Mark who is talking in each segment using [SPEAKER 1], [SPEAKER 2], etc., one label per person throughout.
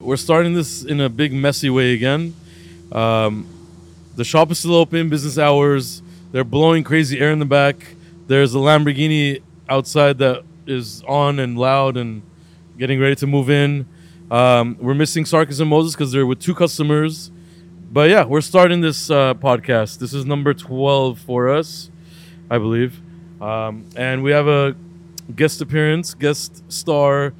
[SPEAKER 1] We're starting this in a big, messy way again. Um, the shop is still open, business hours. They're blowing crazy air in the back. There's a Lamborghini outside that is on and loud and getting ready to move in. Um, we're missing Sarkis and Moses because they're with two customers. But yeah, we're starting this uh, podcast. This is number 12 for us, I believe. Um, and we have a guest appearance, guest star,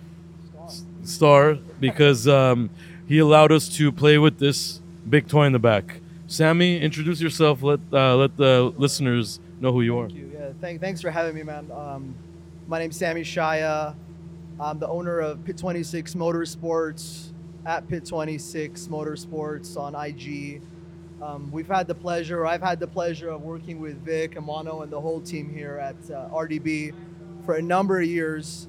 [SPEAKER 1] star, because um, he allowed us to play with this big toy in the back. Sammy, introduce yourself. Let uh, let the listeners know who you are.
[SPEAKER 2] Thank you. Yeah, thank, thanks for having me, man. Um, my name's Sammy Shaya. I'm the owner of Pit 26 Motorsports at Pit 26 Motorsports on IG. Um, we've had the pleasure, I've had the pleasure of working with Vic and Mono and the whole team here at uh, RDB for a number of years.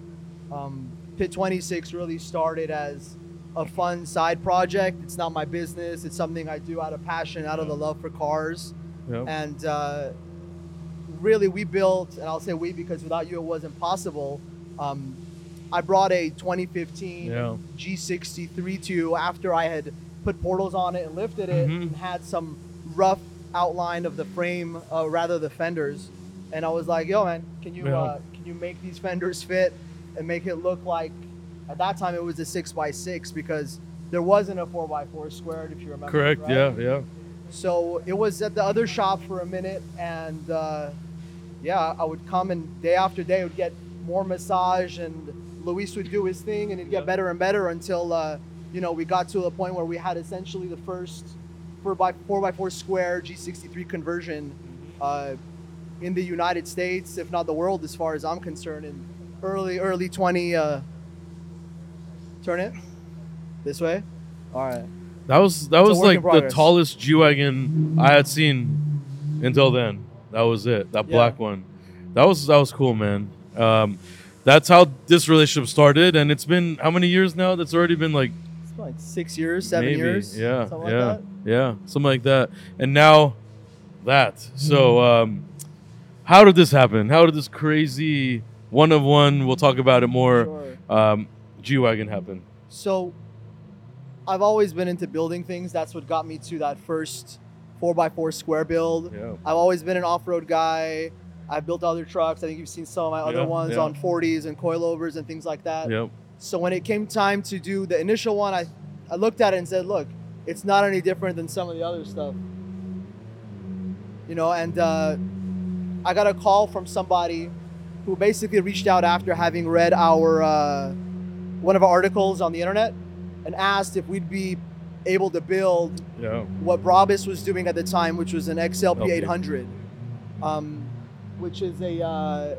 [SPEAKER 2] Um, Pit 26 really started as a fun side project. It's not my business, it's something I do out of passion, out of the love for cars.
[SPEAKER 1] Yeah.
[SPEAKER 2] And uh, really, we built, and I'll say we because without you, it wasn't possible. Um, I brought a 2015
[SPEAKER 1] Yeah.
[SPEAKER 2] G63 to you after I had put portals on it and lifted it
[SPEAKER 1] Mhm.
[SPEAKER 2] and had some rough outline of the frame, uh, rather the fenders. And I was like, "Yo, man, can you
[SPEAKER 1] Yeah.
[SPEAKER 2] uh, can you make these fenders fit and make it look like?" At that time, it was a six by six because there wasn't a four by four squared, if you remember.
[SPEAKER 1] Correct.
[SPEAKER 2] right?
[SPEAKER 1] Yeah. Yeah.
[SPEAKER 2] So it was at the other shop for a minute, and uh, yeah, I would come and day after day would get more massage, and Luis would do his thing, and it'd get
[SPEAKER 1] Yeah.
[SPEAKER 2] better and better until uh, you know we got to a point where we had essentially the first four by four by four square G63 conversion uh, in the United States, if not the world, as far as I'm concerned, in early early 20. Uh, turn it this way. All right.
[SPEAKER 1] That was that
[SPEAKER 2] It's a
[SPEAKER 1] was
[SPEAKER 2] work in
[SPEAKER 1] like the
[SPEAKER 2] progress.
[SPEAKER 1] tallest G wagon I had seen until then. That was it. That
[SPEAKER 2] Yeah.
[SPEAKER 1] black one. That was that was cool, man. Um, that's how this relationship started, and it's been how many years now? That's already been like
[SPEAKER 2] It's been like six years, seven
[SPEAKER 1] maybe,
[SPEAKER 2] years.
[SPEAKER 1] Yeah,
[SPEAKER 2] something like
[SPEAKER 1] yeah,
[SPEAKER 2] that.
[SPEAKER 1] yeah, something like that. And now that. So, um, how did this happen? How did this crazy one of one? We'll talk about it more.
[SPEAKER 2] Sure.
[SPEAKER 1] Um, G wagon happen.
[SPEAKER 2] So I've always been into building things. That's what got me to that first 4x4 square build.
[SPEAKER 1] Yeah,
[SPEAKER 2] I've always been an off road guy. I've built other trucks. I think you've seen some of my other
[SPEAKER 1] Yeah,
[SPEAKER 2] ones
[SPEAKER 1] yeah.
[SPEAKER 2] on 40s and coilovers and things like that.
[SPEAKER 1] yep,
[SPEAKER 2] So when it came time to do the initial one, I, I looked at it and said, look, it's not any different than some of the other stuff. You know, and uh, I got a call from somebody who basically reached out after having read our uh, one of our articles on the internet and asked if we'd be able to build
[SPEAKER 1] yeah,
[SPEAKER 2] what Brabus was doing at the time, which was an XLP
[SPEAKER 1] Okay.
[SPEAKER 2] 800, um, which is a uh,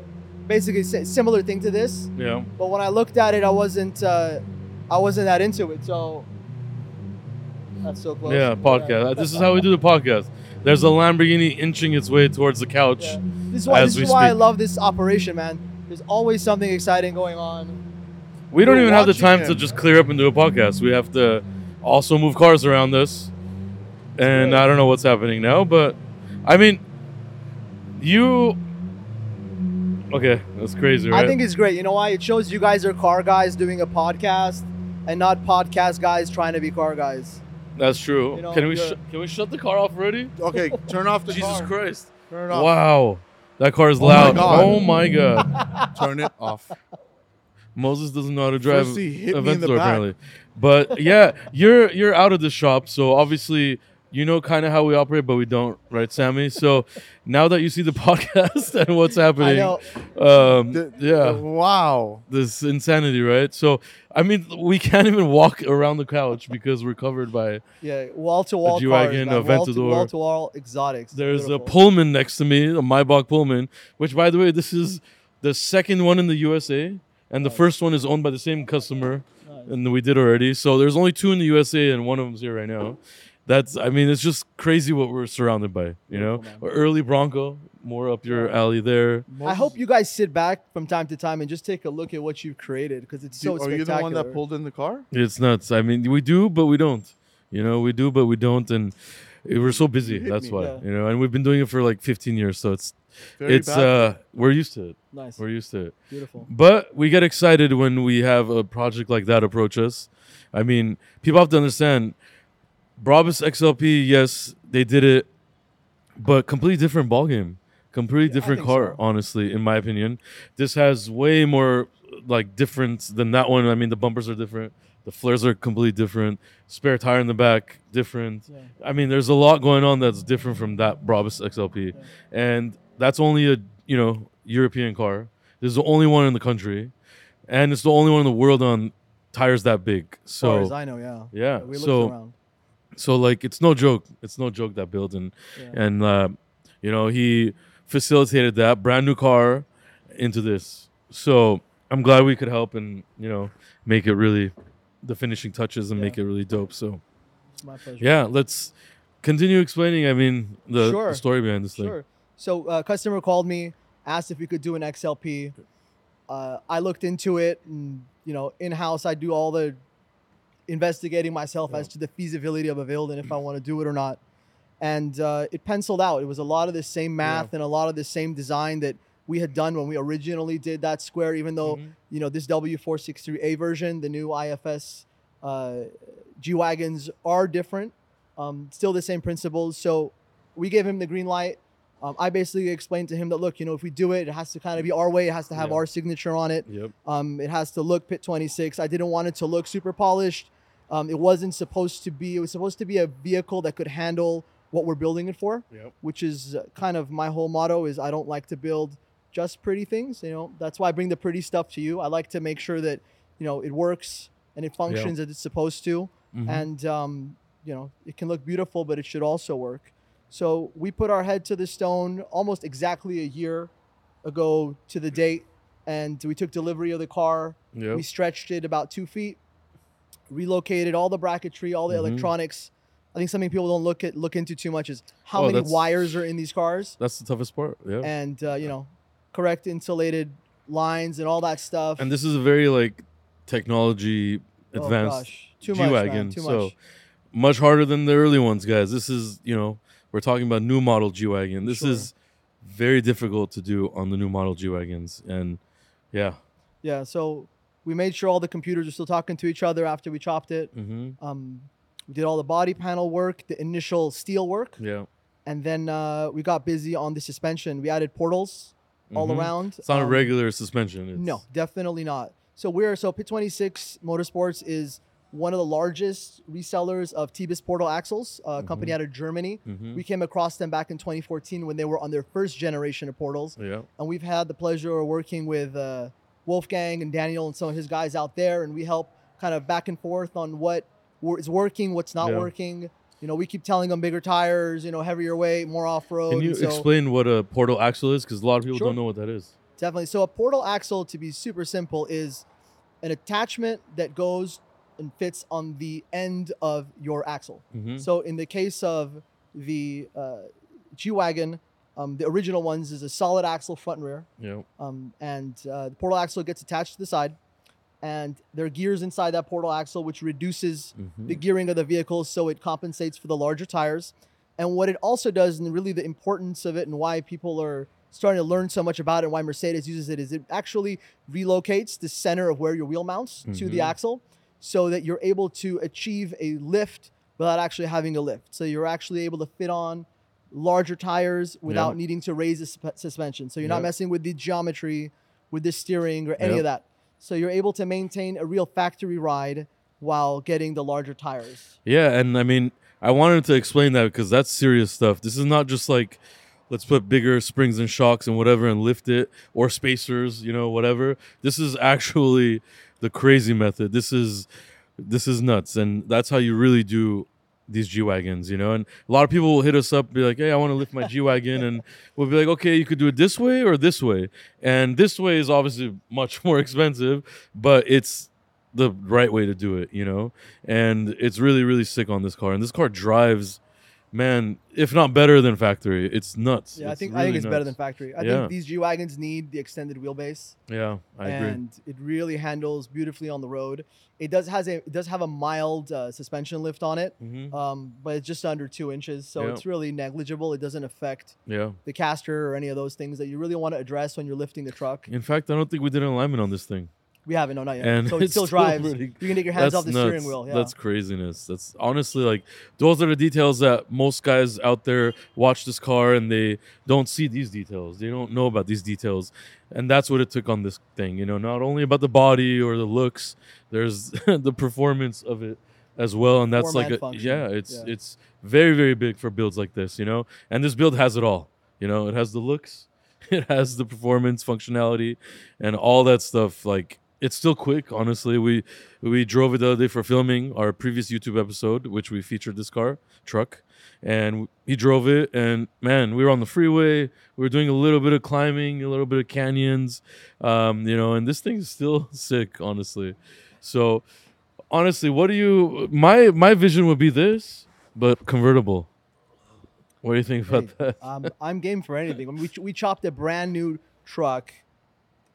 [SPEAKER 2] basically si- similar thing to this
[SPEAKER 1] yeah.
[SPEAKER 2] but when I looked at it, I wasn't uh, I wasn't that into it. So that's so close.
[SPEAKER 1] Yeah, podcast. This is how we do the podcast. There's a Lamborghini inching its way towards the couch.
[SPEAKER 2] Yeah. This is why,
[SPEAKER 1] As
[SPEAKER 2] this
[SPEAKER 1] we
[SPEAKER 2] is why I
[SPEAKER 1] speak.
[SPEAKER 2] love this operation, man. There's always something exciting going on.
[SPEAKER 1] We don't
[SPEAKER 3] We're
[SPEAKER 1] even have the
[SPEAKER 3] watching
[SPEAKER 1] time
[SPEAKER 3] him.
[SPEAKER 1] to just clear up and do a podcast. We have to also move cars around us. And
[SPEAKER 2] Yeah.
[SPEAKER 1] I don't know what's happening now, but I mean, you. Okay, that's crazy, right?
[SPEAKER 2] I think it's great. You know why? It shows you guys are car guys doing a podcast and not podcast guys trying to be car guys.
[SPEAKER 1] that's true.
[SPEAKER 2] you know,
[SPEAKER 1] can we
[SPEAKER 2] you're-
[SPEAKER 1] sh- can we shut the car off already?
[SPEAKER 3] Okay, turn off the
[SPEAKER 1] Jesus
[SPEAKER 3] car.
[SPEAKER 1] Christ!
[SPEAKER 3] Turn it off.
[SPEAKER 1] Wow, that car is
[SPEAKER 3] Oh my
[SPEAKER 1] loud.
[SPEAKER 3] God.
[SPEAKER 1] oh my god!
[SPEAKER 3] Turn it off.
[SPEAKER 1] Moses doesn't know how to drive.
[SPEAKER 3] First he hit me in
[SPEAKER 1] Aventador,
[SPEAKER 3] the back.
[SPEAKER 1] apparently. But yeah, you're you're out of the shop, so obviously you know kind of how we operate, but we don't, right, Sammy? So now that you see the podcast and what's
[SPEAKER 2] I
[SPEAKER 1] happening,
[SPEAKER 2] know.
[SPEAKER 1] um,
[SPEAKER 3] The-
[SPEAKER 1] yeah,
[SPEAKER 3] Wow.
[SPEAKER 1] this insanity, right? So I mean, we can't even walk around the couch because we're covered by.
[SPEAKER 2] Yeah, wall to wall
[SPEAKER 1] The
[SPEAKER 2] cars,
[SPEAKER 1] G-Wagon,
[SPEAKER 2] man. wall to
[SPEAKER 1] Aventador.
[SPEAKER 2] wall to wall exotics. It's
[SPEAKER 1] There's a
[SPEAKER 2] beautiful.
[SPEAKER 1] Pullman next to me, a Maybach Pullman, which by the way, this is the second one in the USA, and the first one is owned by the same customer.
[SPEAKER 2] Nice.
[SPEAKER 1] and we did already. So there's only two in the USA, and one of them's here right now. That's, I mean, it's just crazy what we're surrounded by, you know.
[SPEAKER 2] Beautiful,
[SPEAKER 1] Early Bronco, more up your alley there.
[SPEAKER 2] I hope you guys sit back from time to time and just take a look at what you've created because it's so
[SPEAKER 3] Do- are you
[SPEAKER 2] spectacular.
[SPEAKER 3] the one that pulled in the car?
[SPEAKER 1] It's nuts. I mean, we do, but we don't. You know, we do, but we don't, and we're so busy.
[SPEAKER 3] hit
[SPEAKER 1] That's
[SPEAKER 3] me.
[SPEAKER 1] why,
[SPEAKER 2] Yeah.
[SPEAKER 1] you know. And we've been doing it for like 15 years, so it's
[SPEAKER 3] Very
[SPEAKER 1] it's
[SPEAKER 3] bad.
[SPEAKER 1] uh, we're used to it.
[SPEAKER 2] Nice.
[SPEAKER 1] We're used to it.
[SPEAKER 2] Beautiful.
[SPEAKER 1] But we get excited when we have a project like that approach us. I mean, people have to understand Brabus XLP, yes, they did it, but completely different ballgame. Completely
[SPEAKER 2] I
[SPEAKER 1] different
[SPEAKER 2] think
[SPEAKER 1] car,
[SPEAKER 2] so.
[SPEAKER 1] honestly, in my opinion. This has way more like difference than that one. I mean, the bumpers are different, the flares are completely different, spare tire in the back, different.
[SPEAKER 2] Yeah.
[SPEAKER 1] I mean, there's a lot going on that's different from that Brabus XLP,
[SPEAKER 2] Yeah.
[SPEAKER 1] and that's only a you know European car. This is the only one in the country, and it's the only one in the world on tires that big.
[SPEAKER 2] As far as
[SPEAKER 1] So
[SPEAKER 2] I know, yeah.
[SPEAKER 1] yeah,
[SPEAKER 2] We looked
[SPEAKER 1] so
[SPEAKER 2] around.
[SPEAKER 1] so like it's no joke. It's no joke that build and
[SPEAKER 2] Yeah.
[SPEAKER 1] and uh, you know he facilitated that brand new car into this. So I'm glad we could help and you know make it really the finishing touches and
[SPEAKER 2] Yeah.
[SPEAKER 1] make it really dope. So.
[SPEAKER 2] It's my pleasure.
[SPEAKER 1] Yeah, let's continue explaining. I mean, the, the
[SPEAKER 2] Sure.
[SPEAKER 1] story behind this thing.
[SPEAKER 2] Sure. So uh, customer called me, asked if we could do an XLP. Uh, I looked into it, and you know, in house I do all the investigating myself as to the feasibility of a build and if I want to do it or not. And uh, it penciled out. It was a lot of the same math and a lot of the same design that we had done when we originally did that square. Even though
[SPEAKER 1] Mhm.
[SPEAKER 2] you know this W463A version, the new IFS uh, G wagons are different. Um, still the same principles. So we gave him the green light. Um, I basically explained to him that look, you know, if we do it, it has to kind of be our way. It has to have
[SPEAKER 1] Yeah.
[SPEAKER 2] our signature on it.
[SPEAKER 1] Yep.
[SPEAKER 2] Um, it has to look Pit 26. I didn't want it to look super polished. Um, it wasn't supposed to be. It was supposed to be a vehicle that could handle what we're building it for,
[SPEAKER 1] Yep.
[SPEAKER 2] which is uh, kind of my whole motto. Is I don't like to build just pretty things. You know, that's why I bring the pretty stuff to you. I like to make sure that you know it works and it functions as it's supposed to
[SPEAKER 1] Mhm.
[SPEAKER 2] and um, you know it can look beautiful but it should also work so we put our head to the stone almost exactly a year ago to the date and we took delivery of the car
[SPEAKER 1] Yep.
[SPEAKER 2] we stretched it about two feet relocated all the bracketry all the
[SPEAKER 1] Mhm.
[SPEAKER 2] electronics i think something people don't look at look into too much is how
[SPEAKER 1] Oh,
[SPEAKER 2] many
[SPEAKER 1] that's-
[SPEAKER 2] wires are in these cars
[SPEAKER 1] That's the toughest part. Yeah. And,
[SPEAKER 2] and uh, you know correct insulated lines and all that stuff
[SPEAKER 1] this is a very like technology
[SPEAKER 2] Oh,
[SPEAKER 1] advanced,
[SPEAKER 2] gosh. too much man,
[SPEAKER 1] G-Wagon,
[SPEAKER 2] too
[SPEAKER 1] so-
[SPEAKER 2] much
[SPEAKER 1] much harder than the early ones, guys. This is you know we're talking about new model G wagon. This
[SPEAKER 2] Sure.
[SPEAKER 1] is very difficult to do on the new model G wagons, and yeah.
[SPEAKER 2] Yeah, so we made sure all the computers were still talking to each other after we chopped it.
[SPEAKER 1] Mm-hmm.
[SPEAKER 2] Um, we did all the body panel work, the initial steel work,
[SPEAKER 1] Yeah.
[SPEAKER 2] and then uh, we got busy on the suspension. We added portals all
[SPEAKER 1] Mhm.
[SPEAKER 2] around.
[SPEAKER 1] It's not a
[SPEAKER 2] Um,
[SPEAKER 1] regular suspension. It's,
[SPEAKER 2] No, definitely not. So we're so Pit 26 Motorsports is one of the largest resellers of Tibis portal axles, a
[SPEAKER 1] Mm-hmm.
[SPEAKER 2] company out of Germany.
[SPEAKER 1] hmm
[SPEAKER 2] We came across them back in 2014 when they were on their first generation of portals
[SPEAKER 1] Yeah.
[SPEAKER 2] and we've had the pleasure of working with uh, Wolfgang and Daniel and some of his guys out there, and we help kind of back and forth on what wor- is working, what's not
[SPEAKER 1] Yeah.
[SPEAKER 2] working. You know, we keep telling them bigger tires, you know, heavier weight, more off road.
[SPEAKER 1] Can you
[SPEAKER 2] so
[SPEAKER 1] explain what a portal axle is? Because a lot of people
[SPEAKER 2] Sure.
[SPEAKER 1] don't know what that is.
[SPEAKER 2] Definitely. So a portal axle, to be super simple, is an attachment that goes and fits on the end of your axle.
[SPEAKER 1] Mm-hmm.
[SPEAKER 2] So in the case of the uh, G wagon, um, the original ones is a solid axle front and rear.
[SPEAKER 1] Yeah.
[SPEAKER 2] um, and uh, the portal axle gets attached to the side, and there are gears inside that portal axle, which reduces
[SPEAKER 1] Mhm.
[SPEAKER 2] the gearing of the vehicle, so it compensates for the larger tires. And what it also does, and really the importance of it, and why people are starting to learn so much about it, and why Mercedes uses it, is it actually relocates the center of where your wheel mounts to the
[SPEAKER 1] Mhm.
[SPEAKER 2] axle, so that you're able to achieve a lift without actually having a lift. So you're actually able to fit on larger tires without needing to raise the susp- suspension. So you're
[SPEAKER 1] Yeah.
[SPEAKER 2] not messing with the geometry, with the steering, or any
[SPEAKER 1] Yeah.
[SPEAKER 2] of that. So you're able to maintain a real factory ride while getting the larger tires.
[SPEAKER 1] Yeah, and I mean, I wanted to explain that because that's serious stuff. This is not just like let's put bigger springs and shocks and whatever and lift it or spacers, you know, whatever. This is actually the crazy method. This is this is nuts and that's how you really do these G wagons, you know, and a lot of people will hit us up, be like, "Hey, I want to lift my G wagon," and we'll be like, "Okay, you could do it this way or this way," and this way is obviously much more expensive, but it's the right way to do it, you know and it's really really sick on this car and this car drives man, if not better than factory, it's nuts.
[SPEAKER 2] Yeah, I think I think
[SPEAKER 1] really
[SPEAKER 2] it's better than
[SPEAKER 1] nuts.
[SPEAKER 2] factory. I
[SPEAKER 1] Yeah.
[SPEAKER 2] think these G wagons need the extended wheelbase,
[SPEAKER 1] Yeah, I agree.
[SPEAKER 2] and it really handles beautifully on the road. It does has a it does have a mild uh, suspension lift on it,
[SPEAKER 1] hmm
[SPEAKER 2] um, but it's just under two inches, so
[SPEAKER 1] Yeah.
[SPEAKER 2] it's really negligible. It doesn't affect
[SPEAKER 1] Yeah.
[SPEAKER 2] the caster or any of those things that you really want to address when you're lifting the truck.
[SPEAKER 1] In fact, I don't think we did an alignment on this thing.
[SPEAKER 2] We haven't, no, not yet.
[SPEAKER 1] And
[SPEAKER 2] so it
[SPEAKER 1] it's
[SPEAKER 2] still
[SPEAKER 1] still
[SPEAKER 2] drives.
[SPEAKER 1] pretty-
[SPEAKER 2] you can take your hands
[SPEAKER 1] That's
[SPEAKER 2] off the
[SPEAKER 1] nuts.
[SPEAKER 2] steering wheel. Yeah.
[SPEAKER 1] That's craziness. That's honestly like those are the details that most guys out there watch this car and they don't see these details. They don't know about these details. And that's what it took on this thing, you know, not only about the body or the looks, there's the performance of it as well and that's
[SPEAKER 2] Form
[SPEAKER 1] like
[SPEAKER 2] and
[SPEAKER 1] a,
[SPEAKER 2] function.
[SPEAKER 1] yeah, it's
[SPEAKER 2] Yeah.
[SPEAKER 1] it's very very big for builds like this, you know. And this build has it all. You know, it has the looks, it has the performance, functionality, and all that stuff. Like it's still quick, honestly. We we drove it the other day for filming our previous YouTube episode, which we featured this car truck, and he drove it. And man, we were on the freeway. We were doing a little bit of climbing, a little bit of canyons, um, you know. And this thing's still sick, honestly. So, honestly, what do you? My my vision would be this, but convertible. What do you think about
[SPEAKER 2] Hey,
[SPEAKER 1] that?
[SPEAKER 2] um, I'm game for anything. I mean, we, ch- we chopped a brand new truck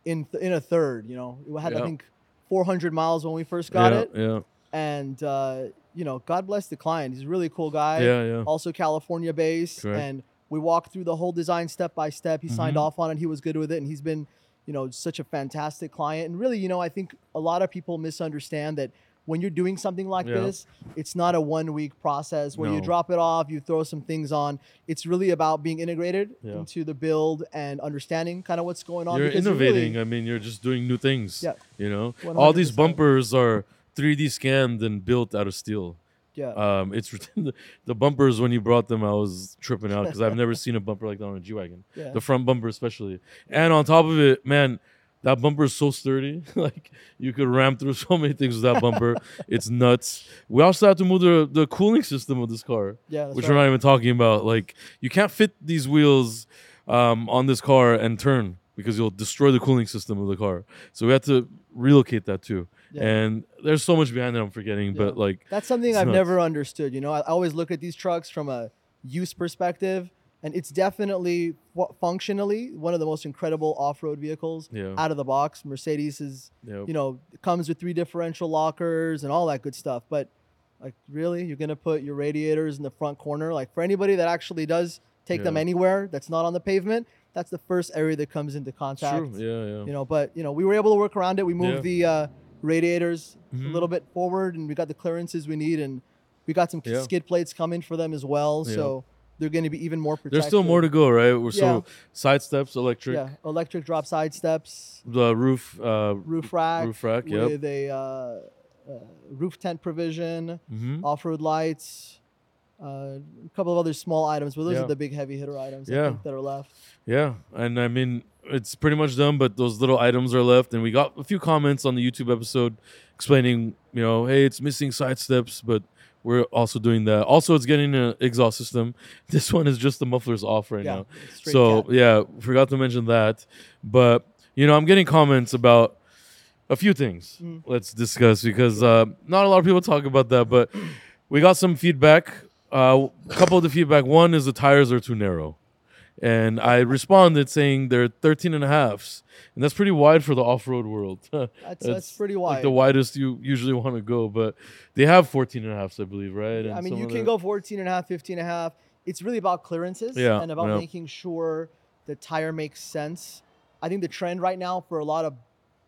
[SPEAKER 2] in th- in a third. You know, it had I
[SPEAKER 1] Yeah.
[SPEAKER 2] think 400 miles when we first got
[SPEAKER 1] yeah,
[SPEAKER 2] it,
[SPEAKER 1] Yeah,
[SPEAKER 2] and uh, you know, God bless the client. He's a really cool guy.
[SPEAKER 1] yeah, yeah.
[SPEAKER 2] Also California based,
[SPEAKER 1] Correct.
[SPEAKER 2] and we walked through the whole design step by step. He signed
[SPEAKER 1] Mhm.
[SPEAKER 2] off on it. He was good with it, and he's been, you know, such a fantastic client. And really, you know, I think a lot of people misunderstand that. When you're doing something like
[SPEAKER 1] Yeah.
[SPEAKER 2] this, it's not a one week process where you
[SPEAKER 1] No.
[SPEAKER 2] drop it off, you throw some things on it's really about being integrated
[SPEAKER 1] Yeah.
[SPEAKER 2] into the build and understanding kind of what's going on.
[SPEAKER 1] You're
[SPEAKER 2] because
[SPEAKER 1] innovating.
[SPEAKER 2] Really,
[SPEAKER 1] I mean, you're just doing new things.
[SPEAKER 2] Yeah.
[SPEAKER 1] You know, all these
[SPEAKER 2] 100%.
[SPEAKER 1] bumpers are 3D scanned and built out of steel.
[SPEAKER 2] yeah.
[SPEAKER 1] Um, it's rid- the bumpers when you brought them, I was tripping out because I've never seen a bumper like that on a G wagon.
[SPEAKER 2] yeah.
[SPEAKER 1] The front bumper especially, and on top of it, man, that bumper is so sturdy. like you could ram through so many things with that bumper. it's nuts. We also had to move the the cooling system of this car
[SPEAKER 2] yeah. That's
[SPEAKER 1] which
[SPEAKER 2] right.
[SPEAKER 1] we're not even talking about. Like you can't fit these wheels um, on this car and turn because you'll destroy the cooling system of the car. So we had to relocate that too.
[SPEAKER 2] Yeah.
[SPEAKER 1] And there's so much behind it I'm forgetting, but
[SPEAKER 2] Yeah.
[SPEAKER 1] like
[SPEAKER 2] That's something
[SPEAKER 1] it's
[SPEAKER 2] I've
[SPEAKER 1] nuts.
[SPEAKER 2] never understood. You know, I I always look at these trucks from a use perspective, and it's definitely fu- functionally one of the most incredible off road vehicles
[SPEAKER 1] yeah,
[SPEAKER 2] out of the box. Mercedes is,
[SPEAKER 1] yeah,
[SPEAKER 2] you know, comes with three differential lockers and all that good stuff. But like, really, you're gonna put your radiators in the front corner? Like, for anybody that actually does take them
[SPEAKER 1] Yeah.
[SPEAKER 2] anywhere that's not on the pavement, that's the first area that comes into
[SPEAKER 1] it's
[SPEAKER 2] contact.
[SPEAKER 1] true. Yeah,
[SPEAKER 2] You
[SPEAKER 1] yeah.
[SPEAKER 2] know, but you know, we were able to work around it. We moved the uh, radiators a
[SPEAKER 1] Mhm.
[SPEAKER 2] little bit forward, and we got the clearances we need, and we got some k-
[SPEAKER 1] Yeah.
[SPEAKER 2] skid plates coming for them as well.
[SPEAKER 1] Yeah.
[SPEAKER 2] So they're going to be even more protected.
[SPEAKER 1] There's still more to go, right? We're so side steps, electric,
[SPEAKER 2] Yeah, electric drop side steps,
[SPEAKER 1] the roof, uh,
[SPEAKER 2] roof rack,
[SPEAKER 1] roof rack. Yep.
[SPEAKER 2] with a uh, uh, roof tent provision,
[SPEAKER 1] hmm
[SPEAKER 2] off-road lights, uh, a couple of other small items, but those
[SPEAKER 1] Yeah.
[SPEAKER 2] are the big heavy hitter items I
[SPEAKER 1] Yeah.
[SPEAKER 2] think, that are left.
[SPEAKER 1] Yeah, and I mean it's pretty much done, but those little items are left, and we got a few comments on the YouTube episode explaining, you know, hey, it's missing side steps, but we're also doing that. Also, it's getting an exhaust system. This one is just the mufflers off right
[SPEAKER 2] yeah,
[SPEAKER 1] now.
[SPEAKER 2] straight
[SPEAKER 1] so
[SPEAKER 2] cat.
[SPEAKER 1] yeah, forgot to mention that, but you know, I'm getting comments about a few things.
[SPEAKER 2] Mm.
[SPEAKER 1] Let's discuss because uh, not a lot of people talk about that, but we got some feedback. Uh, a couple of the feedback. One is the tires are too narrow. And I responded saying they're 13 and a halfs. And that's pretty wide for the off road world.
[SPEAKER 2] that's,
[SPEAKER 1] That's
[SPEAKER 2] that's pretty
[SPEAKER 1] like
[SPEAKER 2] wide.
[SPEAKER 1] the widest you usually want to go. But they have 14 and a halfs, I believe, right?
[SPEAKER 2] I
[SPEAKER 1] And
[SPEAKER 2] mean,
[SPEAKER 1] some
[SPEAKER 2] you
[SPEAKER 1] of
[SPEAKER 2] can
[SPEAKER 1] the-
[SPEAKER 2] go 14 and a half, 15 and a half. It's really about clearances
[SPEAKER 1] Yeah,
[SPEAKER 2] and about
[SPEAKER 1] yeah.
[SPEAKER 2] making sure the tire makes sense. I think the trend right now for a lot of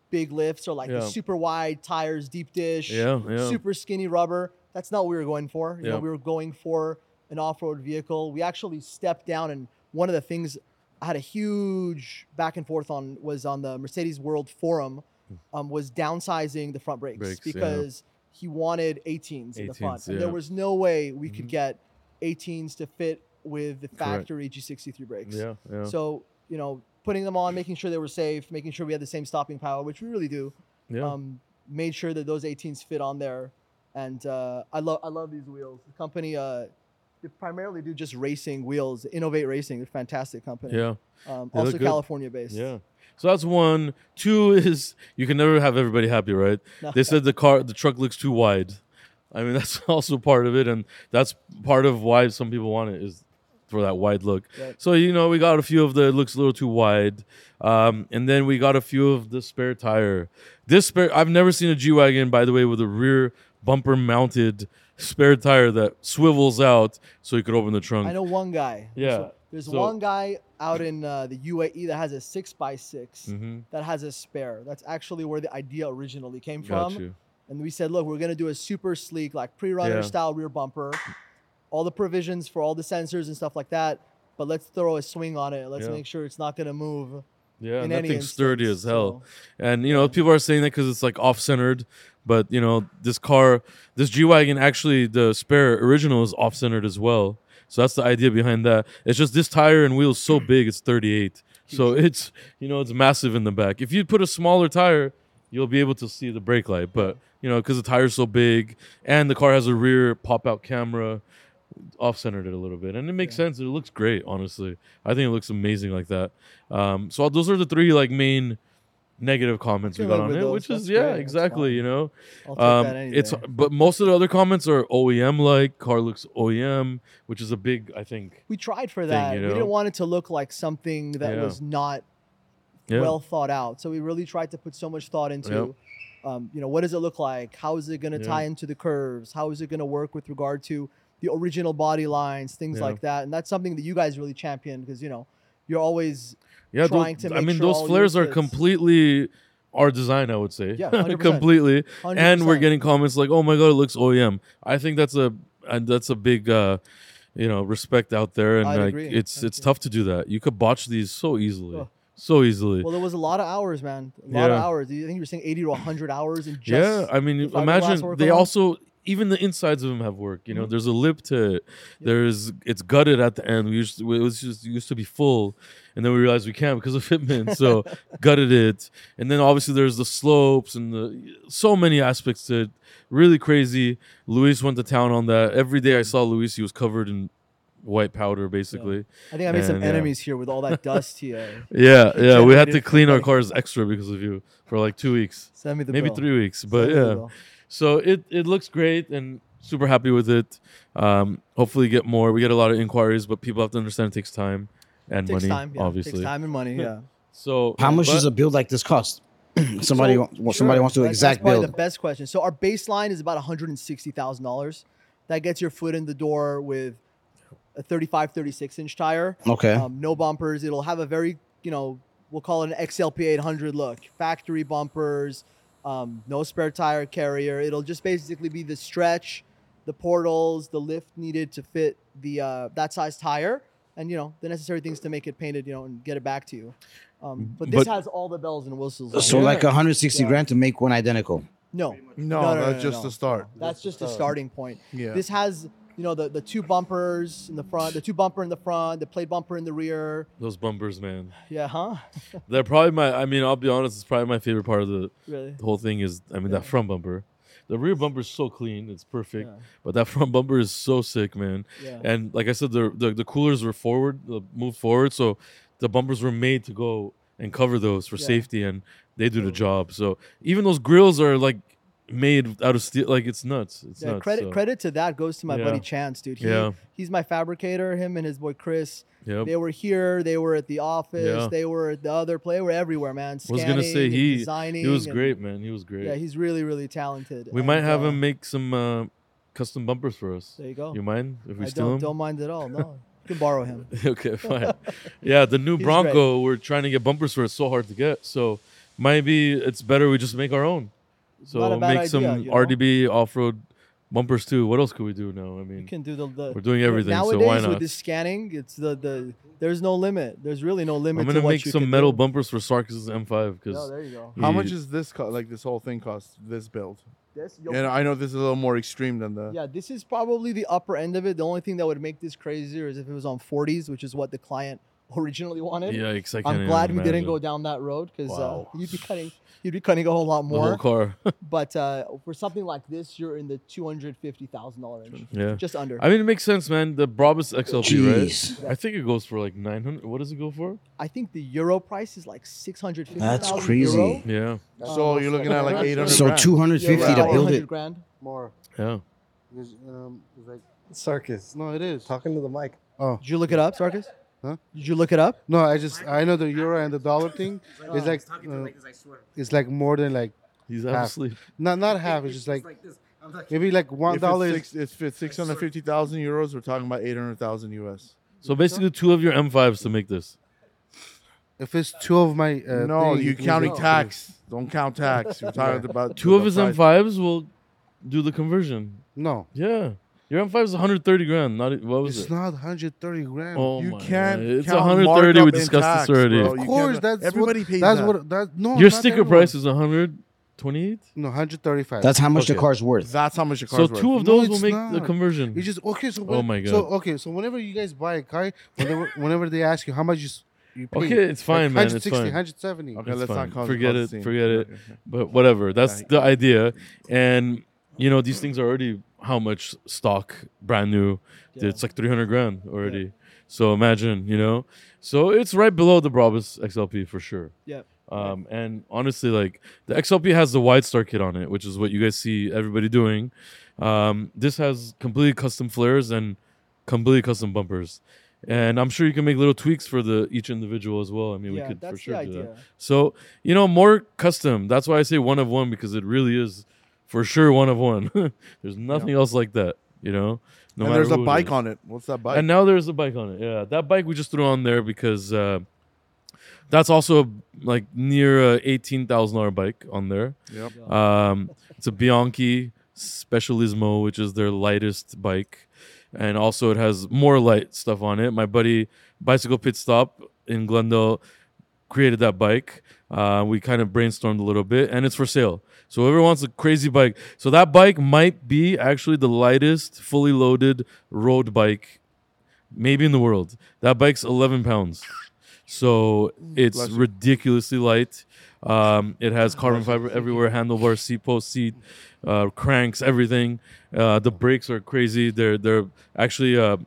[SPEAKER 2] big lifts are like the
[SPEAKER 1] Yeah.
[SPEAKER 2] super wide tires, deep dish,
[SPEAKER 1] Yeah, yeah.
[SPEAKER 2] super skinny rubber. That's not what we were going for. You know,
[SPEAKER 1] Yeah.
[SPEAKER 2] we were going for an off-road vehicle. We actually stepped down, and one of the things I had a huge back and forth on was on the Mercedes World Forum um, was downsizing the front brakes,
[SPEAKER 1] Hmm. Brakes, yeah.
[SPEAKER 2] because he wanted 18s in the front,
[SPEAKER 1] 18s,
[SPEAKER 2] and there
[SPEAKER 1] yeah.
[SPEAKER 2] was no way we could
[SPEAKER 1] Mhm.
[SPEAKER 2] get 18s to fit with the factory G63 brakes.
[SPEAKER 1] Yeah, yeah.
[SPEAKER 2] So you know, putting them on, making sure they were safe, making sure we had the same stopping power, which we really do.
[SPEAKER 1] yeah.
[SPEAKER 2] Um, made sure that those 18s fit on there, and uh, I love I love these wheels. The company uh, they primarily do just racing wheels, Innovate Racing. They're a fantastic company.
[SPEAKER 1] yeah.
[SPEAKER 2] Um,
[SPEAKER 1] They look
[SPEAKER 2] also
[SPEAKER 1] good.
[SPEAKER 2] California based.
[SPEAKER 1] Yeah. So that's one. Two is you can never have everybody happy, right?
[SPEAKER 2] No.
[SPEAKER 1] They said the car, the truck looks too wide. I mean, that's also part of it, and that's part of why some people want it is for that wide look.
[SPEAKER 2] Right.
[SPEAKER 1] So you know, we got a few of the it looks a little too wide, um, and then we got a few of the spare tire. This spare, I've never seen a G wagon, by the way, with a rear bumper mounted spare tire that swivels out so you could open the trunk.
[SPEAKER 2] I know one guy.
[SPEAKER 1] Yeah,
[SPEAKER 2] So there's
[SPEAKER 1] so-
[SPEAKER 2] one guy out in uh, the UAE that has a six by 6
[SPEAKER 1] hmm
[SPEAKER 2] that has a spare. That's actually where the idea originally came
[SPEAKER 1] Got
[SPEAKER 2] from.
[SPEAKER 1] you.
[SPEAKER 2] And we said, look, we're gonna do a super sleek, like pre-runner
[SPEAKER 1] Yeah.
[SPEAKER 2] style rear bumper, all the provisions for all the sensors and stuff like that. But let's throw a swing on it. Let's
[SPEAKER 1] Yeah.
[SPEAKER 2] make sure it's not gonna move.
[SPEAKER 1] Yeah,
[SPEAKER 2] in
[SPEAKER 1] and that
[SPEAKER 2] any
[SPEAKER 1] thing's sturdy as
[SPEAKER 2] instance.
[SPEAKER 1] hell.
[SPEAKER 2] So-
[SPEAKER 1] And you know, people are saying that because it's like off-centered, but you know, this car, this G wagon, actually the spare original is off-centered as well. So that's the idea behind that. It's just this tire and wheel is so big, it's 38. So it's you know, it's massive in the back. If you put a smaller tire, you'll be able to see the brake light, but you know, because the tire's so big and the car has a rear pop-out camera, off-centered it a little bit, and it makes sense. It looks great, honestly. I think it looks amazing like that. Um, so those are the three like main negative comments we
[SPEAKER 2] can
[SPEAKER 1] got
[SPEAKER 2] live
[SPEAKER 1] on
[SPEAKER 2] with
[SPEAKER 1] it,
[SPEAKER 2] those.
[SPEAKER 1] which is
[SPEAKER 2] That's
[SPEAKER 1] yeah,
[SPEAKER 2] great. That's
[SPEAKER 1] exactly.
[SPEAKER 2] fine.
[SPEAKER 1] You know,
[SPEAKER 2] I'll take
[SPEAKER 1] um,
[SPEAKER 2] that any
[SPEAKER 1] it's
[SPEAKER 2] day.
[SPEAKER 1] but most of the other comments are OEM like car looks OEM, which is a big I think.
[SPEAKER 2] we tried for
[SPEAKER 1] thing,
[SPEAKER 2] that.
[SPEAKER 1] you
[SPEAKER 2] We
[SPEAKER 1] know?
[SPEAKER 2] didn't want it to look like something that
[SPEAKER 1] Yeah.
[SPEAKER 2] was not
[SPEAKER 1] Yeah,
[SPEAKER 2] well thought out. So we really tried to put so much thought into, um, you know, what does it look like? How is it going to
[SPEAKER 1] Yeah.
[SPEAKER 2] tie into the curves? How is it going to work with regard to the original body lines, things
[SPEAKER 1] Yeah.
[SPEAKER 2] like that? And that's something that you guys really champion because you know you're always
[SPEAKER 1] yeah.
[SPEAKER 2] trying
[SPEAKER 1] those-
[SPEAKER 2] to
[SPEAKER 1] I
[SPEAKER 2] make
[SPEAKER 1] mean,
[SPEAKER 2] sure
[SPEAKER 1] those
[SPEAKER 2] all
[SPEAKER 1] flares
[SPEAKER 2] your
[SPEAKER 1] are
[SPEAKER 2] kids-
[SPEAKER 1] completely our design, I would say.
[SPEAKER 2] Yeah, 100%.
[SPEAKER 1] completely.
[SPEAKER 2] 100%.
[SPEAKER 1] And we're getting comments like, "Oh my god, it looks OEM." I think that's a and that's a big. uh you know, respect out there, and
[SPEAKER 2] I'd
[SPEAKER 1] like
[SPEAKER 2] agree.
[SPEAKER 1] it's
[SPEAKER 2] Thank
[SPEAKER 1] it's
[SPEAKER 2] you.
[SPEAKER 1] tough to do that. You could botch these so easily,
[SPEAKER 2] Oh.
[SPEAKER 1] so easily.
[SPEAKER 2] well, there was a lot of hours, man. A lot of
[SPEAKER 1] Yeah.
[SPEAKER 2] hours. You think you were saying 80 to 100 hours in just
[SPEAKER 1] yeah, I mean,
[SPEAKER 2] the fiberglass
[SPEAKER 1] imagine
[SPEAKER 2] work
[SPEAKER 1] they
[SPEAKER 2] alone?
[SPEAKER 1] also even the insides of them have work. You know,
[SPEAKER 2] Mhm.
[SPEAKER 1] there's a lip to it. There's it's gutted at the end. We used to, it was just used to be full, and then we realized we can't because of fitment, so gutted it. And then obviously there's the slopes and the so many aspects to it. Really crazy. Luis went to town on that. Every day I
[SPEAKER 2] Mm-hmm.
[SPEAKER 1] saw Luis, he was covered in white powder basically.
[SPEAKER 2] I think I made some
[SPEAKER 1] and, yeah.
[SPEAKER 2] enemies here with all that dust here.
[SPEAKER 1] Yeah, yeah. we had to
[SPEAKER 2] Generated
[SPEAKER 1] clean our
[SPEAKER 2] feedback.
[SPEAKER 1] cars extra because of you for like 2 weeks.
[SPEAKER 2] Send me the
[SPEAKER 1] Maybe
[SPEAKER 2] bill.
[SPEAKER 1] three weeks,
[SPEAKER 2] Send
[SPEAKER 1] but
[SPEAKER 2] me the
[SPEAKER 1] yeah,
[SPEAKER 2] bill.
[SPEAKER 1] so it it looks great and super happy with it. Um, hopefully get more. We get a lot of inquiries, but people have to understand it takes time and
[SPEAKER 2] Takes
[SPEAKER 1] money,
[SPEAKER 2] time, yeah.
[SPEAKER 1] obviously.
[SPEAKER 2] Takes time and money. Yeah.
[SPEAKER 1] So
[SPEAKER 4] How much
[SPEAKER 1] but-
[SPEAKER 4] does a build like this cost? somebody,
[SPEAKER 2] So,
[SPEAKER 4] wa- somebody
[SPEAKER 2] sure,
[SPEAKER 4] wants to
[SPEAKER 2] that-
[SPEAKER 4] exact
[SPEAKER 2] that's probably
[SPEAKER 4] build.
[SPEAKER 2] The best question. So our baseline is about one hundred and sixty thousand dollars. That gets your foot in the door with a 35, 36 inch tire.
[SPEAKER 4] okay.
[SPEAKER 2] Um, no bumpers. It'll have a very you know we'll call it an XLP eight hundred look. Factory bumpers. Um, no spare tire carrier. It'll just basically be the stretch, the portals, the lift needed to fit the uh, that size tire, and you know the necessary things to make it painted, you know, and get it back to you. Um, but this
[SPEAKER 1] But-
[SPEAKER 2] has all the bells and whistles. on
[SPEAKER 4] so
[SPEAKER 2] it.
[SPEAKER 4] like uh, 160
[SPEAKER 2] Yeah.
[SPEAKER 4] grand to make one identical.
[SPEAKER 2] no,
[SPEAKER 3] No,
[SPEAKER 2] No, no, no,
[SPEAKER 3] that's
[SPEAKER 2] no,
[SPEAKER 3] just
[SPEAKER 2] no.
[SPEAKER 3] the start.
[SPEAKER 2] That's just the starting point.
[SPEAKER 3] Yeah.
[SPEAKER 2] This has, you know, the, the two bumpers in the front, the two bumper in the front, the plate bumper in the rear.
[SPEAKER 1] those bumpers, man.
[SPEAKER 2] Yeah, huh?
[SPEAKER 1] They're probably my. I mean, I'll be honest. It's probably my favorite part of the
[SPEAKER 2] Really?
[SPEAKER 1] the whole thing. Is I mean that
[SPEAKER 2] Yeah.
[SPEAKER 1] front bumper. The rear bumper is so clean. It's perfect.
[SPEAKER 2] Yeah.
[SPEAKER 1] But that front bumper is so sick, man.
[SPEAKER 2] Yeah.
[SPEAKER 1] And like I said, the, the the coolers were forward, the, moved forward, so the bumpers were made to go and cover those for
[SPEAKER 2] Yeah.
[SPEAKER 1] safety, and they do the job. So even those grills are like made out of steel. Like it's nuts. It's
[SPEAKER 2] Yeah,
[SPEAKER 1] nuts.
[SPEAKER 2] credit
[SPEAKER 1] so.
[SPEAKER 2] credit to that goes to my
[SPEAKER 1] Yeah.
[SPEAKER 2] buddy Chance, dude. He,
[SPEAKER 1] Yeah.
[SPEAKER 2] He's my fabricator. Him and his boy Chris.
[SPEAKER 1] Yep.
[SPEAKER 2] They were here. They were at the office.
[SPEAKER 1] Yeah.
[SPEAKER 2] They were at the other play. They were everywhere, man.
[SPEAKER 1] was gonna
[SPEAKER 2] Scanning
[SPEAKER 1] say
[SPEAKER 2] and
[SPEAKER 1] he- he
[SPEAKER 2] designing.
[SPEAKER 1] He was
[SPEAKER 2] and-
[SPEAKER 1] great, man. He was great.
[SPEAKER 2] Yeah, he's really really talented.
[SPEAKER 1] we might
[SPEAKER 2] And,
[SPEAKER 1] have
[SPEAKER 2] uh,
[SPEAKER 1] him make some uh, custom bumpers for us.
[SPEAKER 2] There you go.
[SPEAKER 1] You mind if we
[SPEAKER 2] I
[SPEAKER 1] steal
[SPEAKER 2] don't,
[SPEAKER 1] him?
[SPEAKER 2] don't mind at all. No, you can borrow him.
[SPEAKER 1] okay, fine. yeah, the new
[SPEAKER 2] He's
[SPEAKER 1] Bronco, we're trying to get bumpers for. It's so hard to get. So maybe it's better we just make our own.
[SPEAKER 2] Not a
[SPEAKER 1] So
[SPEAKER 2] bad
[SPEAKER 1] make
[SPEAKER 2] idea,
[SPEAKER 1] some
[SPEAKER 2] you know?
[SPEAKER 1] RDB off road bumpers too. What else could we do now? I
[SPEAKER 2] You
[SPEAKER 1] mean,
[SPEAKER 2] can do the, the
[SPEAKER 1] we're doing everything.
[SPEAKER 2] Nowadays,
[SPEAKER 1] so why
[SPEAKER 2] with
[SPEAKER 1] not?
[SPEAKER 2] this scanning, it's the the there's no limit. There's really no limit.
[SPEAKER 1] I'm gonna
[SPEAKER 2] to what
[SPEAKER 1] make
[SPEAKER 2] you
[SPEAKER 1] some
[SPEAKER 2] can
[SPEAKER 1] metal
[SPEAKER 2] do. Oh,
[SPEAKER 1] bumpers for Sarkis M5
[SPEAKER 2] No,
[SPEAKER 1] because
[SPEAKER 2] there you go.
[SPEAKER 3] How much is this? Co- like this whole thing costs this build?
[SPEAKER 2] This, yo-
[SPEAKER 3] And I know this is a little more extreme than the.
[SPEAKER 2] yeah, this is probably the upper end of it. The only thing that would make this crazier is if it was on 40s, which is what the client originally wanted.
[SPEAKER 1] Yikes! I can't
[SPEAKER 2] I'm
[SPEAKER 1] even
[SPEAKER 2] glad we didn't
[SPEAKER 1] imagine.
[SPEAKER 2] go down that road because
[SPEAKER 1] Wow.
[SPEAKER 2] uh, you'd be cutting you'd be cutting a whole lot
[SPEAKER 1] the whole
[SPEAKER 2] more.
[SPEAKER 1] car.
[SPEAKER 2] But uh, for something like this, you're in the two hundred fifty thousand dollar range,
[SPEAKER 1] yeah.
[SPEAKER 2] just under.
[SPEAKER 1] I mean, it makes sense, man. The Brabus XLP,
[SPEAKER 4] Jeez.
[SPEAKER 1] right? I think it goes for like 900. What does it go for?
[SPEAKER 2] I think the euro price is like six hundred fifty thousand.
[SPEAKER 4] That's crazy.
[SPEAKER 1] Yeah,
[SPEAKER 3] So
[SPEAKER 2] Um,
[SPEAKER 3] you're looking at like 800.
[SPEAKER 4] So
[SPEAKER 3] grand.
[SPEAKER 4] 250
[SPEAKER 2] Yeah,
[SPEAKER 4] to build
[SPEAKER 2] 800
[SPEAKER 4] it.
[SPEAKER 2] grand.
[SPEAKER 5] More.
[SPEAKER 1] yeah.
[SPEAKER 5] There's, um, it's like
[SPEAKER 6] Circus.
[SPEAKER 5] no, it is.
[SPEAKER 6] Talking to the mic.
[SPEAKER 5] Oh
[SPEAKER 2] Did you look it up, Sarkis?
[SPEAKER 5] Huh?
[SPEAKER 2] Did you look it up?
[SPEAKER 5] no, I just I know the euro and the dollar thing. It's like
[SPEAKER 7] talking to
[SPEAKER 5] uh,
[SPEAKER 7] him like this, I swear.
[SPEAKER 5] it's like more than like
[SPEAKER 1] He's
[SPEAKER 5] Half.
[SPEAKER 1] absolutely
[SPEAKER 5] not not half. It's just like
[SPEAKER 7] this. I'm like,
[SPEAKER 5] maybe like one dollar.
[SPEAKER 3] If
[SPEAKER 5] is-
[SPEAKER 3] it's, six, if it's 650,000 euros, we're talking about 800,000 US.
[SPEAKER 1] so basically two of your M5s to make this.
[SPEAKER 5] If it's two of my uh,
[SPEAKER 3] no,
[SPEAKER 5] thing,
[SPEAKER 3] you
[SPEAKER 5] it means
[SPEAKER 3] counting
[SPEAKER 5] it's-
[SPEAKER 3] tax. Don't count tax. We're talking about
[SPEAKER 1] Two of his
[SPEAKER 3] price.
[SPEAKER 1] M5s will do the conversion.
[SPEAKER 5] No,
[SPEAKER 1] Yeah, your M5 is 130 grand. Not e- what was
[SPEAKER 5] it's
[SPEAKER 1] it?
[SPEAKER 5] not 130 grand.
[SPEAKER 1] Oh
[SPEAKER 3] You
[SPEAKER 1] my
[SPEAKER 3] can't.
[SPEAKER 1] God. It's
[SPEAKER 3] count
[SPEAKER 1] 130. We
[SPEAKER 3] markup in
[SPEAKER 1] discussed
[SPEAKER 3] tax,
[SPEAKER 1] this already.
[SPEAKER 3] bro.
[SPEAKER 5] Of
[SPEAKER 3] You
[SPEAKER 5] course,
[SPEAKER 3] cannot-
[SPEAKER 5] that's
[SPEAKER 3] everybody
[SPEAKER 5] what,
[SPEAKER 3] pays
[SPEAKER 5] That's
[SPEAKER 3] that.
[SPEAKER 5] what that no.
[SPEAKER 1] Your
[SPEAKER 5] not
[SPEAKER 1] sticker
[SPEAKER 5] everyone.
[SPEAKER 1] price is 128.
[SPEAKER 5] no 135.
[SPEAKER 4] That's how much the
[SPEAKER 1] Okay.
[SPEAKER 4] car's worth.
[SPEAKER 3] That's how much the
[SPEAKER 1] So
[SPEAKER 3] car's
[SPEAKER 1] two
[SPEAKER 3] worth.
[SPEAKER 1] of
[SPEAKER 5] No,
[SPEAKER 1] those will
[SPEAKER 5] it's
[SPEAKER 1] make the
[SPEAKER 5] not.
[SPEAKER 1] conversion.
[SPEAKER 5] It's just okay. So
[SPEAKER 1] Oh
[SPEAKER 5] when-
[SPEAKER 1] my
[SPEAKER 5] So
[SPEAKER 1] God.
[SPEAKER 5] okay. So whenever you guys buy a car, whenever whenever they ask you how much you s- you pay,
[SPEAKER 1] Okay, it's fine, man, it's
[SPEAKER 5] 160,
[SPEAKER 1] fine.
[SPEAKER 5] 170.
[SPEAKER 1] Okay.
[SPEAKER 3] Okay,
[SPEAKER 1] It's
[SPEAKER 3] let's
[SPEAKER 1] fine.
[SPEAKER 3] not cause
[SPEAKER 1] Forget
[SPEAKER 3] cause
[SPEAKER 1] it,
[SPEAKER 3] scene.
[SPEAKER 1] forget it.
[SPEAKER 3] Okay, okay.
[SPEAKER 1] but whatever. That's
[SPEAKER 3] Right.
[SPEAKER 1] the idea. And you know these things are already how much stock, brand new. It's like 300 grand already. So imagine, you know. So it's right below the Brabus XLP for sure.
[SPEAKER 2] Yeah.
[SPEAKER 1] Um, and honestly, like the XLP has the wide star kit on it, which is what you guys see everybody doing. Um, this has completely custom flares and completely custom bumpers, and I'm sure you can make little tweaks for the each individual as well. I mean, we could for sure do that. So you know, more custom. That's why I say one of one because it really is for sure one of one. there's nothing else like that. You know, no
[SPEAKER 3] and
[SPEAKER 1] matter
[SPEAKER 3] there's a
[SPEAKER 1] who it
[SPEAKER 3] bike
[SPEAKER 1] is.
[SPEAKER 3] on it. What's that bike?
[SPEAKER 1] And now there's a bike on it. Yeah, that bike we just threw on there because uh, that's also like near a eighteen thousand dollar bike on there.
[SPEAKER 3] Yep.
[SPEAKER 1] Um, it's a Bianchi Specialismo, which is their lightest bike, and also it has more light stuff on it. My buddy Bicycle Pit Stop in Glendale created that bike. Uh, we kind of brainstormed a little bit, and it's for sale. So whoever wants a crazy bike, so that bike might be actually the lightest fully loaded road bike, maybe in the world. That bike's 11 pounds, so it's
[SPEAKER 3] Bless you.
[SPEAKER 1] ridiculously light. Um, it has carbon fiber everywhere, handlebar, seat post, seat, uh, cranks, everything. Uh, the brakes are crazy. They're they're actually uh,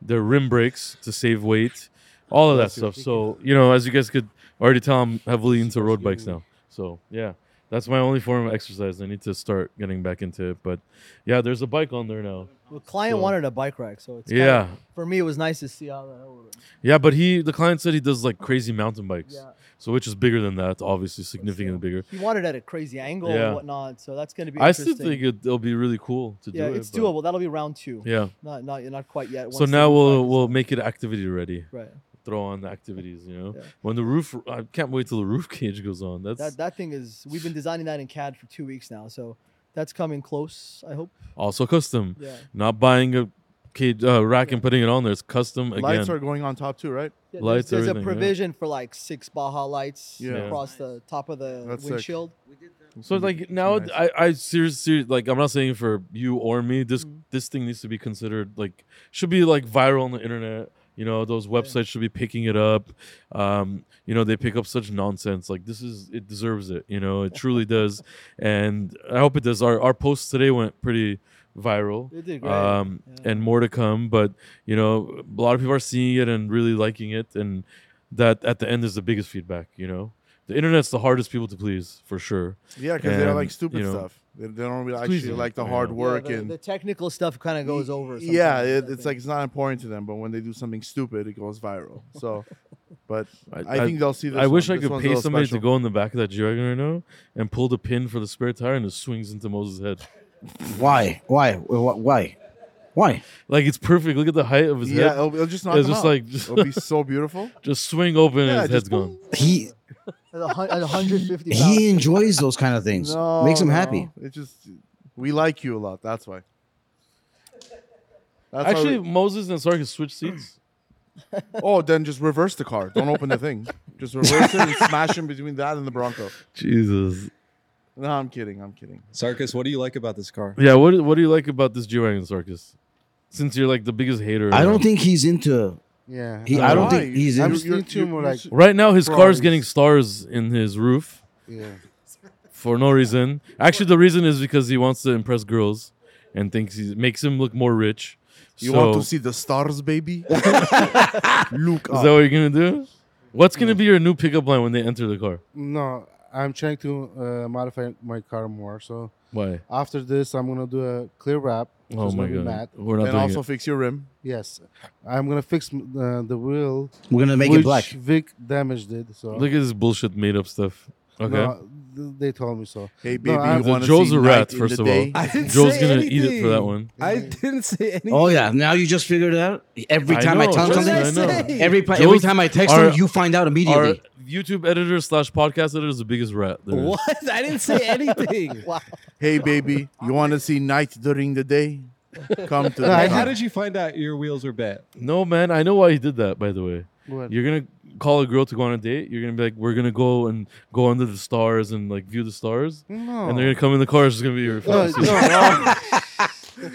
[SPEAKER 1] they're rim brakes to save weight, all of that stuff. So you know, as you guys could already tell, I'm heavily into road bikes now. So yeah, that's my only form of exercise. I need to start getting back into it. But yeah, there's a bike on there now.
[SPEAKER 2] Well, client
[SPEAKER 1] So-
[SPEAKER 2] wanted a bike rack, so it's kinda-
[SPEAKER 1] Yeah,
[SPEAKER 2] for me, it was nice to see how that worked.
[SPEAKER 1] yeah, but he the client said he does like crazy mountain bikes.
[SPEAKER 2] Yeah.
[SPEAKER 1] So which is bigger than that, obviously significantly bigger.
[SPEAKER 2] He wanted at a crazy angle
[SPEAKER 1] Yeah.
[SPEAKER 2] and whatnot, so that's going to be.
[SPEAKER 1] I still
[SPEAKER 2] interesting.
[SPEAKER 1] think it, it'll be really cool to
[SPEAKER 2] Yeah,
[SPEAKER 1] do it.
[SPEAKER 2] it's
[SPEAKER 1] but-
[SPEAKER 2] doable. That'll be round two.
[SPEAKER 1] Yeah.
[SPEAKER 2] Not, not, not quite yet.
[SPEAKER 1] So
[SPEAKER 2] once they
[SPEAKER 1] now
[SPEAKER 2] do
[SPEAKER 1] we'll
[SPEAKER 2] practice.
[SPEAKER 1] we'll make it activity ready.
[SPEAKER 2] Right.
[SPEAKER 1] Throw on the activities, you know.
[SPEAKER 2] Yeah.
[SPEAKER 1] When the roof, I can't wait till the roof cage goes on. That's
[SPEAKER 2] That that thing is. We've been designing that in CAD for two weeks now, so that's coming close. I hope.
[SPEAKER 1] also custom.
[SPEAKER 2] Yeah.
[SPEAKER 1] Not buying a cage uh, rack and putting it on there. It's custom again.
[SPEAKER 3] Lights are going on top too, right?
[SPEAKER 2] Yeah,
[SPEAKER 1] Lights,
[SPEAKER 2] there's, there's
[SPEAKER 1] everything,
[SPEAKER 2] a
[SPEAKER 1] yeah.
[SPEAKER 2] provision for like six Baja lights
[SPEAKER 3] Yeah. Yeah.
[SPEAKER 2] across the top of the
[SPEAKER 3] That's sick.
[SPEAKER 2] windshield.
[SPEAKER 1] So like now,
[SPEAKER 3] nice.
[SPEAKER 1] I I seriously like I'm not saying for you or me. This
[SPEAKER 2] Mm-hmm.
[SPEAKER 1] this thing needs to be considered like should be like viral on the internet. You know those websites should be picking it up. Um, you know they pick up such nonsense. Like this is it deserves it. You know it truly does, and I hope it does. Our our post today went pretty viral.
[SPEAKER 2] It did great.
[SPEAKER 1] um,
[SPEAKER 2] Yeah.
[SPEAKER 1] and more to come. But you know, a lot of people are seeing it and really liking it, and that at the end is the biggest feedback. You know, the internet's the hardest people to please for sure.
[SPEAKER 3] Yeah, because they're
[SPEAKER 1] And,
[SPEAKER 3] like stupid
[SPEAKER 1] you know,
[SPEAKER 3] stuff. They, they don't really
[SPEAKER 1] squeeze
[SPEAKER 3] actually
[SPEAKER 1] it,
[SPEAKER 3] like the
[SPEAKER 1] you
[SPEAKER 3] hard
[SPEAKER 1] know.
[SPEAKER 2] Yeah,
[SPEAKER 3] work
[SPEAKER 2] the,
[SPEAKER 3] and
[SPEAKER 2] the technical stuff kind of goes over.
[SPEAKER 3] yeah,
[SPEAKER 2] sometimes,
[SPEAKER 3] it,
[SPEAKER 2] I
[SPEAKER 3] it's
[SPEAKER 2] think.
[SPEAKER 3] like it's not important to them. But when they do something stupid, it goes viral. So, but I,
[SPEAKER 1] I-
[SPEAKER 3] think they'll see. This
[SPEAKER 1] I wish
[SPEAKER 3] one.
[SPEAKER 1] I
[SPEAKER 3] This
[SPEAKER 1] could
[SPEAKER 3] one's a
[SPEAKER 1] pay
[SPEAKER 3] little
[SPEAKER 1] somebody
[SPEAKER 3] special.
[SPEAKER 1] to go in the back of that G-Wagon right now and pull the pin for the spare tire and it swings into Moses' head.
[SPEAKER 4] Why? Why? Wh- Why? Why?
[SPEAKER 1] Like it's perfect. Look at the height of his
[SPEAKER 3] Yeah, oh.
[SPEAKER 1] head.
[SPEAKER 3] it'll, it'll just knock
[SPEAKER 1] it's
[SPEAKER 3] them
[SPEAKER 1] just
[SPEAKER 3] out.
[SPEAKER 1] like
[SPEAKER 3] it'll be so beautiful.
[SPEAKER 1] just swing open and
[SPEAKER 3] Yeah,
[SPEAKER 1] his head's
[SPEAKER 3] just
[SPEAKER 1] gone.
[SPEAKER 4] He
[SPEAKER 2] At a hun- at 150 pounds.
[SPEAKER 4] he enjoys those kind of things.
[SPEAKER 3] No,
[SPEAKER 4] Makes him
[SPEAKER 3] no.
[SPEAKER 4] happy.
[SPEAKER 3] It just we like you a lot. That's why. That's why we-
[SPEAKER 1] Actually, Moses and Sarkis switched seats.
[SPEAKER 3] oh, then just reverse the car. Don't open the thing. Just reverse it and smash in between that and the Bronco.
[SPEAKER 1] Jesus.
[SPEAKER 3] No, I'm kidding. I'm kidding.
[SPEAKER 6] Circus, what do you like about this car?
[SPEAKER 1] Yeah. What What do you like about this G-Wagon, Sarkis? Since you're like the biggest hater.
[SPEAKER 4] I don't
[SPEAKER 1] around.
[SPEAKER 4] think he's into.
[SPEAKER 5] Yeah.
[SPEAKER 4] He-
[SPEAKER 5] I'm
[SPEAKER 4] I don't
[SPEAKER 5] not-
[SPEAKER 4] think
[SPEAKER 3] Why?
[SPEAKER 4] he's
[SPEAKER 3] You-
[SPEAKER 5] I'm
[SPEAKER 4] in-
[SPEAKER 5] just
[SPEAKER 3] you-
[SPEAKER 5] into
[SPEAKER 3] you-
[SPEAKER 5] more
[SPEAKER 3] you
[SPEAKER 5] like
[SPEAKER 3] s-
[SPEAKER 1] Right now, his car's
[SPEAKER 3] Ferraris.
[SPEAKER 1] getting stars in his roof
[SPEAKER 5] yeah.
[SPEAKER 1] for no reason. Actually, the reason is because he wants to impress girls and thinks he makes him look more rich.
[SPEAKER 3] You
[SPEAKER 1] So-
[SPEAKER 3] want to see the stars, baby? Look
[SPEAKER 1] Is that
[SPEAKER 3] up.
[SPEAKER 1] what you're gonna do? What's gonna be your new pickup line when they enter the car?
[SPEAKER 5] No, I'm trying to uh, modify my car more. So
[SPEAKER 1] Why?
[SPEAKER 5] after this, I'm gonna do a clear wrap
[SPEAKER 1] Oh
[SPEAKER 5] Just
[SPEAKER 1] my
[SPEAKER 5] gonna
[SPEAKER 1] god.
[SPEAKER 5] be mad.
[SPEAKER 1] We're not
[SPEAKER 3] and
[SPEAKER 1] doing
[SPEAKER 3] also fix your rim.
[SPEAKER 5] Yes, I'm gonna fix uh, the wheel.
[SPEAKER 4] We're gonna make
[SPEAKER 5] which
[SPEAKER 4] it black.
[SPEAKER 5] Vic damaged it. So
[SPEAKER 1] it. Look at this bullshit made up stuff. Okay.
[SPEAKER 5] No, th- they told me so.
[SPEAKER 3] Hey, baby,
[SPEAKER 5] I-
[SPEAKER 3] you want to
[SPEAKER 1] Joe's
[SPEAKER 3] see
[SPEAKER 1] a
[SPEAKER 3] night
[SPEAKER 1] rat,
[SPEAKER 3] in
[SPEAKER 1] first
[SPEAKER 3] the
[SPEAKER 1] of all.
[SPEAKER 3] day?
[SPEAKER 6] I didn't
[SPEAKER 1] Joe's
[SPEAKER 6] say
[SPEAKER 1] gonna eat it for that
[SPEAKER 6] anything.
[SPEAKER 1] one.
[SPEAKER 6] I didn't say anything.
[SPEAKER 4] Oh yeah, now you just figured it out. Every
[SPEAKER 1] I
[SPEAKER 4] time I,
[SPEAKER 1] know,
[SPEAKER 4] tell him
[SPEAKER 1] Joe's
[SPEAKER 6] What did
[SPEAKER 4] something,
[SPEAKER 6] I
[SPEAKER 1] I know.
[SPEAKER 6] say?
[SPEAKER 4] every pa-
[SPEAKER 1] Joe's
[SPEAKER 4] every time I text
[SPEAKER 1] are-
[SPEAKER 4] him, you find out
[SPEAKER 1] Our
[SPEAKER 4] immediately.
[SPEAKER 1] YouTube editor slash podcast editor is the biggest rat. there is.
[SPEAKER 6] What? I didn't say anything.
[SPEAKER 2] Wow.
[SPEAKER 3] Hey, baby, you want to see night during the day? Come to the
[SPEAKER 5] I
[SPEAKER 6] Like,
[SPEAKER 5] had
[SPEAKER 6] how
[SPEAKER 3] night.
[SPEAKER 6] did you find out your wheels were bad?
[SPEAKER 1] No, man. I know why he did that. By the way,
[SPEAKER 5] What?
[SPEAKER 1] you're gonna call a girl to go on a date. You're gonna be like, "We're gonna go and go under the stars and like view the stars."
[SPEAKER 5] No.
[SPEAKER 1] And they're gonna come in the car. It's just gonna be your
[SPEAKER 5] no,
[SPEAKER 1] fantasy.
[SPEAKER 5] no,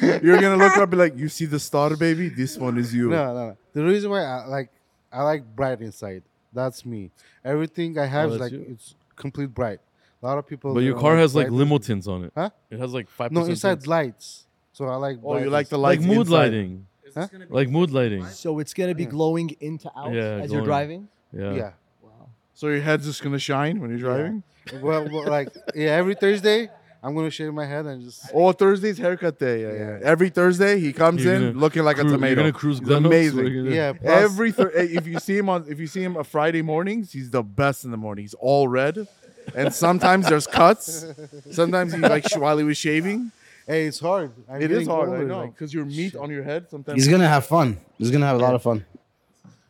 [SPEAKER 5] no,
[SPEAKER 3] You're gonna look up and be like, you see the star, baby. This one is you.
[SPEAKER 5] no, no. The reason why I like I like bright inside. That's me. Everything I have is
[SPEAKER 1] Oh, that's
[SPEAKER 5] like
[SPEAKER 1] you.
[SPEAKER 5] it's complete bright. A lot of people.
[SPEAKER 1] But
[SPEAKER 5] they
[SPEAKER 1] your
[SPEAKER 5] don't
[SPEAKER 1] car has like
[SPEAKER 5] bright
[SPEAKER 1] limo
[SPEAKER 5] inside.
[SPEAKER 1] tints on it.
[SPEAKER 5] Huh?
[SPEAKER 1] It has like five.
[SPEAKER 5] No,
[SPEAKER 1] percent
[SPEAKER 5] inside
[SPEAKER 1] tints.
[SPEAKER 5] lights. So I like.
[SPEAKER 3] Oh, you
[SPEAKER 5] bright
[SPEAKER 3] like the
[SPEAKER 5] inside.
[SPEAKER 1] like
[SPEAKER 3] lights
[SPEAKER 1] mood
[SPEAKER 3] inside.
[SPEAKER 1] lighting,
[SPEAKER 5] Huh?
[SPEAKER 1] like mood lighting.
[SPEAKER 2] So it's gonna be
[SPEAKER 5] Yeah.
[SPEAKER 2] glowing into out
[SPEAKER 1] Yeah,
[SPEAKER 2] as you're
[SPEAKER 1] glowing.
[SPEAKER 2] driving.
[SPEAKER 1] Yeah.
[SPEAKER 5] Yeah.
[SPEAKER 2] Wow.
[SPEAKER 3] So your head's just gonna shine when you're driving.
[SPEAKER 5] well, well, like yeah, every Thursday I'm gonna shave my head and just
[SPEAKER 3] Oh, Thursday's haircut day. Yeah, yeah. Every Thursday he comes
[SPEAKER 1] You're
[SPEAKER 3] in
[SPEAKER 1] gonna
[SPEAKER 3] looking like a
[SPEAKER 1] Cru- You're
[SPEAKER 3] tomato.
[SPEAKER 1] gonna cruise
[SPEAKER 3] He's
[SPEAKER 1] Glenelg's,
[SPEAKER 3] amazing.
[SPEAKER 1] we're gonna-
[SPEAKER 5] yeah. plus-
[SPEAKER 3] Every thir- eh, if you see him on if you see him on Friday mornings, he's the best in the morning. He's all red, and sometimes there's cuts. Sometimes he like sh- while he was shaving,
[SPEAKER 5] hey, it's hard. I'm
[SPEAKER 3] it is
[SPEAKER 5] getting
[SPEAKER 3] hard. I
[SPEAKER 5] older,
[SPEAKER 3] know
[SPEAKER 5] like,
[SPEAKER 3] because your meat on your head sometimes.
[SPEAKER 4] He's gonna have fun. He's gonna have a lot of fun.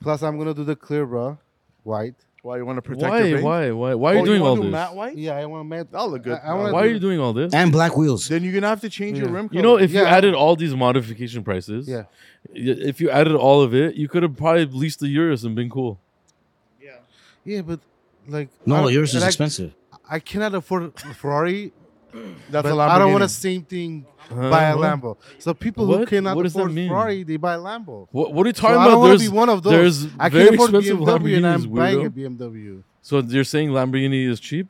[SPEAKER 5] plus, I'm gonna do the clear bra, white.
[SPEAKER 3] why you want to protect your
[SPEAKER 1] Why?
[SPEAKER 3] veins?
[SPEAKER 1] Why? Why? Why are you
[SPEAKER 3] Oh,
[SPEAKER 1] doing
[SPEAKER 3] wanna
[SPEAKER 1] all
[SPEAKER 3] do
[SPEAKER 1] this?
[SPEAKER 3] Matte white?
[SPEAKER 5] Yeah, I want to make.
[SPEAKER 3] That'll look good.
[SPEAKER 5] I, I wanna
[SPEAKER 1] Why are
[SPEAKER 5] do-
[SPEAKER 1] you doing all this?
[SPEAKER 4] And black wheels.
[SPEAKER 3] Then you're gonna have to change your
[SPEAKER 5] Yeah.
[SPEAKER 3] rim. Color.
[SPEAKER 1] You know, if you
[SPEAKER 5] Yeah.
[SPEAKER 1] added all these modification prices,
[SPEAKER 5] Yeah.
[SPEAKER 1] y- if you added all of it, you could have probably leased the Urus and been cool.
[SPEAKER 5] Yeah, but like I
[SPEAKER 4] No,
[SPEAKER 5] don't-
[SPEAKER 4] yours is
[SPEAKER 5] like,
[SPEAKER 4] expensive.
[SPEAKER 5] I cannot afford a Ferrari,
[SPEAKER 3] that's
[SPEAKER 5] but
[SPEAKER 3] a
[SPEAKER 5] I don't want the
[SPEAKER 3] Lamborghini.
[SPEAKER 5] same thing. Buy a
[SPEAKER 1] Huh?
[SPEAKER 5] Lambo. So people who
[SPEAKER 1] What?
[SPEAKER 5] cannot
[SPEAKER 1] What does that
[SPEAKER 5] afford
[SPEAKER 1] mean?
[SPEAKER 5] Ferrari, they buy Lambo.
[SPEAKER 1] What, what are you
[SPEAKER 5] So
[SPEAKER 1] talking
[SPEAKER 5] I don't
[SPEAKER 1] about?
[SPEAKER 5] want to
[SPEAKER 1] There's,
[SPEAKER 5] be one of those.
[SPEAKER 1] there's
[SPEAKER 5] I
[SPEAKER 1] very
[SPEAKER 5] can afford
[SPEAKER 1] expensive
[SPEAKER 5] BMW, and I'm
[SPEAKER 1] Lamborghinis,
[SPEAKER 5] buying a
[SPEAKER 1] weirdo.
[SPEAKER 5] BMW.
[SPEAKER 1] So you're saying Lamborghini is cheap?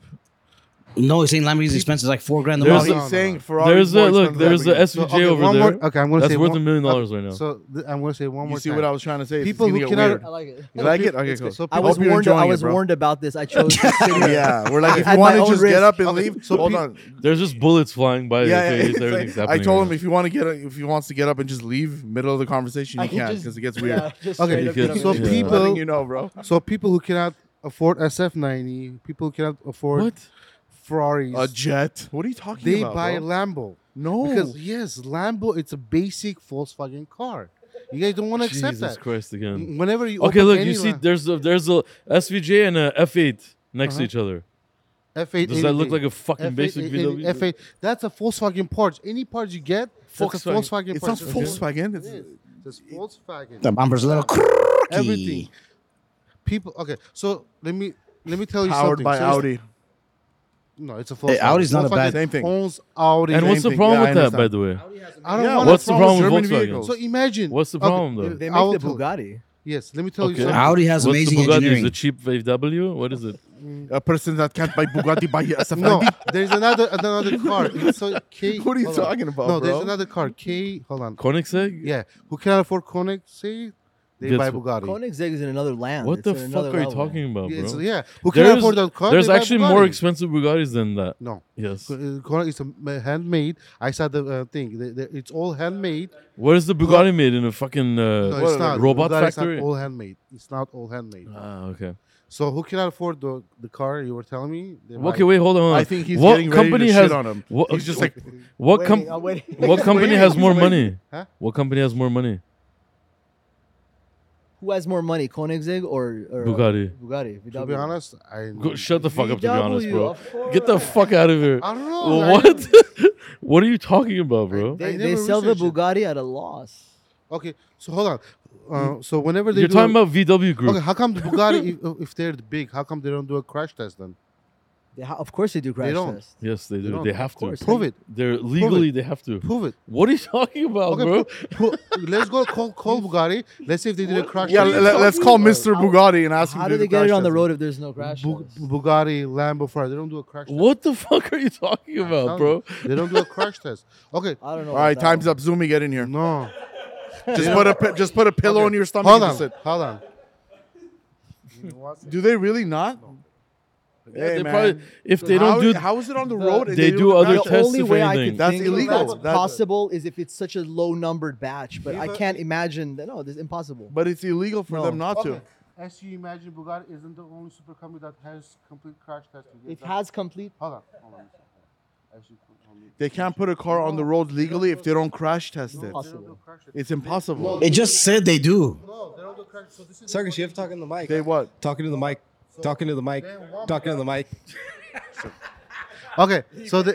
[SPEAKER 4] No, he's saying Lamborghini's expensive, like four grand a
[SPEAKER 1] There's
[SPEAKER 4] month.
[SPEAKER 3] He's
[SPEAKER 5] No, no, no.
[SPEAKER 3] saying Ferrari.
[SPEAKER 1] There's a look. There's a
[SPEAKER 5] So,
[SPEAKER 1] SVJ
[SPEAKER 5] okay,
[SPEAKER 1] over
[SPEAKER 5] one
[SPEAKER 1] there.
[SPEAKER 5] More, okay, I'm gonna
[SPEAKER 1] That's
[SPEAKER 5] say
[SPEAKER 1] worth
[SPEAKER 5] one,
[SPEAKER 1] a million
[SPEAKER 5] okay,
[SPEAKER 1] dollars right now.
[SPEAKER 5] So th- I'm gonna say one
[SPEAKER 3] You
[SPEAKER 5] more.
[SPEAKER 3] see
[SPEAKER 5] time.
[SPEAKER 3] what I was trying to say? It's
[SPEAKER 5] People
[SPEAKER 3] gonna
[SPEAKER 5] who
[SPEAKER 3] get
[SPEAKER 5] cannot-
[SPEAKER 3] weird.
[SPEAKER 2] I like it.
[SPEAKER 3] You like it? Okay,
[SPEAKER 5] it's-
[SPEAKER 3] cool.
[SPEAKER 5] so
[SPEAKER 2] I
[SPEAKER 5] people-
[SPEAKER 2] was
[SPEAKER 3] hope you're
[SPEAKER 2] warned. I
[SPEAKER 3] enjoying it,
[SPEAKER 2] was
[SPEAKER 3] bro.
[SPEAKER 2] warned about this. I chose. to sit here.
[SPEAKER 3] yeah, we're like, if
[SPEAKER 2] At
[SPEAKER 3] you
[SPEAKER 2] my
[SPEAKER 3] want to
[SPEAKER 2] own
[SPEAKER 3] just
[SPEAKER 2] risk.
[SPEAKER 3] get up and
[SPEAKER 5] Okay,
[SPEAKER 3] leave,
[SPEAKER 5] so
[SPEAKER 3] hold
[SPEAKER 5] pe-
[SPEAKER 3] on.
[SPEAKER 1] There's just bullets flying by.
[SPEAKER 3] Yeah,
[SPEAKER 1] your
[SPEAKER 3] yeah.
[SPEAKER 1] face,
[SPEAKER 3] it's like-
[SPEAKER 1] everything's
[SPEAKER 3] I
[SPEAKER 1] happening
[SPEAKER 3] told
[SPEAKER 1] right
[SPEAKER 3] him if you want to get if he wants to get up and just leave middle of the conversation,
[SPEAKER 2] I
[SPEAKER 3] you
[SPEAKER 2] can
[SPEAKER 3] can
[SPEAKER 2] just-
[SPEAKER 3] because it gets weird. Uh,
[SPEAKER 2] Yeah, just
[SPEAKER 5] Okay,
[SPEAKER 2] straight up get up
[SPEAKER 1] because-
[SPEAKER 2] and
[SPEAKER 5] so
[SPEAKER 2] leave.
[SPEAKER 1] Yeah.
[SPEAKER 5] people,
[SPEAKER 3] Letting you know, bro.
[SPEAKER 5] so people who cannot afford SF90, people who cannot afford
[SPEAKER 1] now. What?
[SPEAKER 5] Ferraris,
[SPEAKER 3] A jet. What are you talking
[SPEAKER 5] they
[SPEAKER 3] about?
[SPEAKER 5] buy
[SPEAKER 3] bro?
[SPEAKER 5] Lambo.
[SPEAKER 3] no.
[SPEAKER 5] Because yes, Lambo it's a basic Volkswagen car. You guys don't want to accept
[SPEAKER 1] Jesus
[SPEAKER 5] that.
[SPEAKER 1] Christ again.
[SPEAKER 5] Whenever you
[SPEAKER 1] Okay,
[SPEAKER 5] open
[SPEAKER 1] look.
[SPEAKER 5] any
[SPEAKER 1] You see,
[SPEAKER 5] la-
[SPEAKER 1] there's a there's a SVJ and a F8 next to
[SPEAKER 5] Uh-huh.
[SPEAKER 1] each other.
[SPEAKER 5] F8,
[SPEAKER 1] Does that look
[SPEAKER 5] anything.
[SPEAKER 1] like a fucking
[SPEAKER 5] F8,
[SPEAKER 1] basic
[SPEAKER 5] any-
[SPEAKER 1] VW?
[SPEAKER 5] F8, that's a Volkswagen part. Any part you get, that's a
[SPEAKER 1] Volkswagen.
[SPEAKER 5] Volkswagen
[SPEAKER 3] it's not
[SPEAKER 5] part. It's
[SPEAKER 3] Volkswagen.
[SPEAKER 5] It
[SPEAKER 3] It's,
[SPEAKER 5] is. It's Volkswagen.
[SPEAKER 4] The bumper's a little creaky.
[SPEAKER 5] Everything. People. Okay, so let me let me tell you
[SPEAKER 3] powered
[SPEAKER 5] something.
[SPEAKER 3] by
[SPEAKER 5] So it's-
[SPEAKER 3] Audi.
[SPEAKER 5] No, it's a Volkswagen.
[SPEAKER 4] Audi's not a
[SPEAKER 5] Volkswagen
[SPEAKER 4] bad-
[SPEAKER 3] Same thing.
[SPEAKER 5] Owns Audi.
[SPEAKER 1] and what's the
[SPEAKER 3] thing.
[SPEAKER 1] problem
[SPEAKER 3] Yeah, I
[SPEAKER 1] with that, by
[SPEAKER 3] understand.
[SPEAKER 1] the way?
[SPEAKER 5] I don't
[SPEAKER 3] Yeah,
[SPEAKER 5] want
[SPEAKER 1] what's the problem with
[SPEAKER 3] German
[SPEAKER 1] Volkswagen?
[SPEAKER 3] vehicles?
[SPEAKER 5] So imagine.
[SPEAKER 1] What's the
[SPEAKER 5] okay,
[SPEAKER 1] problem, though?
[SPEAKER 2] They
[SPEAKER 5] I will
[SPEAKER 2] make the
[SPEAKER 5] tell-
[SPEAKER 2] Bugatti.
[SPEAKER 5] Yes, let me tell
[SPEAKER 1] Okay.
[SPEAKER 5] you something.
[SPEAKER 4] Audi has
[SPEAKER 1] What's the
[SPEAKER 4] amazing
[SPEAKER 1] Bugatti? Is
[SPEAKER 4] engineering.
[SPEAKER 1] it cheap VW? What is it?
[SPEAKER 3] a person that can't buy Bugatti buy a
[SPEAKER 5] No,
[SPEAKER 3] No.
[SPEAKER 5] there's another another car. It's so K.
[SPEAKER 3] What are you
[SPEAKER 5] hold on.
[SPEAKER 3] talking about, bro?
[SPEAKER 5] No, there's another car. K. Hold on.
[SPEAKER 1] Koenigsegg?
[SPEAKER 5] Yeah, who cannot afford Koenig? See, they
[SPEAKER 1] Gets-
[SPEAKER 5] buy Bugatti.
[SPEAKER 2] Koenigsegg is in another land.
[SPEAKER 1] What
[SPEAKER 2] It's
[SPEAKER 1] the
[SPEAKER 2] in
[SPEAKER 1] fuck
[SPEAKER 2] another
[SPEAKER 1] are you
[SPEAKER 2] level.
[SPEAKER 1] talking about,
[SPEAKER 5] Yeah, it's-
[SPEAKER 1] bro?
[SPEAKER 5] yeah, who cannot
[SPEAKER 1] There's,
[SPEAKER 5] afford that car?
[SPEAKER 1] there's
[SPEAKER 5] they buy
[SPEAKER 1] actually more
[SPEAKER 5] Bugatti.
[SPEAKER 1] expensive Bugattis than that.
[SPEAKER 5] No,
[SPEAKER 1] Yes.
[SPEAKER 5] Ko- uh, Koenig is a ma- handmade. I saw the uh, thing. The- the- it's all handmade.
[SPEAKER 1] What is the Bugatti made in a fucking uh,
[SPEAKER 5] No, it's not.
[SPEAKER 1] robot
[SPEAKER 5] Bugatti is not
[SPEAKER 1] factory?
[SPEAKER 5] all handmade. It's not all handmade.
[SPEAKER 1] Ah, okay.
[SPEAKER 5] So who cannot afford the, the car you were telling me? They buy-
[SPEAKER 1] Okay, wait, hold on. hold
[SPEAKER 3] I
[SPEAKER 1] on.
[SPEAKER 3] think he's
[SPEAKER 1] what
[SPEAKER 3] getting ready
[SPEAKER 1] company
[SPEAKER 3] to
[SPEAKER 1] has
[SPEAKER 3] shit on him.
[SPEAKER 1] What,
[SPEAKER 3] He's just like
[SPEAKER 1] what, com-
[SPEAKER 2] Waiting, I'm waiting.
[SPEAKER 1] what company
[SPEAKER 3] waiting,
[SPEAKER 1] has
[SPEAKER 3] he's
[SPEAKER 1] more
[SPEAKER 3] waiting.
[SPEAKER 1] money?
[SPEAKER 5] Huh?
[SPEAKER 1] What company has more money?
[SPEAKER 2] Who has more money, Koenigsegg or, or
[SPEAKER 1] Bugatti.
[SPEAKER 2] Bugatti.
[SPEAKER 5] To be honest, I
[SPEAKER 1] Go, shut the fuck up, to be honest,
[SPEAKER 2] VW,
[SPEAKER 1] bro.
[SPEAKER 2] of
[SPEAKER 1] Get the
[SPEAKER 2] course.
[SPEAKER 1] fuck out of here.
[SPEAKER 5] I don't know. I
[SPEAKER 1] What? what are you talking about, bro?
[SPEAKER 2] They,
[SPEAKER 5] I
[SPEAKER 2] they
[SPEAKER 5] never
[SPEAKER 2] sell the
[SPEAKER 5] researched it.
[SPEAKER 2] Bugatti at a loss.
[SPEAKER 5] Okay, so hold on. Uh, so whenever they
[SPEAKER 1] You're
[SPEAKER 5] do
[SPEAKER 1] talking about VW Group.
[SPEAKER 5] okay, how come the Bugatti, if, if they're big, how come they don't do a crash test then?
[SPEAKER 2] They ha- of course they do crash
[SPEAKER 5] don't.
[SPEAKER 2] tests.
[SPEAKER 1] Yes, they do.
[SPEAKER 5] don't-
[SPEAKER 1] They have to.
[SPEAKER 2] course.
[SPEAKER 5] Prove it.
[SPEAKER 1] They're legally they have to.
[SPEAKER 5] Prove it.
[SPEAKER 1] What are you talking about,
[SPEAKER 5] Okay,
[SPEAKER 1] Oh, bro?
[SPEAKER 5] pro- pro- let's go call, call Bugatti. Let's see if they did a crash
[SPEAKER 3] Yeah,
[SPEAKER 5] test.
[SPEAKER 3] let, us call Mr. Bugatti and ask him.
[SPEAKER 2] How
[SPEAKER 3] to
[SPEAKER 2] do they
[SPEAKER 3] crash
[SPEAKER 2] get it on the
[SPEAKER 3] test.
[SPEAKER 2] road if there's no crash
[SPEAKER 5] Bu-
[SPEAKER 2] tests?
[SPEAKER 5] Bugatti, Lambo, Ferrari. They don't do a crash test.
[SPEAKER 1] What the fuck are you talking about, bro?
[SPEAKER 5] They don't do a crash test. Okay.
[SPEAKER 2] I don't know.
[SPEAKER 3] All right, time's up. Zoomy, get in here.
[SPEAKER 5] No.
[SPEAKER 3] Just put a pi- just put a pillow on your stomach.
[SPEAKER 5] Hold
[SPEAKER 3] and
[SPEAKER 5] on.
[SPEAKER 3] just sit.
[SPEAKER 5] Hold on.
[SPEAKER 3] Do they really not? Hey,
[SPEAKER 1] they
[SPEAKER 3] man.
[SPEAKER 1] probably, if they
[SPEAKER 3] How-
[SPEAKER 1] don't do,
[SPEAKER 3] how is it on the
[SPEAKER 2] the-
[SPEAKER 3] road? and
[SPEAKER 1] they do
[SPEAKER 3] it
[SPEAKER 1] other
[SPEAKER 3] back-
[SPEAKER 2] the
[SPEAKER 1] tests
[SPEAKER 2] only
[SPEAKER 1] if
[SPEAKER 2] way I
[SPEAKER 1] anything.
[SPEAKER 2] could
[SPEAKER 3] That's
[SPEAKER 2] think
[SPEAKER 3] illegal.
[SPEAKER 2] That's
[SPEAKER 3] That's-
[SPEAKER 2] possible is if it's such a low numbered batch, but I
[SPEAKER 5] Even-
[SPEAKER 2] can't imagine that. No, this is impossible.
[SPEAKER 3] But it's illegal for
[SPEAKER 2] No.
[SPEAKER 3] them not to.
[SPEAKER 5] Okay. As you imagine, Bugatti isn't the only super company that has complete crash testing.
[SPEAKER 2] It
[SPEAKER 5] Yes,
[SPEAKER 2] has complete.
[SPEAKER 5] Hold on, hold on. a second. As you put- hold on.
[SPEAKER 3] They can't put a car on the road legally if they don't crash test it.
[SPEAKER 5] They don't do crash test.
[SPEAKER 3] It's impossible.
[SPEAKER 4] It just said they do.
[SPEAKER 5] No, they don't do crash. So this is
[SPEAKER 6] Sarkis, you have talking to the mic.
[SPEAKER 3] They what?
[SPEAKER 6] Talking to the mic. Talking to the mic. Talking to the mic.
[SPEAKER 5] Okay, so they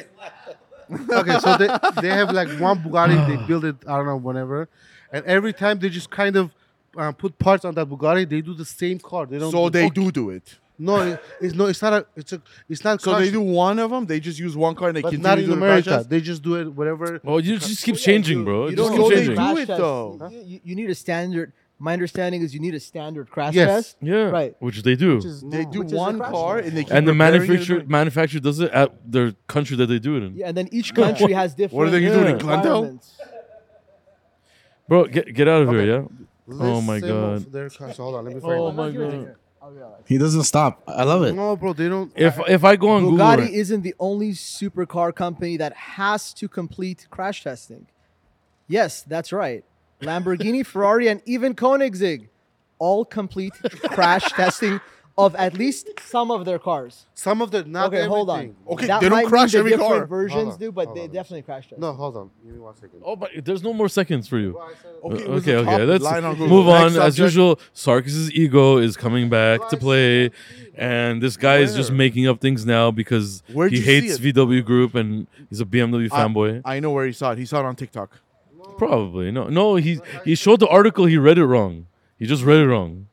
[SPEAKER 5] okay, so they, they have like one Bugatti. They build it, I don't know, whenever, and every time they just kind of uh, put parts on that Bugatti. They do the same car. They don't.
[SPEAKER 3] So
[SPEAKER 5] do-
[SPEAKER 3] they do do it.
[SPEAKER 5] No, it- it's no. It's not a. It's a. It's not.
[SPEAKER 3] So they
[SPEAKER 5] crash,
[SPEAKER 3] do one of them. They just use one car and they
[SPEAKER 5] But
[SPEAKER 3] continue
[SPEAKER 5] not in
[SPEAKER 3] to do the crash Oh
[SPEAKER 5] America.
[SPEAKER 3] test.
[SPEAKER 5] They just do it whatever.
[SPEAKER 1] Well, Oh, you just keep changing, bro.
[SPEAKER 2] You
[SPEAKER 1] It just
[SPEAKER 2] don't
[SPEAKER 1] keep
[SPEAKER 3] know
[SPEAKER 2] need
[SPEAKER 3] they
[SPEAKER 1] changing.
[SPEAKER 3] do
[SPEAKER 2] crash
[SPEAKER 3] it,
[SPEAKER 2] test.
[SPEAKER 3] though.
[SPEAKER 2] You- You, you need a standard. My understanding is you need a standard crash
[SPEAKER 5] Yes.
[SPEAKER 2] test.
[SPEAKER 1] Yeah,
[SPEAKER 2] Right.
[SPEAKER 1] Which they do,
[SPEAKER 5] Which is-
[SPEAKER 3] They
[SPEAKER 5] no,
[SPEAKER 3] do
[SPEAKER 5] which is a
[SPEAKER 3] one
[SPEAKER 5] crash
[SPEAKER 3] car
[SPEAKER 5] test.
[SPEAKER 3] and they keep
[SPEAKER 1] and the
[SPEAKER 3] repairing it
[SPEAKER 1] manufacturer
[SPEAKER 3] and-
[SPEAKER 1] manufacturer does it at their country that they do it in.
[SPEAKER 2] Yeah, and then each country has different.
[SPEAKER 3] What are they gonna
[SPEAKER 1] do in
[SPEAKER 3] Glendale?
[SPEAKER 2] requirements.
[SPEAKER 1] Bro, get get out of here, yeah.
[SPEAKER 5] Let's
[SPEAKER 1] Oh my
[SPEAKER 5] save off
[SPEAKER 1] God.
[SPEAKER 5] Their crash. Hold on, let me find.
[SPEAKER 1] Oh
[SPEAKER 5] it.
[SPEAKER 1] my god.
[SPEAKER 4] He doesn't stop. I love it.
[SPEAKER 5] No, bro, they don't.
[SPEAKER 1] If if I go on Google,
[SPEAKER 2] Bugatti
[SPEAKER 1] right-
[SPEAKER 2] isn't the only supercar company that has to complete crash testing. Yes, that's right. Lamborghini, Ferrari, and even Koenigsegg all complete crash testing of at least some of their cars.
[SPEAKER 5] Some of the not
[SPEAKER 2] Okay, hold on.
[SPEAKER 5] everything.
[SPEAKER 3] Okay,
[SPEAKER 2] That
[SPEAKER 3] they don't
[SPEAKER 2] might mean
[SPEAKER 3] crash
[SPEAKER 2] the
[SPEAKER 3] every
[SPEAKER 2] different
[SPEAKER 3] car.
[SPEAKER 5] Hold
[SPEAKER 2] Versions
[SPEAKER 5] on,
[SPEAKER 2] do, but
[SPEAKER 5] hold
[SPEAKER 2] they
[SPEAKER 5] on.
[SPEAKER 2] definitely crash test.
[SPEAKER 5] No, hold on. Give me one second.
[SPEAKER 1] oh, but there's no more seconds for you.
[SPEAKER 3] Okay, it was
[SPEAKER 1] Uh, Okay,
[SPEAKER 3] the
[SPEAKER 1] okay.
[SPEAKER 3] top
[SPEAKER 1] Let's
[SPEAKER 3] line on Google.
[SPEAKER 1] move
[SPEAKER 3] Next
[SPEAKER 1] on. As
[SPEAKER 3] subject.
[SPEAKER 1] usual, Sarkis's ego is coming back to play, and this guy is just
[SPEAKER 3] Where?
[SPEAKER 1] making up things now because
[SPEAKER 3] Where'd
[SPEAKER 1] he
[SPEAKER 3] you see
[SPEAKER 1] hates
[SPEAKER 3] it?
[SPEAKER 1] VW Group and he's a BMW
[SPEAKER 3] I-
[SPEAKER 1] fanboy.
[SPEAKER 3] I know where he saw it. He saw it on TikTok.
[SPEAKER 1] Probably no, no. He he showed the article. He read it wrong. He just read it wrong.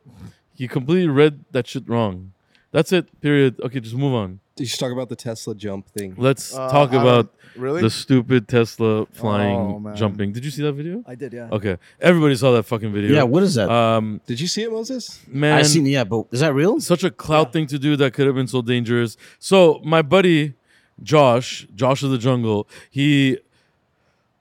[SPEAKER 1] He completely read that shit wrong. That's it. Period. Okay, just move on.
[SPEAKER 6] You should talk about the Tesla jump thing.
[SPEAKER 1] Let's
[SPEAKER 3] Uh,
[SPEAKER 1] talk
[SPEAKER 3] I don't-
[SPEAKER 1] about
[SPEAKER 3] Really?
[SPEAKER 1] the stupid Tesla
[SPEAKER 3] Oh,
[SPEAKER 1] flying
[SPEAKER 3] man.
[SPEAKER 1] jumping. Did you see that video?
[SPEAKER 2] I did, yeah.
[SPEAKER 1] Okay, everybody saw that fucking video.
[SPEAKER 4] Yeah, what is that?
[SPEAKER 1] Um,
[SPEAKER 6] Oh. Did you see it, Moses?
[SPEAKER 1] man,
[SPEAKER 4] I seen it, yeah, but is that real?
[SPEAKER 1] such a clout thing to do that could have been so dangerous. So my buddy Josh, Josh of the Jungle, he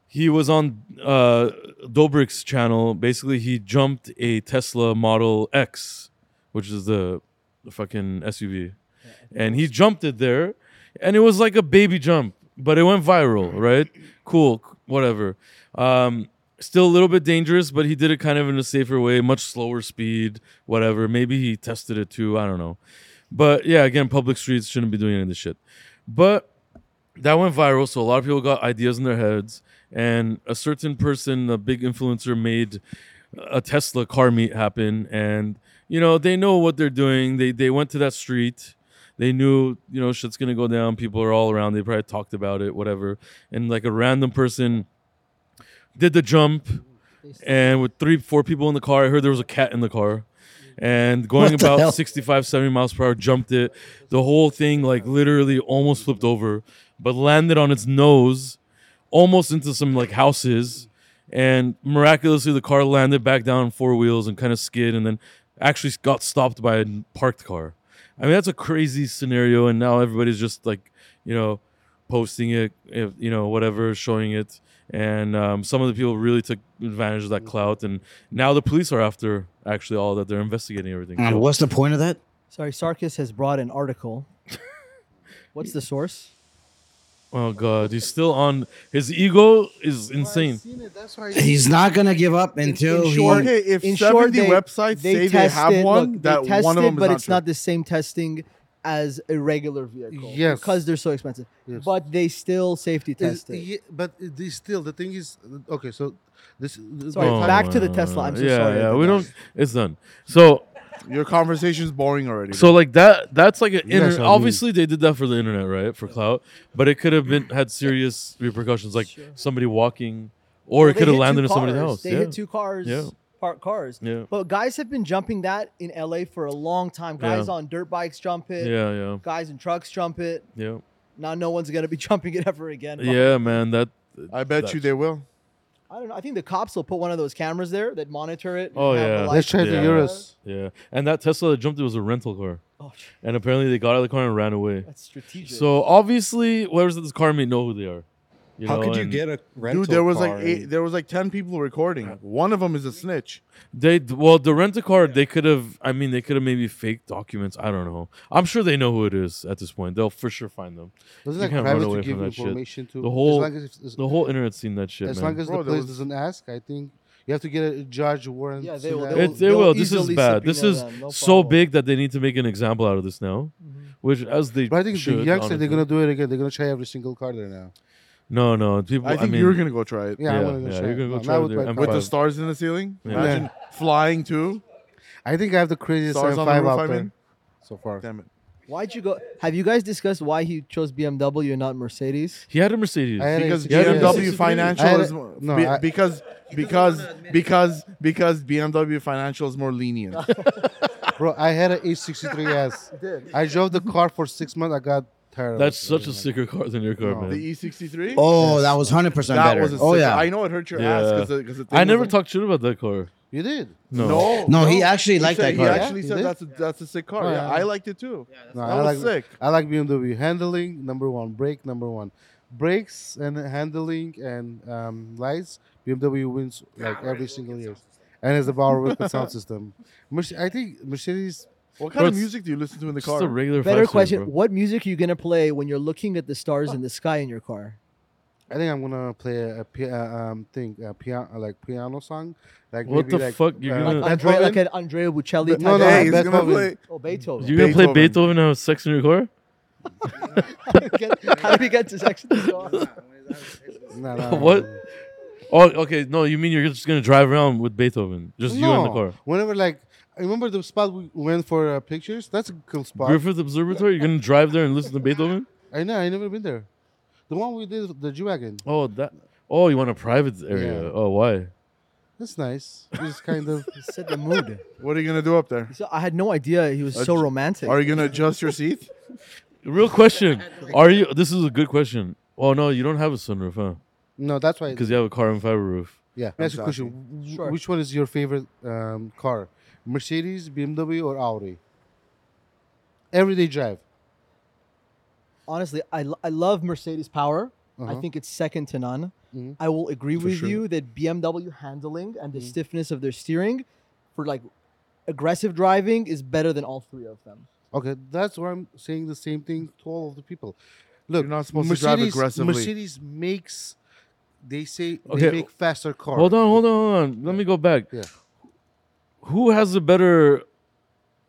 [SPEAKER 1] he was on uh, Dobrik's channel. Basically, he jumped a Tesla Model X, which is the, the fucking SUV, and he jumped it there, and it was like a baby jump, but it went viral, right? Cool, c- whatever. Um, still a little bit dangerous, but he did it kind of in a safer way, much slower speed, whatever. Maybe he tested it too. I don't know. But yeah, again, public streets shouldn't be doing any of this shit. But that went viral, so a lot of people got ideas in their heads. And a certain person, a big influencer, made a Tesla car meet happen. And you know, they know what they're doing. They they went to that street. They knew, you know, shit's gonna go down. People are all around. They probably talked about it, whatever. And like a random person did the jump, and with three, four people in the car. I heard there was a cat in the car, and going
[SPEAKER 4] What the
[SPEAKER 1] about
[SPEAKER 4] hell?
[SPEAKER 1] 65, 70 miles per hour, jumped it. The whole thing, like, literally almost flipped over, but landed on its nose, almost into some, like, houses. And miraculously, the car landed back down on four wheels and kind of skid, and then actually got stopped by a parked car. I mean, that's a crazy scenario. And now everybody's just like, you know, posting it, if, you know, whatever, showing it. And um, some of the people really took advantage of that clout. And now the police are after actually all that. They're investigating everything.
[SPEAKER 4] And
[SPEAKER 1] So-
[SPEAKER 4] what's the point of that?
[SPEAKER 2] Sorry, Sarkis has brought an article. What's the source?
[SPEAKER 1] oh, God. He's still on. His ego is insane.
[SPEAKER 5] That's why.
[SPEAKER 4] He's not gonna give up until
[SPEAKER 2] in short-
[SPEAKER 4] Oh, he.
[SPEAKER 3] Okay, if
[SPEAKER 2] in
[SPEAKER 3] 70
[SPEAKER 2] short, they,
[SPEAKER 3] websites
[SPEAKER 2] they
[SPEAKER 3] say they have
[SPEAKER 2] tested-
[SPEAKER 3] one,
[SPEAKER 2] look, they
[SPEAKER 3] that
[SPEAKER 2] tested,
[SPEAKER 3] one of them is
[SPEAKER 2] but
[SPEAKER 3] not
[SPEAKER 2] it's
[SPEAKER 3] true.
[SPEAKER 2] not the same testing as a regular vehicle.
[SPEAKER 5] Yes.
[SPEAKER 2] because they're so expensive.
[SPEAKER 5] Yes.
[SPEAKER 2] But they still safety
[SPEAKER 5] Is-
[SPEAKER 2] tested.
[SPEAKER 5] yeah, but it is still the thing is okay. So this. this-
[SPEAKER 2] Sorry,
[SPEAKER 5] the-
[SPEAKER 1] Oh,
[SPEAKER 2] back to the
[SPEAKER 1] my
[SPEAKER 2] Tesla. I'm so
[SPEAKER 1] yeah,
[SPEAKER 2] sorry, I
[SPEAKER 1] Yeah,
[SPEAKER 2] did
[SPEAKER 1] we
[SPEAKER 2] that.
[SPEAKER 1] don't. It's done. So,
[SPEAKER 3] Your conversation's boring already.
[SPEAKER 1] so like that. That's like an
[SPEAKER 5] You guys
[SPEAKER 1] internet.
[SPEAKER 5] are mean.
[SPEAKER 1] Obviously, they did that for the internet, right? For clout, but it could have been had serious repercussions, like somebody walking, or
[SPEAKER 2] Well,
[SPEAKER 1] it
[SPEAKER 2] they
[SPEAKER 1] could have
[SPEAKER 2] hit
[SPEAKER 1] landed
[SPEAKER 2] two
[SPEAKER 1] in somebody's
[SPEAKER 2] cars.
[SPEAKER 1] house.
[SPEAKER 2] They
[SPEAKER 1] yeah.
[SPEAKER 2] hit two cars,
[SPEAKER 1] Yeah.
[SPEAKER 2] parked cars.
[SPEAKER 1] Yeah.
[SPEAKER 2] But guys have been jumping that in LA for a long time. Guys
[SPEAKER 1] Yeah.
[SPEAKER 2] on dirt bikes jump it.
[SPEAKER 1] yeah, yeah,
[SPEAKER 2] Guys in trucks jump it.
[SPEAKER 1] yeah,
[SPEAKER 2] Now no one's gonna be jumping it ever again.
[SPEAKER 1] yeah, man. That.
[SPEAKER 3] I bet you they will.
[SPEAKER 2] I don't know. I think the cops will put one of those cameras there that monitor it. and
[SPEAKER 1] Oh,
[SPEAKER 2] have the
[SPEAKER 1] yeah.
[SPEAKER 5] Let's
[SPEAKER 2] lights
[SPEAKER 5] try the
[SPEAKER 1] Yeah.
[SPEAKER 5] Euros.
[SPEAKER 1] Yeah, and that Tesla that jumped it was a rental car,
[SPEAKER 2] Oh,
[SPEAKER 1] and apparently they got out of the car and ran away.
[SPEAKER 2] that's strategic.
[SPEAKER 1] So obviously, whoever's at this car meet know who they are. You
[SPEAKER 6] How
[SPEAKER 1] know,
[SPEAKER 6] could you
[SPEAKER 1] and
[SPEAKER 6] get a rental
[SPEAKER 3] Dude, there was
[SPEAKER 6] car
[SPEAKER 3] like eight,
[SPEAKER 6] and-
[SPEAKER 3] there was like ten people recording. One of them is a snitch.
[SPEAKER 1] They well, the rent a car. They could have. I mean, they could have maybe faked documents. I don't know. I'm sure they know who it is at this point. They'll for sure find them.
[SPEAKER 5] Doesn't
[SPEAKER 1] You
[SPEAKER 5] like
[SPEAKER 1] can't run
[SPEAKER 5] private
[SPEAKER 1] away
[SPEAKER 5] to
[SPEAKER 1] from
[SPEAKER 5] give
[SPEAKER 1] that shit.
[SPEAKER 5] information to
[SPEAKER 1] The whole-
[SPEAKER 5] as long as, as,
[SPEAKER 1] The whole internet's seen that shit,
[SPEAKER 5] as
[SPEAKER 1] man.
[SPEAKER 5] long as
[SPEAKER 3] Bro,
[SPEAKER 5] the
[SPEAKER 3] there
[SPEAKER 5] place
[SPEAKER 3] was-
[SPEAKER 5] doesn't ask, I think you have to get a judge warrant.
[SPEAKER 2] Yeah,
[SPEAKER 5] to
[SPEAKER 2] they
[SPEAKER 5] that.
[SPEAKER 2] will- they
[SPEAKER 1] it, it
[SPEAKER 2] they'll
[SPEAKER 1] will. This is
[SPEAKER 2] easily
[SPEAKER 1] bad. This
[SPEAKER 2] subpoena
[SPEAKER 1] is
[SPEAKER 2] them, no
[SPEAKER 1] so
[SPEAKER 2] problem.
[SPEAKER 1] big that they need to make an example out of this now, which as they
[SPEAKER 5] But I think
[SPEAKER 1] should.
[SPEAKER 5] the youngsters they're
[SPEAKER 1] honestly.
[SPEAKER 5] gonna do it again. They're gonna try every single car there now.
[SPEAKER 1] No, no. People.
[SPEAKER 3] I
[SPEAKER 1] I,
[SPEAKER 3] think
[SPEAKER 1] mean,
[SPEAKER 3] you're gonna go try it
[SPEAKER 5] Yeah,
[SPEAKER 1] Yeah,
[SPEAKER 5] I'm gonna go
[SPEAKER 1] yeah,
[SPEAKER 5] try.
[SPEAKER 1] you're gonna
[SPEAKER 5] it.
[SPEAKER 1] go
[SPEAKER 5] Not
[SPEAKER 1] try
[SPEAKER 5] with
[SPEAKER 1] with your
[SPEAKER 5] my
[SPEAKER 1] M5.
[SPEAKER 3] with
[SPEAKER 5] car.
[SPEAKER 3] the stars in the ceiling.
[SPEAKER 1] Yeah.
[SPEAKER 3] Imagine flying too.
[SPEAKER 5] I think I have the craziest
[SPEAKER 3] Stars on the
[SPEAKER 5] M5
[SPEAKER 3] roof,
[SPEAKER 5] out
[SPEAKER 3] I
[SPEAKER 5] there
[SPEAKER 3] mean.
[SPEAKER 5] so far.
[SPEAKER 3] Damn it.
[SPEAKER 2] Why'd you go? Have you guys discussed why he chose BMW and not Mercedes?
[SPEAKER 1] he had a Mercedes.
[SPEAKER 5] I had a-
[SPEAKER 3] Because
[SPEAKER 5] Yeah, yeah, yeah.
[SPEAKER 3] BMW Financial
[SPEAKER 5] I had
[SPEAKER 3] is
[SPEAKER 5] it-
[SPEAKER 3] more,
[SPEAKER 5] no,
[SPEAKER 3] be-
[SPEAKER 5] I-
[SPEAKER 3] because because because because BMW Financial is more lenient.
[SPEAKER 5] Bro, I had an H63S. I drove the car for six months. I got tired. of
[SPEAKER 1] That's
[SPEAKER 5] it.
[SPEAKER 1] such a sicker car than your car,
[SPEAKER 5] No.
[SPEAKER 1] man.
[SPEAKER 3] the E E63.
[SPEAKER 4] Oh, that was hundred percent
[SPEAKER 3] that
[SPEAKER 4] better.
[SPEAKER 3] was a
[SPEAKER 4] Oh
[SPEAKER 3] sick-
[SPEAKER 4] yeah.
[SPEAKER 3] I know it hurt your
[SPEAKER 1] Yeah.
[SPEAKER 3] ass because the, 'cause the thing
[SPEAKER 1] I
[SPEAKER 3] was
[SPEAKER 1] never
[SPEAKER 3] like-
[SPEAKER 1] talked shit about that car.
[SPEAKER 5] You did.
[SPEAKER 1] No.
[SPEAKER 3] No,
[SPEAKER 4] No, he actually liked
[SPEAKER 3] said-
[SPEAKER 4] that
[SPEAKER 3] He
[SPEAKER 4] car.
[SPEAKER 3] actually
[SPEAKER 5] Yeah,
[SPEAKER 3] said
[SPEAKER 5] he did.
[SPEAKER 3] that's a, that's a sick car.
[SPEAKER 5] Oh,
[SPEAKER 3] yeah,
[SPEAKER 5] yeah.
[SPEAKER 3] I liked it too.
[SPEAKER 5] No,
[SPEAKER 3] That
[SPEAKER 5] I like
[SPEAKER 3] was sick.
[SPEAKER 5] I like BMW handling number one, brake number one, brakes and handling and um, lights. BMW wins like every single year, and it's the Bauer Wilkins sound system. Merce- I think Mercedes.
[SPEAKER 3] What
[SPEAKER 1] Bro,
[SPEAKER 3] kind of
[SPEAKER 1] it's-
[SPEAKER 3] music do you listen to in the
[SPEAKER 1] Just a
[SPEAKER 3] car?
[SPEAKER 1] regular.
[SPEAKER 2] Better
[SPEAKER 1] five series,
[SPEAKER 2] question:
[SPEAKER 1] bro.
[SPEAKER 2] What music are you gonna play when you're looking at the stars in the sky in your car?
[SPEAKER 5] I think I'm gonna play a, pi- uh, um thing, a piano like piano song, like
[SPEAKER 1] What
[SPEAKER 5] maybe
[SPEAKER 1] the
[SPEAKER 5] like, uh,
[SPEAKER 1] fuck? You're gonna-
[SPEAKER 5] like
[SPEAKER 2] Andre, like
[SPEAKER 5] Beethoven.
[SPEAKER 2] an Andrea Bocelli type.
[SPEAKER 5] No, no,
[SPEAKER 2] of-
[SPEAKER 5] Hey,
[SPEAKER 3] he's
[SPEAKER 5] Beethoven.
[SPEAKER 3] gonna play.
[SPEAKER 2] oh Beethoven.
[SPEAKER 1] You're gonna play
[SPEAKER 3] Beethoven.
[SPEAKER 1] Beethoven and have sex in your car?
[SPEAKER 2] Get- How do we get to sex? and the City?
[SPEAKER 5] No, no, no,
[SPEAKER 1] What?
[SPEAKER 5] no.
[SPEAKER 1] Oh, okay. No, you mean you're just gonna drive around with Beethoven, just you in the
[SPEAKER 5] No.
[SPEAKER 1] car.
[SPEAKER 5] Whenever like I remember the spot we went for uh, pictures. That's a cool spot.
[SPEAKER 1] Griffith Observatory. You're gonna drive there and listen to Beethoven.
[SPEAKER 5] I know I never been there. The one we did the G wagon.
[SPEAKER 1] Oh, that. Oh, you want a private area?
[SPEAKER 5] Yeah.
[SPEAKER 1] Oh, why?
[SPEAKER 5] That's nice. It's kind of.
[SPEAKER 2] Set the mood.
[SPEAKER 3] What are you gonna do up there?
[SPEAKER 2] So I had no idea he was so romantic.
[SPEAKER 3] Are you gonna adjust your seat?
[SPEAKER 1] Real question. Are you? This is a good question. Oh no, you don't have a sunroof, huh?
[SPEAKER 5] No, that's why.
[SPEAKER 1] Because you have a carbon fiber roof.
[SPEAKER 5] Yeah. That's a
[SPEAKER 3] Exactly.
[SPEAKER 5] question. W-
[SPEAKER 2] Sure.
[SPEAKER 5] Which one is your favorite um, car? Mercedes, BMW, or Audi? Everyday drive.
[SPEAKER 2] Honestly, I, lo- I love Mercedes power. I think it's second to none.
[SPEAKER 5] Mhm.
[SPEAKER 2] I will agree with
[SPEAKER 1] sure.
[SPEAKER 2] you that BMW handling and the stiffness of their steering for like aggressive driving is better than all three of them.
[SPEAKER 5] Okay, that's what I'm saying. The same thing to all of the people. Look,
[SPEAKER 3] You're not supposed to
[SPEAKER 5] Mercedes,
[SPEAKER 3] drive aggressively.
[SPEAKER 5] Mercedes makes. They say
[SPEAKER 1] Okay,
[SPEAKER 5] they make faster cars.
[SPEAKER 1] Hold on, hold on, hold on. Let me go back.
[SPEAKER 5] Yeah.
[SPEAKER 1] Who has a better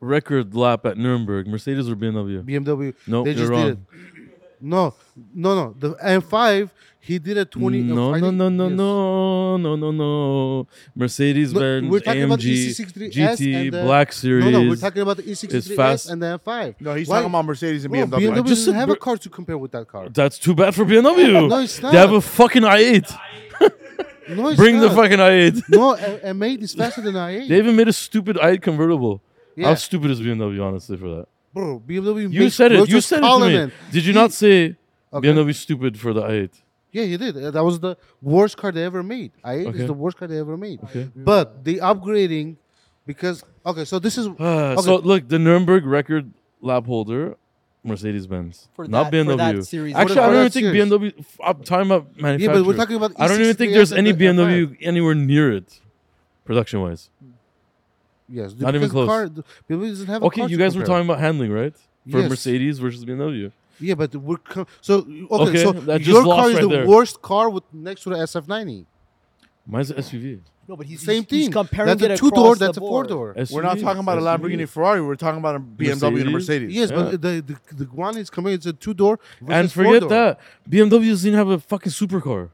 [SPEAKER 1] record lap at Nuremberg, Mercedes or BMW?
[SPEAKER 5] BMW.
[SPEAKER 1] Nope,
[SPEAKER 5] they
[SPEAKER 1] you're
[SPEAKER 5] just
[SPEAKER 1] wrong.
[SPEAKER 5] did it. No, no, no. The M5, he did a 20. uh,
[SPEAKER 1] No,
[SPEAKER 5] I
[SPEAKER 1] no,
[SPEAKER 5] think-
[SPEAKER 1] no, no,
[SPEAKER 5] yes.
[SPEAKER 1] no, no, no, no. Mercedes
[SPEAKER 5] No,
[SPEAKER 1] Benz,
[SPEAKER 5] we're talking about
[SPEAKER 1] AMG,
[SPEAKER 5] E63S
[SPEAKER 1] GT,
[SPEAKER 5] and the-
[SPEAKER 1] Black Series.
[SPEAKER 5] No, no, we're talking about the
[SPEAKER 1] fast.
[SPEAKER 5] E63S and the M5.
[SPEAKER 3] No, he's
[SPEAKER 5] Why-
[SPEAKER 3] talking about Mercedes and
[SPEAKER 5] Bro,
[SPEAKER 3] BMW.
[SPEAKER 5] BMW
[SPEAKER 1] Just
[SPEAKER 5] doesn't
[SPEAKER 1] a
[SPEAKER 5] have
[SPEAKER 1] br-
[SPEAKER 5] a car to compare with that car.
[SPEAKER 1] That's too bad for BMW.
[SPEAKER 5] No, it's
[SPEAKER 1] They have
[SPEAKER 5] not.
[SPEAKER 1] a fucking i8.
[SPEAKER 5] No, it's
[SPEAKER 1] Bring the
[SPEAKER 5] not.
[SPEAKER 1] fucking i8.
[SPEAKER 5] No, M- M8 is faster than i8.
[SPEAKER 1] They even made a stupid i8 convertible. How
[SPEAKER 5] Yeah.
[SPEAKER 1] stupid is BMW, honestly, for that?
[SPEAKER 5] Bro, BMW.
[SPEAKER 1] You
[SPEAKER 5] makes
[SPEAKER 1] said it. You
[SPEAKER 5] Lotus
[SPEAKER 1] said it to me.
[SPEAKER 5] Parliament.
[SPEAKER 1] Did you not say
[SPEAKER 5] Okay.
[SPEAKER 1] BMW's stupid for the i8?
[SPEAKER 5] Yeah, he did. Uh, That was the worst car they ever made. i8
[SPEAKER 1] Okay.
[SPEAKER 5] is the worst car they ever made.
[SPEAKER 1] Okay.
[SPEAKER 5] But they upgrading because okay, so this is
[SPEAKER 1] Ah,
[SPEAKER 5] okay.
[SPEAKER 1] So look, the Nuremberg record lap holder, Mercedes Benz,
[SPEAKER 2] For
[SPEAKER 1] not
[SPEAKER 2] that-
[SPEAKER 1] BMW.
[SPEAKER 2] for that series.
[SPEAKER 1] Actually,
[SPEAKER 5] For
[SPEAKER 1] I
[SPEAKER 5] that
[SPEAKER 1] don't even think
[SPEAKER 5] series.
[SPEAKER 1] BMW. f- I'm talking about
[SPEAKER 5] yeah,
[SPEAKER 1] manufacturer.
[SPEAKER 5] but we're talking about. E
[SPEAKER 1] I don't even think
[SPEAKER 5] E63S
[SPEAKER 1] there's
[SPEAKER 5] and
[SPEAKER 1] any
[SPEAKER 5] the M5.
[SPEAKER 1] BMW anywhere near it, production wise.
[SPEAKER 5] Yes,
[SPEAKER 1] Not even
[SPEAKER 5] because
[SPEAKER 1] close.
[SPEAKER 5] Car, the- BMW doesn't have a
[SPEAKER 1] Okay,
[SPEAKER 5] car
[SPEAKER 1] you
[SPEAKER 5] to
[SPEAKER 1] guys were
[SPEAKER 5] compare.
[SPEAKER 1] talking about handling, right? For
[SPEAKER 5] Yes.
[SPEAKER 1] Mercedes versus BMW.
[SPEAKER 5] Yeah, but we're co- so okay.
[SPEAKER 1] Okay,
[SPEAKER 5] so
[SPEAKER 1] that just
[SPEAKER 5] your
[SPEAKER 1] lost
[SPEAKER 5] car is
[SPEAKER 1] right
[SPEAKER 5] the
[SPEAKER 1] there.
[SPEAKER 5] worst car with next to the SF90.
[SPEAKER 1] Mine's an SUV.
[SPEAKER 2] No, but he's he's-
[SPEAKER 5] Same
[SPEAKER 2] He's
[SPEAKER 5] thing.
[SPEAKER 2] comparing
[SPEAKER 5] that's
[SPEAKER 2] it
[SPEAKER 5] a
[SPEAKER 2] across
[SPEAKER 5] two door.
[SPEAKER 2] the
[SPEAKER 5] That's a four
[SPEAKER 2] board.
[SPEAKER 5] door.
[SPEAKER 1] SUV?
[SPEAKER 3] We're not talking about a Lamborghini Ferrari. We're talking about a BMW and
[SPEAKER 1] Mercedes.
[SPEAKER 3] a Mercedes.
[SPEAKER 5] Yes,
[SPEAKER 1] Yeah.
[SPEAKER 5] but the, the the one is coming. It's a two door.
[SPEAKER 1] And forget that BMW doesn't even have a fucking supercar.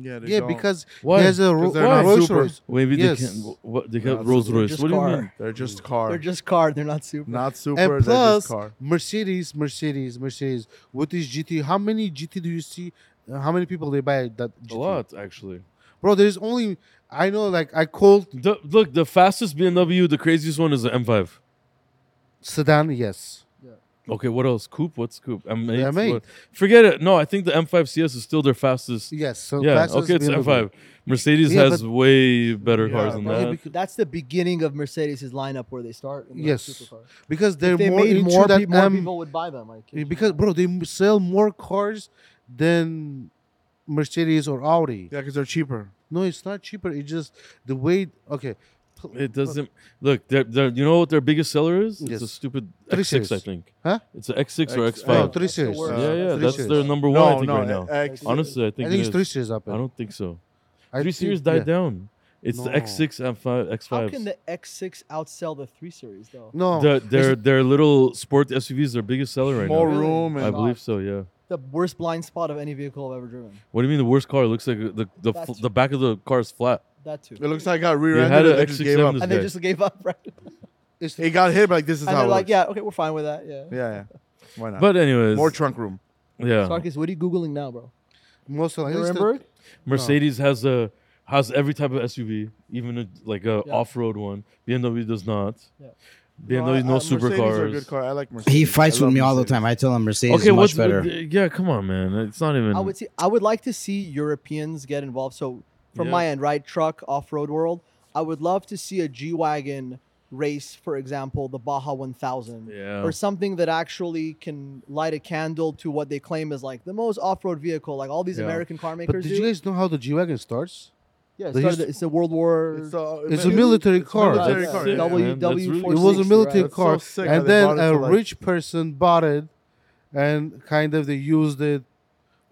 [SPEAKER 3] Yeah, they
[SPEAKER 5] Yeah,
[SPEAKER 3] don't.
[SPEAKER 5] because
[SPEAKER 1] Why?
[SPEAKER 5] there's a Ro-
[SPEAKER 3] they're not
[SPEAKER 5] Rolls
[SPEAKER 3] super.
[SPEAKER 5] Royce.
[SPEAKER 1] Maybe
[SPEAKER 5] Yes.
[SPEAKER 1] they can. wh- What they have
[SPEAKER 3] it's-
[SPEAKER 1] Rolls
[SPEAKER 3] they're
[SPEAKER 1] Royce.
[SPEAKER 2] just
[SPEAKER 1] What do you
[SPEAKER 2] car.
[SPEAKER 1] mean?
[SPEAKER 3] they're just car.
[SPEAKER 2] They're just car. They're not super.
[SPEAKER 3] not super.
[SPEAKER 5] And
[SPEAKER 3] they're just
[SPEAKER 5] plus,
[SPEAKER 3] car.
[SPEAKER 5] Mercedes, Mercedes, Mercedes. With this GT, how many GT do you see? Uh, How many people they buy that? GT?
[SPEAKER 1] A lot, actually.
[SPEAKER 5] bro. There's only I know. Like I called
[SPEAKER 1] The, look, the fastest BMW, the craziest one is the M5.
[SPEAKER 5] sedan. Yes,
[SPEAKER 1] Okay, what else? Coupe? What's coupe? M8?
[SPEAKER 5] The M8.
[SPEAKER 1] What- Forget it. No, I think the M5 CS is still their fastest.
[SPEAKER 5] yes. So
[SPEAKER 1] yeah,
[SPEAKER 5] fastest
[SPEAKER 1] okay, it's
[SPEAKER 5] BMW.
[SPEAKER 1] M5. Mercedes
[SPEAKER 5] Yeah,
[SPEAKER 1] has
[SPEAKER 5] but-
[SPEAKER 1] way better cars than
[SPEAKER 5] bro,
[SPEAKER 1] that.
[SPEAKER 5] yeah, because-
[SPEAKER 2] That's the beginning of Mercedes' lineup where they start. in the
[SPEAKER 5] Yes.
[SPEAKER 2] supercar.
[SPEAKER 5] Because they're
[SPEAKER 2] If they
[SPEAKER 5] more
[SPEAKER 2] made
[SPEAKER 5] into
[SPEAKER 2] more,
[SPEAKER 5] that
[SPEAKER 2] pe- more
[SPEAKER 5] M-
[SPEAKER 2] people would buy them. I kid you
[SPEAKER 5] because
[SPEAKER 2] not.
[SPEAKER 5] bro they m- sell more cars than Mercedes or Audi.
[SPEAKER 3] Yeah, because they're cheaper.
[SPEAKER 5] No, it's not cheaper. It's just the way. Okay, pl-
[SPEAKER 1] It doesn't look. They're, they're, you know what their biggest seller is?
[SPEAKER 5] Yes.
[SPEAKER 1] It's a stupid
[SPEAKER 5] Three
[SPEAKER 1] X6, I
[SPEAKER 5] series.
[SPEAKER 1] think.
[SPEAKER 5] Huh?
[SPEAKER 1] It's an X6 or
[SPEAKER 3] X-
[SPEAKER 1] X5.
[SPEAKER 5] Oh,
[SPEAKER 3] Five.
[SPEAKER 5] three series.
[SPEAKER 2] the word.
[SPEAKER 1] yeah, yeah,
[SPEAKER 5] three
[SPEAKER 1] that's
[SPEAKER 5] series.
[SPEAKER 1] their number one. I
[SPEAKER 3] No,
[SPEAKER 1] think
[SPEAKER 3] no.
[SPEAKER 1] right now.
[SPEAKER 3] X-
[SPEAKER 1] Honestly, I
[SPEAKER 5] I
[SPEAKER 1] think, it
[SPEAKER 5] think it's
[SPEAKER 1] is.
[SPEAKER 5] three series up.
[SPEAKER 1] I don't think so.
[SPEAKER 5] I
[SPEAKER 1] three
[SPEAKER 5] think-
[SPEAKER 1] series died
[SPEAKER 5] yeah.
[SPEAKER 1] down. It's the
[SPEAKER 5] No.
[SPEAKER 1] X6 and five
[SPEAKER 2] How
[SPEAKER 1] X5s.
[SPEAKER 2] can the X6 outsell the 3 Series though?
[SPEAKER 5] No,
[SPEAKER 1] The-
[SPEAKER 5] it's-
[SPEAKER 1] their their little sport SUVs their biggest seller right
[SPEAKER 3] More
[SPEAKER 1] now.
[SPEAKER 2] Really?
[SPEAKER 3] room
[SPEAKER 1] I
[SPEAKER 3] and
[SPEAKER 1] believe so. Yeah.
[SPEAKER 2] The worst blind spot of any vehicle I've ever driven.
[SPEAKER 1] What do you mean the worst car? It looks like the the, fl-
[SPEAKER 2] That's-
[SPEAKER 1] the back of the car is flat.
[SPEAKER 2] That too.
[SPEAKER 3] it looks like it got
[SPEAKER 1] They had
[SPEAKER 3] rear-ended.
[SPEAKER 1] a
[SPEAKER 3] and They just
[SPEAKER 1] X6
[SPEAKER 3] gave up.
[SPEAKER 1] seven-
[SPEAKER 2] And they
[SPEAKER 1] Okay.
[SPEAKER 2] just gave up, right?
[SPEAKER 5] it's
[SPEAKER 3] It got hit, but like this is
[SPEAKER 2] and
[SPEAKER 3] how.
[SPEAKER 2] they're
[SPEAKER 3] It
[SPEAKER 2] like,
[SPEAKER 3] like,
[SPEAKER 2] yeah, okay, we're fine with that. Yeah.
[SPEAKER 3] yeah, yeah. Why not?
[SPEAKER 1] But anyways,
[SPEAKER 3] more trunk room.
[SPEAKER 1] yeah.
[SPEAKER 2] Marcus, what are you googling now, bro?
[SPEAKER 5] most of the-
[SPEAKER 2] Nuremberg?
[SPEAKER 1] Mercedes has a has every type of SUV, even a, like a
[SPEAKER 2] Yeah.
[SPEAKER 1] off road one. BMW does not.
[SPEAKER 2] Yeah.
[SPEAKER 1] BMW no,
[SPEAKER 3] I- I- Mercedes are a
[SPEAKER 1] supercars.
[SPEAKER 3] good car. I like Mercedes.
[SPEAKER 4] He fights
[SPEAKER 3] I
[SPEAKER 4] with
[SPEAKER 3] love
[SPEAKER 4] me all the
[SPEAKER 3] Mercedes.
[SPEAKER 4] time. I tell him Mercedes
[SPEAKER 1] Okay,
[SPEAKER 4] is
[SPEAKER 1] what's
[SPEAKER 4] much better.
[SPEAKER 1] Yeah, come on, man. It's not even.
[SPEAKER 2] I would see. I would like to see Europeans get involved. So from
[SPEAKER 1] Yeah.
[SPEAKER 2] my end, right, truck off road world. I would love to see a G wagon race, for example, the Baja 1000,
[SPEAKER 1] Yeah.
[SPEAKER 2] or something that actually can light a candle to what they claim is like the most off road vehicle, like all these
[SPEAKER 1] Yeah.
[SPEAKER 2] American car makers
[SPEAKER 5] But did you
[SPEAKER 2] do.
[SPEAKER 5] guys know how the G wagon starts?
[SPEAKER 2] yeah, it
[SPEAKER 5] they
[SPEAKER 2] started-
[SPEAKER 5] used-
[SPEAKER 2] it's a World War.
[SPEAKER 3] It's a,
[SPEAKER 5] It's a military car.
[SPEAKER 3] military
[SPEAKER 2] Yeah,
[SPEAKER 3] car.
[SPEAKER 2] yeah.
[SPEAKER 3] yeah.
[SPEAKER 1] Double- man, that's
[SPEAKER 2] WW
[SPEAKER 1] really
[SPEAKER 5] It
[SPEAKER 1] Or
[SPEAKER 5] was a
[SPEAKER 2] 460, right?
[SPEAKER 5] military
[SPEAKER 3] That's so
[SPEAKER 5] car,
[SPEAKER 3] sick how
[SPEAKER 5] and
[SPEAKER 3] they
[SPEAKER 5] then
[SPEAKER 3] bought it
[SPEAKER 5] a
[SPEAKER 3] for, like-
[SPEAKER 5] rich person bought it, and kind of they used it,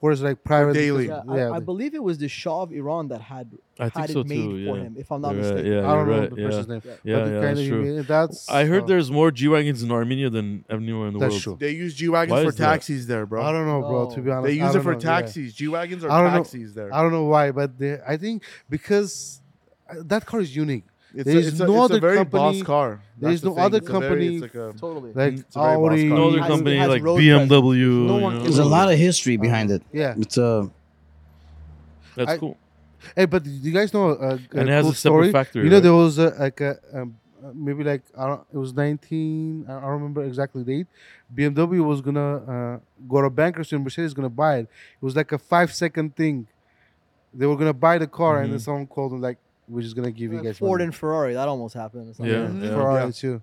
[SPEAKER 5] whereas like private
[SPEAKER 3] daily.
[SPEAKER 5] Yeah,
[SPEAKER 2] Yeah, I, I believe it was the Shah of Iran that had
[SPEAKER 1] I
[SPEAKER 2] had
[SPEAKER 1] think
[SPEAKER 2] it
[SPEAKER 1] so
[SPEAKER 2] made
[SPEAKER 1] too.
[SPEAKER 2] for
[SPEAKER 1] Yeah.
[SPEAKER 2] him, if I'm not
[SPEAKER 1] You're right,
[SPEAKER 2] mistaken.
[SPEAKER 1] yeah,
[SPEAKER 5] I
[SPEAKER 1] you're
[SPEAKER 5] don't know
[SPEAKER 1] right.
[SPEAKER 5] the
[SPEAKER 1] yeah.
[SPEAKER 5] person's name. but
[SPEAKER 1] Yeah,
[SPEAKER 5] the
[SPEAKER 1] yeah,
[SPEAKER 5] kind
[SPEAKER 1] that's
[SPEAKER 5] of
[SPEAKER 1] true.
[SPEAKER 5] humane- that's
[SPEAKER 1] I heard
[SPEAKER 5] uh,
[SPEAKER 1] there's more G wagons in Armenia than anywhere in the
[SPEAKER 5] That's
[SPEAKER 1] world.
[SPEAKER 5] true.
[SPEAKER 3] They use G
[SPEAKER 1] Why
[SPEAKER 3] wagons for
[SPEAKER 1] is that?
[SPEAKER 3] taxis there, bro.
[SPEAKER 5] I don't know, bro. To be honest,
[SPEAKER 3] They
[SPEAKER 5] I
[SPEAKER 3] use
[SPEAKER 5] don't
[SPEAKER 3] it for
[SPEAKER 5] know, yeah.
[SPEAKER 3] taxis. G wagons
[SPEAKER 5] I
[SPEAKER 3] are
[SPEAKER 5] don't know.
[SPEAKER 3] taxis there.
[SPEAKER 5] I don't know why, but they, I think because uh, that car is unique.
[SPEAKER 3] It's,
[SPEAKER 5] There's
[SPEAKER 3] a, it's, a,
[SPEAKER 5] no
[SPEAKER 3] it's
[SPEAKER 5] other
[SPEAKER 3] a very
[SPEAKER 5] company-
[SPEAKER 3] boss car.
[SPEAKER 5] there's
[SPEAKER 3] That's the
[SPEAKER 5] no
[SPEAKER 3] thing.
[SPEAKER 5] other
[SPEAKER 3] It's a very-
[SPEAKER 5] company-
[SPEAKER 3] it's like a-
[SPEAKER 2] Totally.
[SPEAKER 5] Like
[SPEAKER 3] It's a very boss
[SPEAKER 5] Audi,
[SPEAKER 3] car.
[SPEAKER 1] No other
[SPEAKER 2] Has-
[SPEAKER 1] company
[SPEAKER 2] has
[SPEAKER 1] like
[SPEAKER 2] road
[SPEAKER 1] BMW.
[SPEAKER 5] No
[SPEAKER 1] you
[SPEAKER 5] one-
[SPEAKER 1] know?
[SPEAKER 4] There's a lot of history behind it.
[SPEAKER 5] yeah.
[SPEAKER 4] It's uh, a
[SPEAKER 1] That's
[SPEAKER 5] I-
[SPEAKER 1] cool.
[SPEAKER 5] Hey, but do you guys know a, a
[SPEAKER 1] And it has
[SPEAKER 5] cool
[SPEAKER 1] a
[SPEAKER 5] story?
[SPEAKER 1] separate factory.
[SPEAKER 5] You know,
[SPEAKER 1] right?
[SPEAKER 5] there was a, like a um, uh, maybe like I don't, it was 19. I don't remember exactly date. BMW was gonna uh, go to bankruptcy, and Mercedes gonna buy it. It was like a five second thing. They were gonna buy the car, and then
[SPEAKER 1] Mhm.
[SPEAKER 5] someone called them like, "We're just gonna give you guys
[SPEAKER 2] Ford
[SPEAKER 5] money."
[SPEAKER 2] and Ferrari, that almost happened. It's like-
[SPEAKER 1] Yeah.
[SPEAKER 5] Mhm.
[SPEAKER 1] yeah.
[SPEAKER 5] Ferrari
[SPEAKER 3] Yeah.
[SPEAKER 5] too.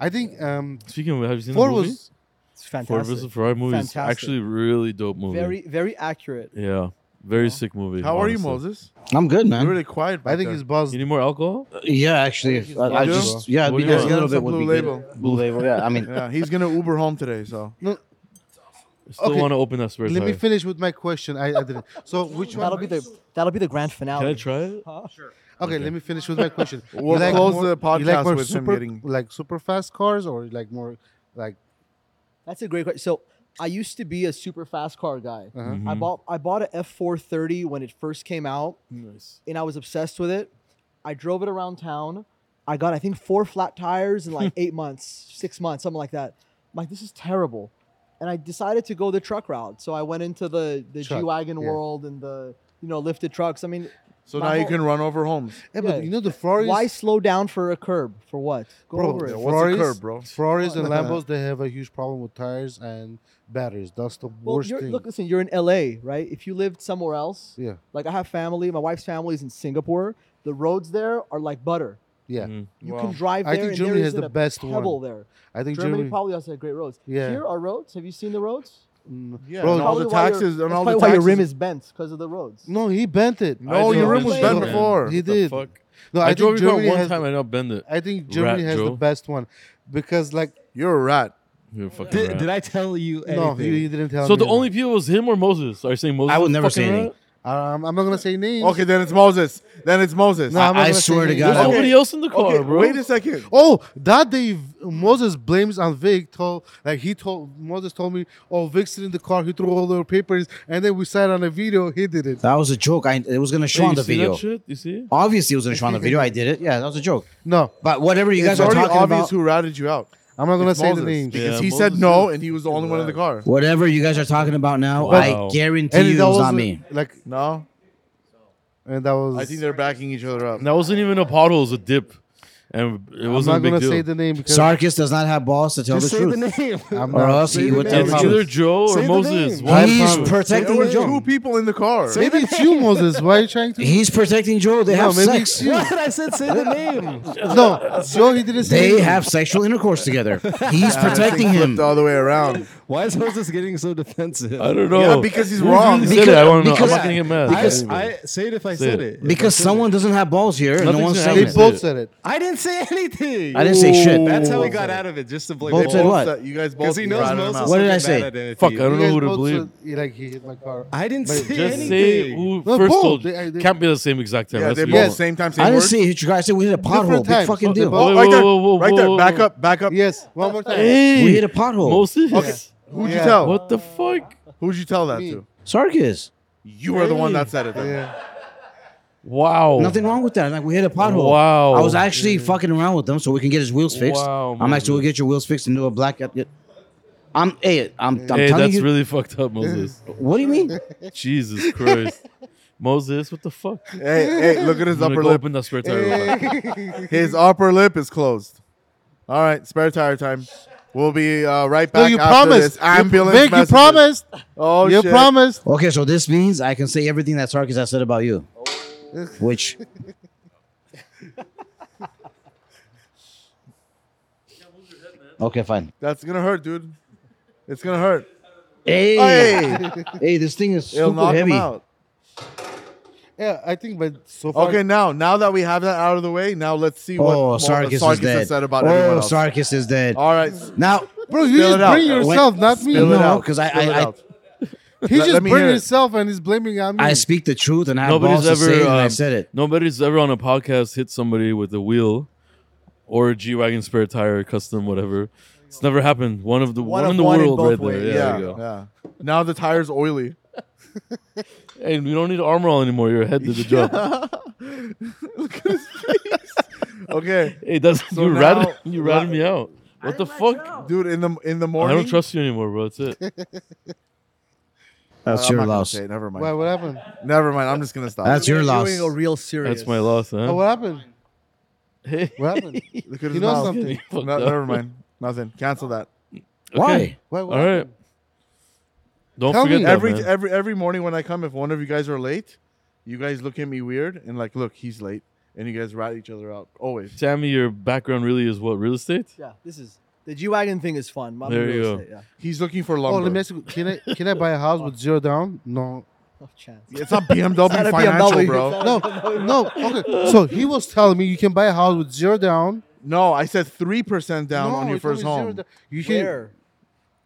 [SPEAKER 5] I think um,
[SPEAKER 1] Speaking of, have you seen
[SPEAKER 5] Ford
[SPEAKER 1] the movie?
[SPEAKER 5] was
[SPEAKER 2] It's
[SPEAKER 1] Ford
[SPEAKER 2] fantastic.
[SPEAKER 1] vs Ferrari movie is
[SPEAKER 2] Fantastic.
[SPEAKER 1] actually really dope movie.
[SPEAKER 2] Very, very accurate.
[SPEAKER 1] yeah, very sick movie.
[SPEAKER 3] How are you,
[SPEAKER 1] honestly.
[SPEAKER 3] Moses?
[SPEAKER 4] I'm good,
[SPEAKER 3] You're
[SPEAKER 4] man.
[SPEAKER 3] really quiet.
[SPEAKER 5] I think
[SPEAKER 3] there.
[SPEAKER 5] his boss.
[SPEAKER 1] You need more alcohol?
[SPEAKER 4] Yeah, actually, I, I
[SPEAKER 3] do?
[SPEAKER 4] just yeah,
[SPEAKER 1] What do
[SPEAKER 4] because
[SPEAKER 1] you
[SPEAKER 4] a
[SPEAKER 1] want?
[SPEAKER 4] little
[SPEAKER 3] Some
[SPEAKER 4] bit would
[SPEAKER 3] Blue
[SPEAKER 4] be good.
[SPEAKER 3] Label.
[SPEAKER 4] Blue label, yeah. I mean,
[SPEAKER 3] Yeah, he's gonna Uber home today. So
[SPEAKER 1] Still
[SPEAKER 5] Okay.
[SPEAKER 1] want to open that spare
[SPEAKER 5] Let me
[SPEAKER 1] tire?
[SPEAKER 5] finish with my question. I, I didn't. So which one?
[SPEAKER 2] That'll be the that'll be the grand finale.
[SPEAKER 1] Can I try it?
[SPEAKER 5] Okay, let me finish with my question. You
[SPEAKER 3] We'll close
[SPEAKER 5] more-
[SPEAKER 3] the
[SPEAKER 5] you like
[SPEAKER 3] podcast
[SPEAKER 5] more
[SPEAKER 3] with him
[SPEAKER 5] super,
[SPEAKER 3] getting-
[SPEAKER 5] like super fast cars or you like more like
[SPEAKER 2] That's a great question. So I used to be a super fast car guy.
[SPEAKER 5] uh-huh.
[SPEAKER 2] I bought I bought a F four thirty when it first came out,
[SPEAKER 1] Nice.
[SPEAKER 2] and I was obsessed with it. I drove it around town. I got I think four flat tires in like eight months, six months, something like that. I'm like this is terrible, and I decided to go the truck route. So I went into the the G
[SPEAKER 5] Truck,
[SPEAKER 2] wagon
[SPEAKER 5] yeah.
[SPEAKER 2] world and the you know lifted trucks. I mean,
[SPEAKER 3] so
[SPEAKER 2] My
[SPEAKER 3] now you
[SPEAKER 2] whole-
[SPEAKER 3] can run over homes.
[SPEAKER 5] Yeah,
[SPEAKER 2] Yeah.
[SPEAKER 5] but you know the Ferraris.
[SPEAKER 2] why slow down for a curb? For what? Go
[SPEAKER 5] Bro,
[SPEAKER 2] over
[SPEAKER 5] yeah,
[SPEAKER 2] it.
[SPEAKER 5] what-
[SPEAKER 3] What's the
[SPEAKER 5] Ferraris?
[SPEAKER 3] curb, bro?
[SPEAKER 5] Ferraris and Lambos they have a huge problem with tires and batteries. That's the
[SPEAKER 2] Well,
[SPEAKER 5] worst
[SPEAKER 2] you're,
[SPEAKER 5] thing.
[SPEAKER 2] look, listen, you're in LA, right? If you lived somewhere else,
[SPEAKER 5] yeah,
[SPEAKER 2] like I have family, my wife's family is in Singapore. The roads there are like butter.
[SPEAKER 5] yeah.
[SPEAKER 1] Mm.
[SPEAKER 2] You
[SPEAKER 3] Wow.
[SPEAKER 2] can drive there.
[SPEAKER 5] I think
[SPEAKER 2] and
[SPEAKER 5] Germany
[SPEAKER 2] there
[SPEAKER 5] has
[SPEAKER 2] isn't
[SPEAKER 5] the
[SPEAKER 2] a
[SPEAKER 5] best one.
[SPEAKER 2] pebble there.
[SPEAKER 5] I
[SPEAKER 2] Germany,
[SPEAKER 5] think Germany.
[SPEAKER 2] probably has a great roads.
[SPEAKER 5] Yeah.
[SPEAKER 2] Here are roads. Have you seen the roads?
[SPEAKER 5] Mm,
[SPEAKER 3] Yeah,
[SPEAKER 5] bro,
[SPEAKER 3] and all
[SPEAKER 2] Probably
[SPEAKER 3] the
[SPEAKER 2] why your-
[SPEAKER 3] taxes
[SPEAKER 2] that's
[SPEAKER 3] and all
[SPEAKER 2] probably
[SPEAKER 3] the
[SPEAKER 2] why
[SPEAKER 3] taxes.
[SPEAKER 2] your rim is bent because of the roads.
[SPEAKER 5] no, he bent it. Oh,
[SPEAKER 3] No,
[SPEAKER 1] I
[SPEAKER 3] your
[SPEAKER 1] don't
[SPEAKER 3] rim was
[SPEAKER 1] know.
[SPEAKER 3] bent
[SPEAKER 1] Man.
[SPEAKER 3] before.
[SPEAKER 5] He
[SPEAKER 1] What the
[SPEAKER 5] did.
[SPEAKER 1] fuck?
[SPEAKER 5] No,
[SPEAKER 1] I,
[SPEAKER 5] I,
[SPEAKER 1] drove
[SPEAKER 5] think
[SPEAKER 1] your car
[SPEAKER 5] Germany
[SPEAKER 1] one
[SPEAKER 5] has.
[SPEAKER 1] time and I'll bend it.
[SPEAKER 5] I think Germany has
[SPEAKER 1] Joe.
[SPEAKER 5] the best one because like
[SPEAKER 3] You're a rat.
[SPEAKER 1] You're a fucking
[SPEAKER 6] Did,
[SPEAKER 1] rat.
[SPEAKER 6] did I tell you anything?
[SPEAKER 5] no, you, you didn't tell
[SPEAKER 1] so
[SPEAKER 5] me.
[SPEAKER 1] the
[SPEAKER 5] that.
[SPEAKER 1] only people was him or Moses. Are you saying Moses?
[SPEAKER 4] I would
[SPEAKER 1] is a
[SPEAKER 4] never
[SPEAKER 1] fucking
[SPEAKER 4] say
[SPEAKER 1] rat?
[SPEAKER 4] anything.
[SPEAKER 5] Um, I'm not gonna say names.
[SPEAKER 3] Okay, then it's Moses. Then it's Moses.
[SPEAKER 5] No, I'm not
[SPEAKER 4] I
[SPEAKER 5] gonna say
[SPEAKER 4] swear to
[SPEAKER 5] names.
[SPEAKER 4] God,
[SPEAKER 1] There's
[SPEAKER 4] Okay.
[SPEAKER 1] nobody else in the car,
[SPEAKER 3] okay,
[SPEAKER 1] bro.
[SPEAKER 3] wait a second.
[SPEAKER 5] Oh, that day V- Moses blames on Vic. Told like he told Moses told me, oh Vic sit in the car. He threw all the papers, and then we saw it on a video. He did it.
[SPEAKER 4] that was a joke. I it was gonna
[SPEAKER 1] Hey,
[SPEAKER 4] show on
[SPEAKER 1] you
[SPEAKER 4] the
[SPEAKER 1] see
[SPEAKER 4] video.
[SPEAKER 1] That shit? You see?
[SPEAKER 4] Obviously, it was gonna show on the video. I did it. Yeah, that was a joke.
[SPEAKER 5] No,
[SPEAKER 4] But whatever you
[SPEAKER 3] It's
[SPEAKER 4] guys are
[SPEAKER 3] already
[SPEAKER 4] talking
[SPEAKER 3] obvious
[SPEAKER 4] about,
[SPEAKER 3] who ratted you out.
[SPEAKER 5] I'm not gonna
[SPEAKER 3] It's
[SPEAKER 5] say
[SPEAKER 3] Moses,
[SPEAKER 5] the names.
[SPEAKER 1] Yeah.
[SPEAKER 3] because he
[SPEAKER 1] Moses
[SPEAKER 3] said
[SPEAKER 1] is-
[SPEAKER 3] no, and he was the only one in the car.
[SPEAKER 4] whatever you guys are talking about now,
[SPEAKER 1] Wow.
[SPEAKER 4] I guarantee
[SPEAKER 5] And
[SPEAKER 4] you it
[SPEAKER 5] that
[SPEAKER 4] was
[SPEAKER 5] was
[SPEAKER 4] not me.
[SPEAKER 5] Like
[SPEAKER 3] No,
[SPEAKER 5] and that was.
[SPEAKER 3] I think they're backing each other up.
[SPEAKER 1] That wasn't even a pothole. It was a dip, and it
[SPEAKER 5] I'm
[SPEAKER 1] wasn't
[SPEAKER 5] not
[SPEAKER 1] a big
[SPEAKER 5] gonna
[SPEAKER 1] deal.
[SPEAKER 5] say the name because
[SPEAKER 4] Sarkis does not have balls to tell
[SPEAKER 6] Just
[SPEAKER 4] the
[SPEAKER 6] say
[SPEAKER 4] truth.
[SPEAKER 6] the name.
[SPEAKER 5] I'm
[SPEAKER 4] Or
[SPEAKER 5] not-
[SPEAKER 4] else he
[SPEAKER 6] the
[SPEAKER 4] would
[SPEAKER 6] name.
[SPEAKER 4] tell
[SPEAKER 1] It's
[SPEAKER 4] the
[SPEAKER 6] Say
[SPEAKER 1] either
[SPEAKER 4] truth.
[SPEAKER 1] Joe
[SPEAKER 6] Say
[SPEAKER 1] or
[SPEAKER 6] the
[SPEAKER 1] Moses.
[SPEAKER 6] name.
[SPEAKER 1] Why the
[SPEAKER 4] He's
[SPEAKER 1] fuck?
[SPEAKER 3] There
[SPEAKER 4] protecting
[SPEAKER 3] were two
[SPEAKER 4] Joe.
[SPEAKER 3] people in the car.
[SPEAKER 5] maybe it's you, Moses. Why are you trying to?
[SPEAKER 4] He's protecting Joe. They
[SPEAKER 5] No,
[SPEAKER 4] have
[SPEAKER 5] maybe
[SPEAKER 4] sex.
[SPEAKER 5] it's you.
[SPEAKER 6] What? I said say the name.
[SPEAKER 5] no, Joe, he didn't say.
[SPEAKER 4] They
[SPEAKER 5] the
[SPEAKER 4] have sexual intercourse together. He's
[SPEAKER 3] This thing
[SPEAKER 4] protecting
[SPEAKER 3] flipped
[SPEAKER 4] him.
[SPEAKER 3] all the way around.
[SPEAKER 6] Why is Jose getting so defensive?
[SPEAKER 1] I don't know.
[SPEAKER 3] Yeah, because he's wrong.
[SPEAKER 1] Because, said it. I want to know. I'm
[SPEAKER 4] because-
[SPEAKER 1] not gonna get mad.
[SPEAKER 6] I,
[SPEAKER 4] Because-
[SPEAKER 6] I say it if I
[SPEAKER 1] Say it.
[SPEAKER 6] said it. If I
[SPEAKER 4] Because
[SPEAKER 6] said
[SPEAKER 4] someone doesn't have balls here, and no
[SPEAKER 1] Nothing's
[SPEAKER 4] one's
[SPEAKER 1] gonna
[SPEAKER 5] They
[SPEAKER 4] saying
[SPEAKER 1] happen.
[SPEAKER 4] it.
[SPEAKER 5] both said it.
[SPEAKER 6] it. I didn't say anything.
[SPEAKER 4] I didn't say shit.
[SPEAKER 6] That's how we
[SPEAKER 3] Both
[SPEAKER 6] got out of it, just to blame
[SPEAKER 4] Both said
[SPEAKER 6] Moses.
[SPEAKER 4] what?
[SPEAKER 3] You guys both.
[SPEAKER 6] Because he knows
[SPEAKER 3] ratted him
[SPEAKER 6] Moses.
[SPEAKER 3] out.
[SPEAKER 6] will
[SPEAKER 4] What did
[SPEAKER 6] get
[SPEAKER 4] I say?
[SPEAKER 6] mad at him
[SPEAKER 1] Fuck,
[SPEAKER 6] if
[SPEAKER 1] I
[SPEAKER 6] you-
[SPEAKER 1] don't
[SPEAKER 5] You
[SPEAKER 1] know
[SPEAKER 5] guys
[SPEAKER 1] who to
[SPEAKER 5] both
[SPEAKER 1] believe.
[SPEAKER 5] said- he, like he hit my car.
[SPEAKER 6] I didn't
[SPEAKER 5] But
[SPEAKER 6] say
[SPEAKER 1] Just
[SPEAKER 6] anything.
[SPEAKER 1] say who
[SPEAKER 5] No,
[SPEAKER 1] first
[SPEAKER 5] both.
[SPEAKER 1] told you.
[SPEAKER 5] They- I- they-
[SPEAKER 1] Can't be the same exact time.
[SPEAKER 3] Yeah,
[SPEAKER 1] That's
[SPEAKER 3] they
[SPEAKER 1] the
[SPEAKER 3] both
[SPEAKER 1] problem.
[SPEAKER 5] Yes.
[SPEAKER 3] same time, same
[SPEAKER 4] I didn't
[SPEAKER 3] word.
[SPEAKER 4] see it. You guys said we hit a
[SPEAKER 5] Different
[SPEAKER 4] pothole. Big
[SPEAKER 5] times.
[SPEAKER 4] fucking
[SPEAKER 5] Oh,
[SPEAKER 4] deal.
[SPEAKER 1] both-
[SPEAKER 3] Oh,
[SPEAKER 1] Whoa,
[SPEAKER 3] right there,
[SPEAKER 1] whoa, whoa,
[SPEAKER 3] right
[SPEAKER 1] whoa.
[SPEAKER 3] there. Back up, back up.
[SPEAKER 5] Yes, one more time.
[SPEAKER 1] Hey,
[SPEAKER 4] We hit a pothole.
[SPEAKER 1] Moses.
[SPEAKER 3] Okay. Who'd you
[SPEAKER 5] Yeah.
[SPEAKER 3] tell?
[SPEAKER 1] What the fuck?
[SPEAKER 3] Who'd you tell that
[SPEAKER 5] Me.
[SPEAKER 3] to?
[SPEAKER 4] Sarkis.
[SPEAKER 3] You were the one that said it. Then.
[SPEAKER 5] Yeah.
[SPEAKER 1] Wow.
[SPEAKER 4] Nothing wrong with that. Like we hit a pothole.
[SPEAKER 1] Wow.
[SPEAKER 4] I was actually fucking around with them so we can get his wheels fixed.
[SPEAKER 1] Wow,
[SPEAKER 4] I'm
[SPEAKER 1] man.
[SPEAKER 4] actually we'll get your wheels fixed and do a black. I'm hey, I'm, I'm
[SPEAKER 1] Hey,
[SPEAKER 4] telling
[SPEAKER 1] that's
[SPEAKER 4] you.
[SPEAKER 1] really fucked up, Moses.
[SPEAKER 4] what do you mean?
[SPEAKER 1] Jesus Christ. Moses, what the fuck?
[SPEAKER 3] Hey, hey, look at his
[SPEAKER 1] I'm gonna
[SPEAKER 3] upper
[SPEAKER 1] go
[SPEAKER 3] lip.
[SPEAKER 1] open that spare tire. real fast.
[SPEAKER 3] His upper lip is closed. All right, spare tire time. We'll be uh, right back.
[SPEAKER 5] No, you
[SPEAKER 3] after
[SPEAKER 5] promised.
[SPEAKER 3] This ambulance.
[SPEAKER 5] Vic, you
[SPEAKER 3] messages.
[SPEAKER 5] promised.
[SPEAKER 3] Oh
[SPEAKER 5] you
[SPEAKER 3] shit.
[SPEAKER 5] promised.
[SPEAKER 4] Okay, so this means I can say everything that Sarkis has said about you, which okay, fine.
[SPEAKER 3] That's gonna hurt, dude. It's gonna hurt.
[SPEAKER 4] Hey,
[SPEAKER 3] Hey,
[SPEAKER 4] hey, this thing is
[SPEAKER 3] it'll
[SPEAKER 4] super
[SPEAKER 3] knock him
[SPEAKER 4] heavy.
[SPEAKER 3] out.
[SPEAKER 5] Yeah, I think, but so far.
[SPEAKER 3] Okay, now now that we have that out of the way, now let's see what
[SPEAKER 4] Oh,
[SPEAKER 3] Mo-
[SPEAKER 4] Sarkis,
[SPEAKER 3] Sarkis
[SPEAKER 4] is dead.
[SPEAKER 3] has said about
[SPEAKER 4] oh,
[SPEAKER 3] everyone else. Oh.
[SPEAKER 4] Sarkis is dead.
[SPEAKER 3] All right, spill
[SPEAKER 4] Now,
[SPEAKER 5] bro, you
[SPEAKER 3] Spill
[SPEAKER 5] just
[SPEAKER 3] it out.
[SPEAKER 5] bring
[SPEAKER 3] Uh,
[SPEAKER 5] yourself, not me.
[SPEAKER 4] Spill
[SPEAKER 3] it
[SPEAKER 4] No,
[SPEAKER 3] out.
[SPEAKER 4] 'cause I-
[SPEAKER 3] Spill
[SPEAKER 4] I-
[SPEAKER 3] it
[SPEAKER 4] I-
[SPEAKER 3] out.
[SPEAKER 5] He's
[SPEAKER 3] Let-
[SPEAKER 5] just
[SPEAKER 3] let me
[SPEAKER 5] burning
[SPEAKER 3] hear it.
[SPEAKER 5] himself and he's blaming on me.
[SPEAKER 4] I speak the truth and I have
[SPEAKER 1] Nobody's
[SPEAKER 4] balls to
[SPEAKER 1] ever.
[SPEAKER 4] say it, and I
[SPEAKER 1] um,
[SPEAKER 4] said it.
[SPEAKER 1] Nobody's ever on a podcast hit somebody with a wheel or a G wagon spare tire, custom, whatever. It's never happened. One of the
[SPEAKER 2] One
[SPEAKER 1] one,
[SPEAKER 2] of
[SPEAKER 1] in the
[SPEAKER 2] one in
[SPEAKER 1] world,
[SPEAKER 2] both
[SPEAKER 1] right there.
[SPEAKER 2] ways.
[SPEAKER 1] Yeah,
[SPEAKER 3] yeah,
[SPEAKER 1] There you go.
[SPEAKER 3] yeah. Now the tire's oily.
[SPEAKER 1] Hey, we don't need armor all anymore. Your head did the job.
[SPEAKER 3] Okay,
[SPEAKER 1] Hey, that's
[SPEAKER 3] So
[SPEAKER 1] you
[SPEAKER 3] now-
[SPEAKER 1] ratted you ratted me out. What the fuck?
[SPEAKER 3] dude. In the in the
[SPEAKER 1] I
[SPEAKER 3] morning.
[SPEAKER 1] don't trust you anymore, bro. That's it.
[SPEAKER 4] That's
[SPEAKER 3] Uh, I'm
[SPEAKER 4] your
[SPEAKER 3] not gonna
[SPEAKER 4] loss.
[SPEAKER 3] say it. Never mind.
[SPEAKER 5] Why, what happened?
[SPEAKER 3] Never mind. I'm just gonna stop.
[SPEAKER 4] That's your
[SPEAKER 2] You're
[SPEAKER 4] loss.
[SPEAKER 2] Doing a real serious.
[SPEAKER 1] That's my loss,
[SPEAKER 5] Oh,
[SPEAKER 1] huh?
[SPEAKER 5] what happened?
[SPEAKER 1] Hey,
[SPEAKER 5] What happened?
[SPEAKER 3] Look at
[SPEAKER 5] He
[SPEAKER 3] his
[SPEAKER 5] knows
[SPEAKER 3] mouth.
[SPEAKER 5] something.
[SPEAKER 1] you fucked
[SPEAKER 3] No,
[SPEAKER 1] up.
[SPEAKER 3] never mind. Nothing. Cancel that.
[SPEAKER 4] Why?
[SPEAKER 5] Why,
[SPEAKER 1] All
[SPEAKER 5] what
[SPEAKER 1] right.
[SPEAKER 5] happened?
[SPEAKER 1] Don't
[SPEAKER 5] Tell
[SPEAKER 1] forget
[SPEAKER 5] me.
[SPEAKER 1] that,
[SPEAKER 3] Every
[SPEAKER 1] man.
[SPEAKER 3] every every morning when I come, if one of you guys are late, you guys look at me weird and like, look, he's late, and you guys rat each other out always.
[SPEAKER 1] Sammy, your background really is what real estate.
[SPEAKER 2] Yeah, this is the G wagon thing is fun. I'm
[SPEAKER 1] There
[SPEAKER 2] real
[SPEAKER 1] you go.
[SPEAKER 2] estate, Yeah.
[SPEAKER 3] He's looking for
[SPEAKER 5] Oh,
[SPEAKER 3] lumber.
[SPEAKER 5] let me ask you. Can I can I buy a house with zero down? No.
[SPEAKER 2] No chance.
[SPEAKER 3] it's not BMW
[SPEAKER 2] It's not a
[SPEAKER 3] financial,
[SPEAKER 2] BMW.
[SPEAKER 3] bro.
[SPEAKER 5] No, no. Okay. So he was telling me you can buy a house with zero down.
[SPEAKER 3] No, I said three percent down
[SPEAKER 5] No,
[SPEAKER 3] on your
[SPEAKER 5] he told
[SPEAKER 3] first
[SPEAKER 5] me zero
[SPEAKER 3] home.
[SPEAKER 5] down. You can.
[SPEAKER 2] Where?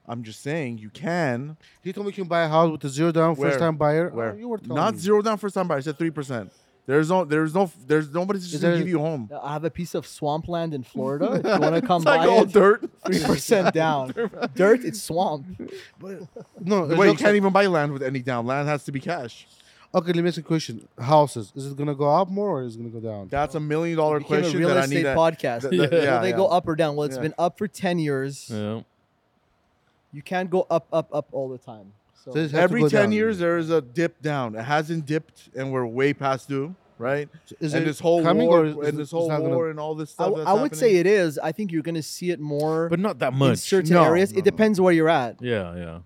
[SPEAKER 3] I'm just saying you can.
[SPEAKER 5] He told me you can buy a house with a zero down
[SPEAKER 3] Where?
[SPEAKER 5] first time buyer. Oh,
[SPEAKER 3] Where?
[SPEAKER 5] you were telling
[SPEAKER 3] Not
[SPEAKER 5] me.
[SPEAKER 3] zero down first time buyer. I said three percent. There's no, there's no, there's nobody's just
[SPEAKER 5] Is
[SPEAKER 3] gonna
[SPEAKER 5] there-
[SPEAKER 3] give you a home.
[SPEAKER 2] I have a piece of swampland in Florida. If you want to come
[SPEAKER 3] It's like
[SPEAKER 2] by
[SPEAKER 3] all
[SPEAKER 2] it,
[SPEAKER 3] dirt.
[SPEAKER 2] three percent down. Dirt, it's swamp.
[SPEAKER 5] No. it
[SPEAKER 3] Wait, you
[SPEAKER 5] looks
[SPEAKER 3] can't
[SPEAKER 5] like-
[SPEAKER 3] even buy land with any down. Land has to be cash.
[SPEAKER 5] Okay, let me ask you a question. Houses. Is it gonna go up more or is it gonna go down?
[SPEAKER 3] That's a million dollar
[SPEAKER 2] Became a
[SPEAKER 3] question
[SPEAKER 2] real
[SPEAKER 3] that I
[SPEAKER 2] estate
[SPEAKER 3] need. a-
[SPEAKER 2] podcast.
[SPEAKER 3] th- th-
[SPEAKER 1] Yeah.
[SPEAKER 3] yeah,
[SPEAKER 2] Will they
[SPEAKER 3] yeah.
[SPEAKER 2] go up or down? Well, it's
[SPEAKER 3] Yeah.
[SPEAKER 2] been up for ten years.
[SPEAKER 1] Yeah.
[SPEAKER 2] You can't go up, up, up all the time. So,
[SPEAKER 5] So it has to
[SPEAKER 3] Every
[SPEAKER 5] go
[SPEAKER 3] 10
[SPEAKER 5] down.
[SPEAKER 3] years, there is a dip down. It hasn't dipped, and we're way past due, right?
[SPEAKER 5] Is
[SPEAKER 3] and
[SPEAKER 5] it
[SPEAKER 3] this whole
[SPEAKER 5] coming
[SPEAKER 3] war,
[SPEAKER 5] or is it-
[SPEAKER 3] and this
[SPEAKER 5] it's
[SPEAKER 3] whole
[SPEAKER 5] not
[SPEAKER 3] war,
[SPEAKER 5] gonna-
[SPEAKER 3] and all this
[SPEAKER 2] I,
[SPEAKER 3] stuff.
[SPEAKER 2] w-
[SPEAKER 3] that's
[SPEAKER 2] I would say
[SPEAKER 3] happening.
[SPEAKER 2] it is. I think you're going to see it more
[SPEAKER 1] But not that
[SPEAKER 2] in
[SPEAKER 1] much.
[SPEAKER 2] certain
[SPEAKER 3] No,
[SPEAKER 2] areas.
[SPEAKER 3] no,
[SPEAKER 2] it
[SPEAKER 3] no.
[SPEAKER 2] depends where you're at.
[SPEAKER 1] yeah, yeah.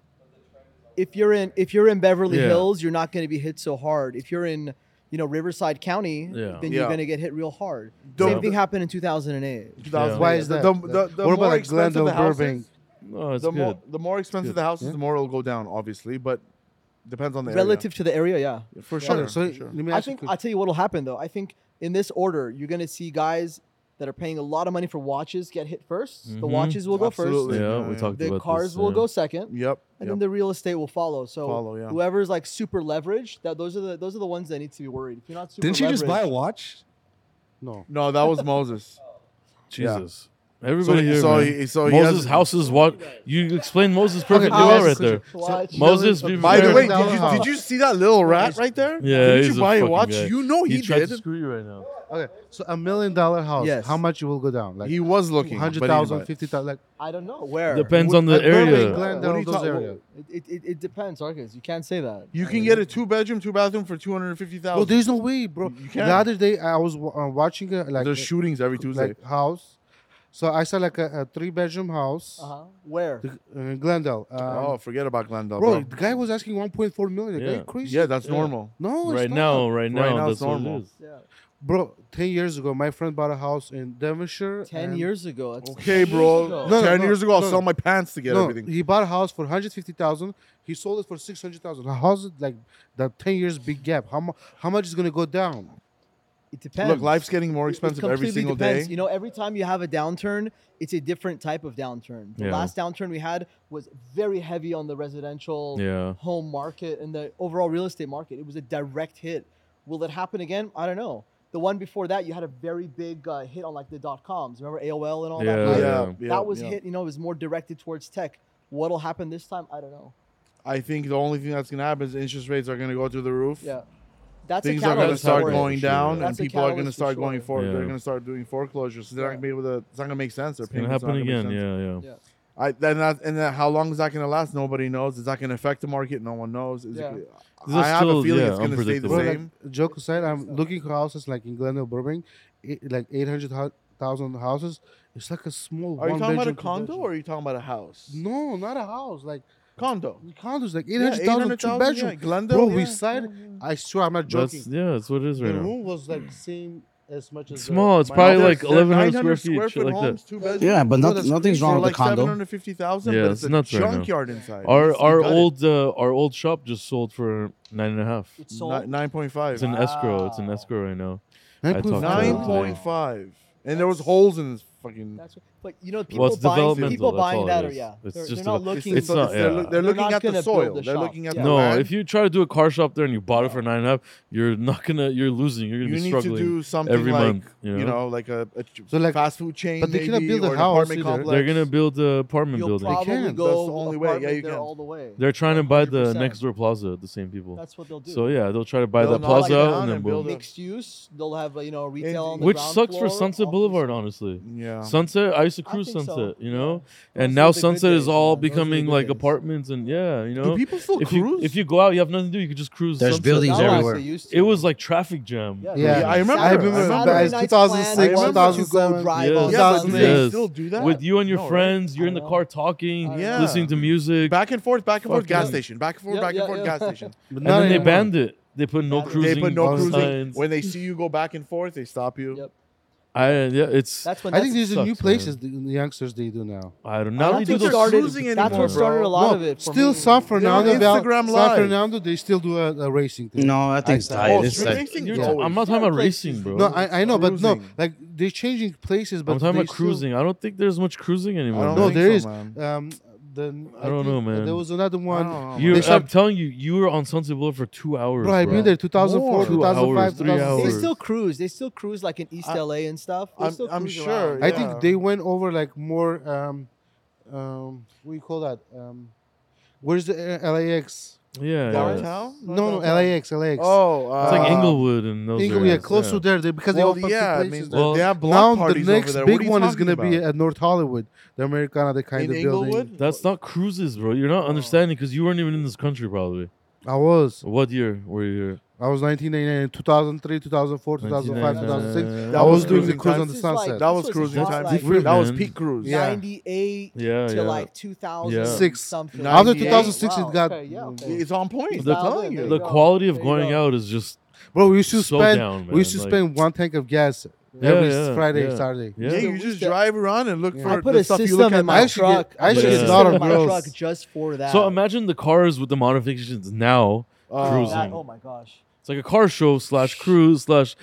[SPEAKER 2] If you're in if you're in Beverly
[SPEAKER 1] Yeah.
[SPEAKER 2] Hills, you're not going to be hit so hard. If you're in you know Riverside County,
[SPEAKER 1] Yeah.
[SPEAKER 2] then
[SPEAKER 3] Yeah.
[SPEAKER 2] you're going to get hit real hard.
[SPEAKER 3] The-
[SPEAKER 2] Same thing happened in 2008.
[SPEAKER 1] Yeah.
[SPEAKER 5] Why is
[SPEAKER 3] the,
[SPEAKER 5] that?
[SPEAKER 3] The, the, the
[SPEAKER 5] what
[SPEAKER 3] more
[SPEAKER 5] about like
[SPEAKER 3] expensive
[SPEAKER 5] Glendale,
[SPEAKER 3] the house is,
[SPEAKER 5] Burbank?
[SPEAKER 1] No, it's
[SPEAKER 3] the,
[SPEAKER 1] good.
[SPEAKER 3] more, the more expensive
[SPEAKER 1] Good.
[SPEAKER 3] the house is,
[SPEAKER 5] Yeah.
[SPEAKER 3] the more it'll go down, obviously, but depends on the
[SPEAKER 2] Relative to the area, yeah.
[SPEAKER 3] area. For
[SPEAKER 5] Okay,
[SPEAKER 3] sure.
[SPEAKER 5] so
[SPEAKER 3] for sure.
[SPEAKER 5] let me
[SPEAKER 2] I
[SPEAKER 5] ask
[SPEAKER 2] think
[SPEAKER 5] you a
[SPEAKER 2] I'll tell you what'll happen though. I think in this order, you're gonna see guys that are paying a lot of money for watches get hit 1st The
[SPEAKER 1] Mhm.
[SPEAKER 2] watches will go
[SPEAKER 3] Mm-hmm. Absolutely.
[SPEAKER 1] yeah,
[SPEAKER 3] Yeah,
[SPEAKER 1] we
[SPEAKER 3] yeah.
[SPEAKER 1] talked
[SPEAKER 2] first. The
[SPEAKER 1] about
[SPEAKER 2] cars
[SPEAKER 1] this,
[SPEAKER 2] will
[SPEAKER 1] yeah.
[SPEAKER 2] go second,
[SPEAKER 3] Yep.
[SPEAKER 2] and
[SPEAKER 3] yep.
[SPEAKER 2] then the real estate will follow. So
[SPEAKER 3] Follow, yeah.
[SPEAKER 2] whoever's like super leveraged, that those are the those are the ones that need to be worried. If you're not super
[SPEAKER 6] Didn't you just buy a
[SPEAKER 2] leveraged-
[SPEAKER 6] watch?
[SPEAKER 5] No.
[SPEAKER 3] No, that was Moses. Yeah.
[SPEAKER 1] Jesus. Everybody here.
[SPEAKER 3] so
[SPEAKER 1] man.
[SPEAKER 3] he- so he
[SPEAKER 1] Moses
[SPEAKER 3] has-
[SPEAKER 1] houses what you explained Moses perfectly
[SPEAKER 5] I'll
[SPEAKER 1] well
[SPEAKER 5] ask
[SPEAKER 1] right
[SPEAKER 5] a
[SPEAKER 1] there.
[SPEAKER 5] question.
[SPEAKER 2] Watch.
[SPEAKER 1] Moses, be
[SPEAKER 3] By the
[SPEAKER 1] prepared.
[SPEAKER 3] way,
[SPEAKER 5] Yeah.
[SPEAKER 3] did you, did you see that little rat right there?
[SPEAKER 1] Yeah,
[SPEAKER 3] Did
[SPEAKER 1] he's
[SPEAKER 3] you buy a
[SPEAKER 1] fucking
[SPEAKER 3] watch?
[SPEAKER 1] guy.
[SPEAKER 3] You know he,
[SPEAKER 1] tried
[SPEAKER 3] did.
[SPEAKER 1] to screw you right now.
[SPEAKER 5] Okay, so a million dollar house.
[SPEAKER 2] Yes.
[SPEAKER 5] How much it will go down? Like
[SPEAKER 3] He was looking. but he didn't
[SPEAKER 5] 100,000,
[SPEAKER 3] buy it.
[SPEAKER 5] 50,000. Like
[SPEAKER 2] I don't know where.
[SPEAKER 1] Depends on
[SPEAKER 5] Like
[SPEAKER 1] the
[SPEAKER 5] Burbank,
[SPEAKER 1] area.
[SPEAKER 5] Glendale,
[SPEAKER 3] What are you
[SPEAKER 5] those
[SPEAKER 3] talking-
[SPEAKER 5] area.
[SPEAKER 2] It, it, it depends, Arcus. You can't say that.
[SPEAKER 3] You
[SPEAKER 2] I
[SPEAKER 3] can
[SPEAKER 2] mean,
[SPEAKER 3] get a two bedroom, two bathroom for two hundred fifty
[SPEAKER 5] Bro,
[SPEAKER 3] thousand.
[SPEAKER 5] there's no way, bro.
[SPEAKER 3] You
[SPEAKER 5] The
[SPEAKER 3] can.
[SPEAKER 5] other day I was wa- uh, watching a, like
[SPEAKER 3] There's shootings every Tuesday.
[SPEAKER 5] like house. So I saw like a, a three bedroom house
[SPEAKER 2] Uh-huh. Where?
[SPEAKER 5] the- in Glendale. Um,
[SPEAKER 3] oh, forget about Glendale,
[SPEAKER 5] bro,
[SPEAKER 3] bro.
[SPEAKER 5] the guy was asking 1.4 million. Are
[SPEAKER 1] Yeah.
[SPEAKER 5] you crazy?
[SPEAKER 3] Yeah, that's normal.
[SPEAKER 5] No, it's
[SPEAKER 1] Right
[SPEAKER 5] not.
[SPEAKER 1] now, right now,
[SPEAKER 3] now it's
[SPEAKER 1] that's what it
[SPEAKER 3] normal.
[SPEAKER 1] is.
[SPEAKER 2] Yeah.
[SPEAKER 5] Bro, 10 years ago, my friend bought a house in Devonshire.
[SPEAKER 2] Ten
[SPEAKER 5] and-
[SPEAKER 2] years ago. That's
[SPEAKER 3] Okay, bro.
[SPEAKER 2] ago.
[SPEAKER 5] No, no,
[SPEAKER 3] Ten
[SPEAKER 5] no,
[SPEAKER 3] years ago, I'll
[SPEAKER 5] no.
[SPEAKER 3] sell my pants to get
[SPEAKER 5] no,
[SPEAKER 3] everything.
[SPEAKER 5] He bought a house for 150,000. He sold it for 600,000. How's it like that 10 years big gap? How, mu- how much is going to go down?
[SPEAKER 2] It depends.
[SPEAKER 3] Look, life's getting more
[SPEAKER 2] It- it
[SPEAKER 3] expensive every
[SPEAKER 2] completely
[SPEAKER 3] single
[SPEAKER 2] depends.
[SPEAKER 3] day.
[SPEAKER 2] You know, every time you have a downturn, it's a different type of downturn. The
[SPEAKER 1] Yeah.
[SPEAKER 2] last downturn we had was very heavy on the residential
[SPEAKER 1] Yeah.
[SPEAKER 2] home market and the overall real estate market. It was a direct hit. Will it happen again? I don't know. The one before that, you had a very big uh, hit on like the dot coms. Remember AOL and all
[SPEAKER 1] Yeah.
[SPEAKER 2] that? right?
[SPEAKER 1] Yeah.
[SPEAKER 2] that was
[SPEAKER 3] yeah.
[SPEAKER 2] hit. You know, it was more directed towards tech. What'll happen this time? I don't know.
[SPEAKER 3] I think the only thing that's gonna happen is interest rates are gonna go through the roof.
[SPEAKER 2] Yeah, that's
[SPEAKER 3] Things
[SPEAKER 2] a
[SPEAKER 3] are
[SPEAKER 2] catalyst
[SPEAKER 3] gonna start
[SPEAKER 2] for it.
[SPEAKER 3] going
[SPEAKER 6] Sure.
[SPEAKER 3] down,
[SPEAKER 2] That's a
[SPEAKER 3] and people are gonna
[SPEAKER 2] catalyst for
[SPEAKER 3] start going
[SPEAKER 2] sure.
[SPEAKER 3] for. They're
[SPEAKER 1] Yeah.
[SPEAKER 3] gonna start doing foreclosures. So they're not gonna be able to. It's not gonna make sense. Their
[SPEAKER 1] It's gonna
[SPEAKER 3] payments
[SPEAKER 1] happen
[SPEAKER 3] are not gonna make
[SPEAKER 1] again.
[SPEAKER 3] sense.
[SPEAKER 1] Yeah, yeah.
[SPEAKER 2] Yeah.
[SPEAKER 3] I then that, and then how long is that gonna last? Nobody knows. Is that gonna affect the market? No one knows. Is it
[SPEAKER 2] Yeah.
[SPEAKER 3] gonna-
[SPEAKER 1] This is
[SPEAKER 3] I have a
[SPEAKER 1] still,
[SPEAKER 3] feeling
[SPEAKER 1] yeah,
[SPEAKER 3] it's gonna stay the
[SPEAKER 1] unpredictable.
[SPEAKER 5] Bro,
[SPEAKER 3] same.
[SPEAKER 5] Like, joke aside, I'm looking for houses like in Glendale, Burbank, i- like 800,000 houses. It's like a small
[SPEAKER 3] Are you
[SPEAKER 5] one
[SPEAKER 3] talking about a
[SPEAKER 5] bedroom, two
[SPEAKER 3] condo
[SPEAKER 5] bedroom.
[SPEAKER 3] or are you talking about a house?
[SPEAKER 5] No, not a house. Like
[SPEAKER 3] Condo.
[SPEAKER 5] condos, like
[SPEAKER 3] Yeah,
[SPEAKER 5] 800,000 two
[SPEAKER 3] 800,000,
[SPEAKER 5] bedroom.
[SPEAKER 3] yeah, Glendale,
[SPEAKER 5] Bro,
[SPEAKER 3] yeah,
[SPEAKER 5] we signed.
[SPEAKER 3] yeah,
[SPEAKER 5] I swear, I'm not joking.
[SPEAKER 1] That's yeah, that's what it is
[SPEAKER 5] the
[SPEAKER 1] right now.
[SPEAKER 5] room was like same as much as
[SPEAKER 1] It's
[SPEAKER 5] the-
[SPEAKER 1] small. It's
[SPEAKER 5] my
[SPEAKER 1] probably
[SPEAKER 5] house.
[SPEAKER 1] like
[SPEAKER 3] They're
[SPEAKER 1] 1100
[SPEAKER 3] 900
[SPEAKER 1] square feet, shit like that.
[SPEAKER 3] homes, two bedrooms.
[SPEAKER 4] Yeah, but
[SPEAKER 3] Bro,
[SPEAKER 4] not-
[SPEAKER 3] that's
[SPEAKER 4] nothing's wrong
[SPEAKER 3] for
[SPEAKER 4] with the
[SPEAKER 3] like
[SPEAKER 4] condo.
[SPEAKER 3] 750,000,
[SPEAKER 1] Yeah,
[SPEAKER 3] but
[SPEAKER 1] it's
[SPEAKER 3] it's,
[SPEAKER 1] nuts
[SPEAKER 3] a
[SPEAKER 1] right now.
[SPEAKER 3] junkyard inside.
[SPEAKER 1] Our
[SPEAKER 3] It's- you
[SPEAKER 1] our
[SPEAKER 3] got it.
[SPEAKER 1] old uh, our old shop just sold for nine and a half.
[SPEAKER 2] It's sold.
[SPEAKER 3] Ni- 9.5.
[SPEAKER 1] It's an escrow. It's an
[SPEAKER 2] Wow.
[SPEAKER 1] escrow right now.
[SPEAKER 5] Nine
[SPEAKER 1] I
[SPEAKER 5] point
[SPEAKER 1] talked to
[SPEAKER 5] five.
[SPEAKER 1] them
[SPEAKER 5] Nine
[SPEAKER 1] today.
[SPEAKER 3] 9.5. And there was
[SPEAKER 2] That's-
[SPEAKER 3] holes in this fucking
[SPEAKER 2] That's right. But you know, people
[SPEAKER 1] Well, it's
[SPEAKER 2] buying
[SPEAKER 1] developmental,
[SPEAKER 2] people
[SPEAKER 1] that's
[SPEAKER 2] buying
[SPEAKER 1] all
[SPEAKER 2] that
[SPEAKER 1] it
[SPEAKER 2] are
[SPEAKER 1] is.
[SPEAKER 2] yeah.
[SPEAKER 1] It's
[SPEAKER 2] they're
[SPEAKER 1] just
[SPEAKER 2] they're not
[SPEAKER 1] a-
[SPEAKER 2] looking.
[SPEAKER 1] it's
[SPEAKER 2] for
[SPEAKER 1] not-
[SPEAKER 2] the-
[SPEAKER 1] yeah.
[SPEAKER 3] they're, they're
[SPEAKER 2] They're
[SPEAKER 3] looking
[SPEAKER 2] not
[SPEAKER 3] at the
[SPEAKER 2] gonna build
[SPEAKER 3] soil.
[SPEAKER 2] the
[SPEAKER 3] they're
[SPEAKER 2] shop.
[SPEAKER 3] looking at
[SPEAKER 2] Yeah.
[SPEAKER 3] the
[SPEAKER 1] No,
[SPEAKER 3] land.
[SPEAKER 1] if you try to do a car shop there and you bought it for nine and a half, you're not gonna. You're losing. You're gonna
[SPEAKER 3] you
[SPEAKER 1] be
[SPEAKER 3] need
[SPEAKER 1] struggling.
[SPEAKER 3] to do something
[SPEAKER 1] every
[SPEAKER 3] like
[SPEAKER 1] month, you know?
[SPEAKER 3] like a, a ch-
[SPEAKER 5] So, like-
[SPEAKER 3] fast food chain.
[SPEAKER 5] but they cannot
[SPEAKER 3] maybe,
[SPEAKER 5] build a
[SPEAKER 3] or an
[SPEAKER 5] house
[SPEAKER 3] apartment
[SPEAKER 5] either.
[SPEAKER 3] complex.
[SPEAKER 1] They're gonna build the apartment
[SPEAKER 2] You'll
[SPEAKER 1] building.
[SPEAKER 2] probably
[SPEAKER 5] can. That's
[SPEAKER 2] go
[SPEAKER 3] the only way. Yeah,
[SPEAKER 2] apartment
[SPEAKER 3] you
[SPEAKER 2] there
[SPEAKER 3] can.
[SPEAKER 2] all the way.
[SPEAKER 1] They're trying to buy the
[SPEAKER 2] 100%.
[SPEAKER 1] next door plaza. The same people.
[SPEAKER 2] That's what they'll do.
[SPEAKER 1] So yeah, they'll try to buy
[SPEAKER 3] They'll
[SPEAKER 1] that
[SPEAKER 3] knock it
[SPEAKER 1] plaza
[SPEAKER 3] down
[SPEAKER 1] out and then
[SPEAKER 3] and
[SPEAKER 1] boom.
[SPEAKER 3] build it.
[SPEAKER 2] mixed use. They'll have uh, you know retail on the
[SPEAKER 1] Which
[SPEAKER 2] ground
[SPEAKER 1] sucks for
[SPEAKER 2] floor,
[SPEAKER 1] Sunset
[SPEAKER 2] office.
[SPEAKER 1] Boulevard, honestly.
[SPEAKER 3] Yeah.
[SPEAKER 1] Sunset, I used to
[SPEAKER 2] I
[SPEAKER 1] cruise
[SPEAKER 2] think so,
[SPEAKER 1] Sunset, you
[SPEAKER 2] yeah.
[SPEAKER 1] know,
[SPEAKER 2] Those
[SPEAKER 1] and
[SPEAKER 2] were
[SPEAKER 1] now
[SPEAKER 2] the good
[SPEAKER 1] Sunset is
[SPEAKER 2] days,
[SPEAKER 1] all
[SPEAKER 2] man. Those were the
[SPEAKER 1] becoming
[SPEAKER 5] good
[SPEAKER 1] like
[SPEAKER 5] days.
[SPEAKER 1] apartments and yeah, you know.
[SPEAKER 3] Do people still
[SPEAKER 1] if you
[SPEAKER 3] cruise?
[SPEAKER 1] if you go out, you have nothing to do. You could just cruise.
[SPEAKER 4] There's
[SPEAKER 1] Sunset.
[SPEAKER 4] buildings
[SPEAKER 2] Now I
[SPEAKER 4] everywhere.
[SPEAKER 2] say used to.
[SPEAKER 1] It was like traffic jam.
[SPEAKER 2] Yeah.
[SPEAKER 5] Yeah,
[SPEAKER 3] Yeah, I remember.
[SPEAKER 5] I remember.
[SPEAKER 3] I remember.
[SPEAKER 5] that is
[SPEAKER 2] Saturday night's
[SPEAKER 5] 2006,
[SPEAKER 3] plan,
[SPEAKER 2] plans,
[SPEAKER 3] I
[SPEAKER 5] 2007.
[SPEAKER 2] remember
[SPEAKER 1] Yes.
[SPEAKER 2] to go drive
[SPEAKER 3] yeah,
[SPEAKER 2] on
[SPEAKER 3] do
[SPEAKER 2] Sunset.
[SPEAKER 3] they
[SPEAKER 1] Yes.
[SPEAKER 3] still do that?
[SPEAKER 1] With you and your
[SPEAKER 3] No, right?
[SPEAKER 1] friends, you're
[SPEAKER 2] I
[SPEAKER 1] in the
[SPEAKER 2] know.
[SPEAKER 1] car talking,
[SPEAKER 2] Yeah.
[SPEAKER 1] listening to music,
[SPEAKER 3] Back and forth, back and forth,
[SPEAKER 1] Fuck
[SPEAKER 3] gas
[SPEAKER 1] yeah.
[SPEAKER 3] station. Back and forth,
[SPEAKER 2] Yeah,
[SPEAKER 3] back and
[SPEAKER 2] yeah,
[SPEAKER 3] forth,
[SPEAKER 2] yeah.
[SPEAKER 3] gas station.
[SPEAKER 5] But
[SPEAKER 1] and
[SPEAKER 5] not
[SPEAKER 1] then they
[SPEAKER 5] anymore.
[SPEAKER 1] banned it. They put no
[SPEAKER 2] They put
[SPEAKER 1] cruising.
[SPEAKER 3] they put no
[SPEAKER 5] all the
[SPEAKER 3] cruising.
[SPEAKER 1] signs.
[SPEAKER 3] When they see you go back and forth, they stop you.
[SPEAKER 2] Yep.
[SPEAKER 1] I yeah, it's
[SPEAKER 2] That's when
[SPEAKER 5] I think
[SPEAKER 2] that's-
[SPEAKER 5] these are new
[SPEAKER 1] sucks, man.
[SPEAKER 5] places the the youngsters they do now.
[SPEAKER 1] I don't know. Now they
[SPEAKER 2] that's
[SPEAKER 1] do those
[SPEAKER 2] what
[SPEAKER 3] think they're
[SPEAKER 2] started-
[SPEAKER 3] cruising
[SPEAKER 2] That's
[SPEAKER 3] anymore,
[SPEAKER 2] what started a
[SPEAKER 3] bro.
[SPEAKER 2] lot
[SPEAKER 5] No,
[SPEAKER 2] of it. For
[SPEAKER 5] still
[SPEAKER 2] me.
[SPEAKER 5] San Fernando
[SPEAKER 3] on
[SPEAKER 5] Val-
[SPEAKER 3] Instagram
[SPEAKER 5] San
[SPEAKER 3] Live.
[SPEAKER 5] Fernando, they still do a, a racing thing.
[SPEAKER 4] No, I think it's
[SPEAKER 5] I-
[SPEAKER 4] tight.
[SPEAKER 3] oh,
[SPEAKER 4] It's
[SPEAKER 3] street
[SPEAKER 4] like,
[SPEAKER 3] racing?
[SPEAKER 1] You're
[SPEAKER 3] Yeah.
[SPEAKER 1] ta- I'm not talking about racing, bro.
[SPEAKER 5] No, I, I know, but no,
[SPEAKER 3] Cruising.
[SPEAKER 5] like they're changing places. But
[SPEAKER 1] I'm talking
[SPEAKER 5] they
[SPEAKER 1] about
[SPEAKER 5] still-
[SPEAKER 1] cruising. I don't think there's much cruising anymore.
[SPEAKER 3] I don't
[SPEAKER 5] No,
[SPEAKER 3] think
[SPEAKER 5] there
[SPEAKER 3] so,
[SPEAKER 5] is.
[SPEAKER 3] man.
[SPEAKER 5] Um, the,
[SPEAKER 1] I don't know,
[SPEAKER 5] think
[SPEAKER 1] man.
[SPEAKER 5] There was another one.
[SPEAKER 3] know,
[SPEAKER 1] You,
[SPEAKER 5] They
[SPEAKER 1] I'm
[SPEAKER 5] start-
[SPEAKER 1] telling you, you were on Sunset Boulevard for two hours.
[SPEAKER 5] Bro, I've been there 2004,
[SPEAKER 3] More.
[SPEAKER 1] Two
[SPEAKER 5] 2005,
[SPEAKER 1] hours, three
[SPEAKER 2] They
[SPEAKER 5] 2006.
[SPEAKER 1] hours.
[SPEAKER 2] still cruise. They still cruise like in East
[SPEAKER 3] I-
[SPEAKER 2] LA and stuff. They
[SPEAKER 3] I'm-
[SPEAKER 2] still
[SPEAKER 3] I'm
[SPEAKER 2] cruise
[SPEAKER 3] sure,
[SPEAKER 2] around.
[SPEAKER 5] I
[SPEAKER 3] Yeah.
[SPEAKER 5] think they went over like more. Um, um, what do you call that? Um, where's the uh, LAX?
[SPEAKER 1] Yeah, yeah. It's
[SPEAKER 3] Downtown?
[SPEAKER 5] No, no,
[SPEAKER 3] downtown.
[SPEAKER 5] LAX, LAX.
[SPEAKER 3] Oh, uh,
[SPEAKER 1] like Inglewood and those.
[SPEAKER 5] Inglewood, yeah,
[SPEAKER 1] areas,
[SPEAKER 5] close to there they, because
[SPEAKER 3] Well,
[SPEAKER 5] they opened
[SPEAKER 3] yeah,
[SPEAKER 5] two
[SPEAKER 3] I
[SPEAKER 5] places
[SPEAKER 3] mean,
[SPEAKER 5] there.
[SPEAKER 1] Well,
[SPEAKER 3] they have
[SPEAKER 5] now
[SPEAKER 3] block
[SPEAKER 5] the
[SPEAKER 3] parties
[SPEAKER 5] next
[SPEAKER 3] over there. What are
[SPEAKER 5] big
[SPEAKER 3] you
[SPEAKER 5] one is
[SPEAKER 3] talking
[SPEAKER 5] gonna be
[SPEAKER 3] about?
[SPEAKER 5] at North Hollywood, the Americana, the kind
[SPEAKER 3] in
[SPEAKER 5] of building.
[SPEAKER 3] Inglewood.
[SPEAKER 1] That's not cruises, bro. You're
[SPEAKER 5] Uh,
[SPEAKER 1] not understanding because you weren't even in this country probably.
[SPEAKER 5] I was,
[SPEAKER 1] What year were you here?
[SPEAKER 5] I was 1999, 2003, 2004, 2005, 2006.
[SPEAKER 1] 1999.
[SPEAKER 5] I was
[SPEAKER 3] That
[SPEAKER 5] doing
[SPEAKER 3] was
[SPEAKER 5] the cruise on the
[SPEAKER 2] cruising time.
[SPEAKER 5] sunset.
[SPEAKER 3] That was
[SPEAKER 2] This was
[SPEAKER 3] cruising
[SPEAKER 2] not
[SPEAKER 3] time.
[SPEAKER 2] like-
[SPEAKER 1] Different,
[SPEAKER 3] that was
[SPEAKER 1] man.
[SPEAKER 3] peak cruise.
[SPEAKER 5] Yeah.
[SPEAKER 2] 98
[SPEAKER 1] Yeah,
[SPEAKER 2] to
[SPEAKER 1] yeah.
[SPEAKER 2] like 2006
[SPEAKER 5] Six.
[SPEAKER 2] something.
[SPEAKER 3] After
[SPEAKER 2] 98.
[SPEAKER 5] 2006 it
[SPEAKER 2] Wow,
[SPEAKER 5] got-
[SPEAKER 2] okay, yeah, okay.
[SPEAKER 3] It's on point.
[SPEAKER 1] The-
[SPEAKER 3] I'm telling you.
[SPEAKER 2] There
[SPEAKER 1] The
[SPEAKER 2] you go.
[SPEAKER 1] quality of
[SPEAKER 2] There you
[SPEAKER 1] going
[SPEAKER 2] go.
[SPEAKER 1] out is just
[SPEAKER 5] Bro, we used to
[SPEAKER 1] So
[SPEAKER 5] spend,
[SPEAKER 1] down,
[SPEAKER 5] we used to
[SPEAKER 1] man,
[SPEAKER 5] spend one tank of gas
[SPEAKER 1] Yeah,
[SPEAKER 5] every
[SPEAKER 1] yeah,
[SPEAKER 5] Friday,
[SPEAKER 1] yeah.
[SPEAKER 5] Saturday.
[SPEAKER 1] yeah.
[SPEAKER 3] Yeah,
[SPEAKER 2] Yeah,
[SPEAKER 3] you
[SPEAKER 2] we
[SPEAKER 3] just
[SPEAKER 2] used to-
[SPEAKER 3] drive around and look
[SPEAKER 5] I
[SPEAKER 3] for
[SPEAKER 2] I put
[SPEAKER 3] the
[SPEAKER 2] a
[SPEAKER 3] stuff you look
[SPEAKER 2] system
[SPEAKER 3] at.
[SPEAKER 2] in my
[SPEAKER 5] I should get-
[SPEAKER 2] truck.
[SPEAKER 5] I
[SPEAKER 1] should
[SPEAKER 2] put
[SPEAKER 1] get a
[SPEAKER 2] a
[SPEAKER 1] lot
[SPEAKER 2] system
[SPEAKER 5] of
[SPEAKER 2] in my
[SPEAKER 5] girls.
[SPEAKER 2] truck just for that.
[SPEAKER 1] So imagine the cars with the modifications now.
[SPEAKER 3] Uh,
[SPEAKER 1] cruising.
[SPEAKER 2] that. Oh my gosh.
[SPEAKER 1] It's like a car show slash cruise slash.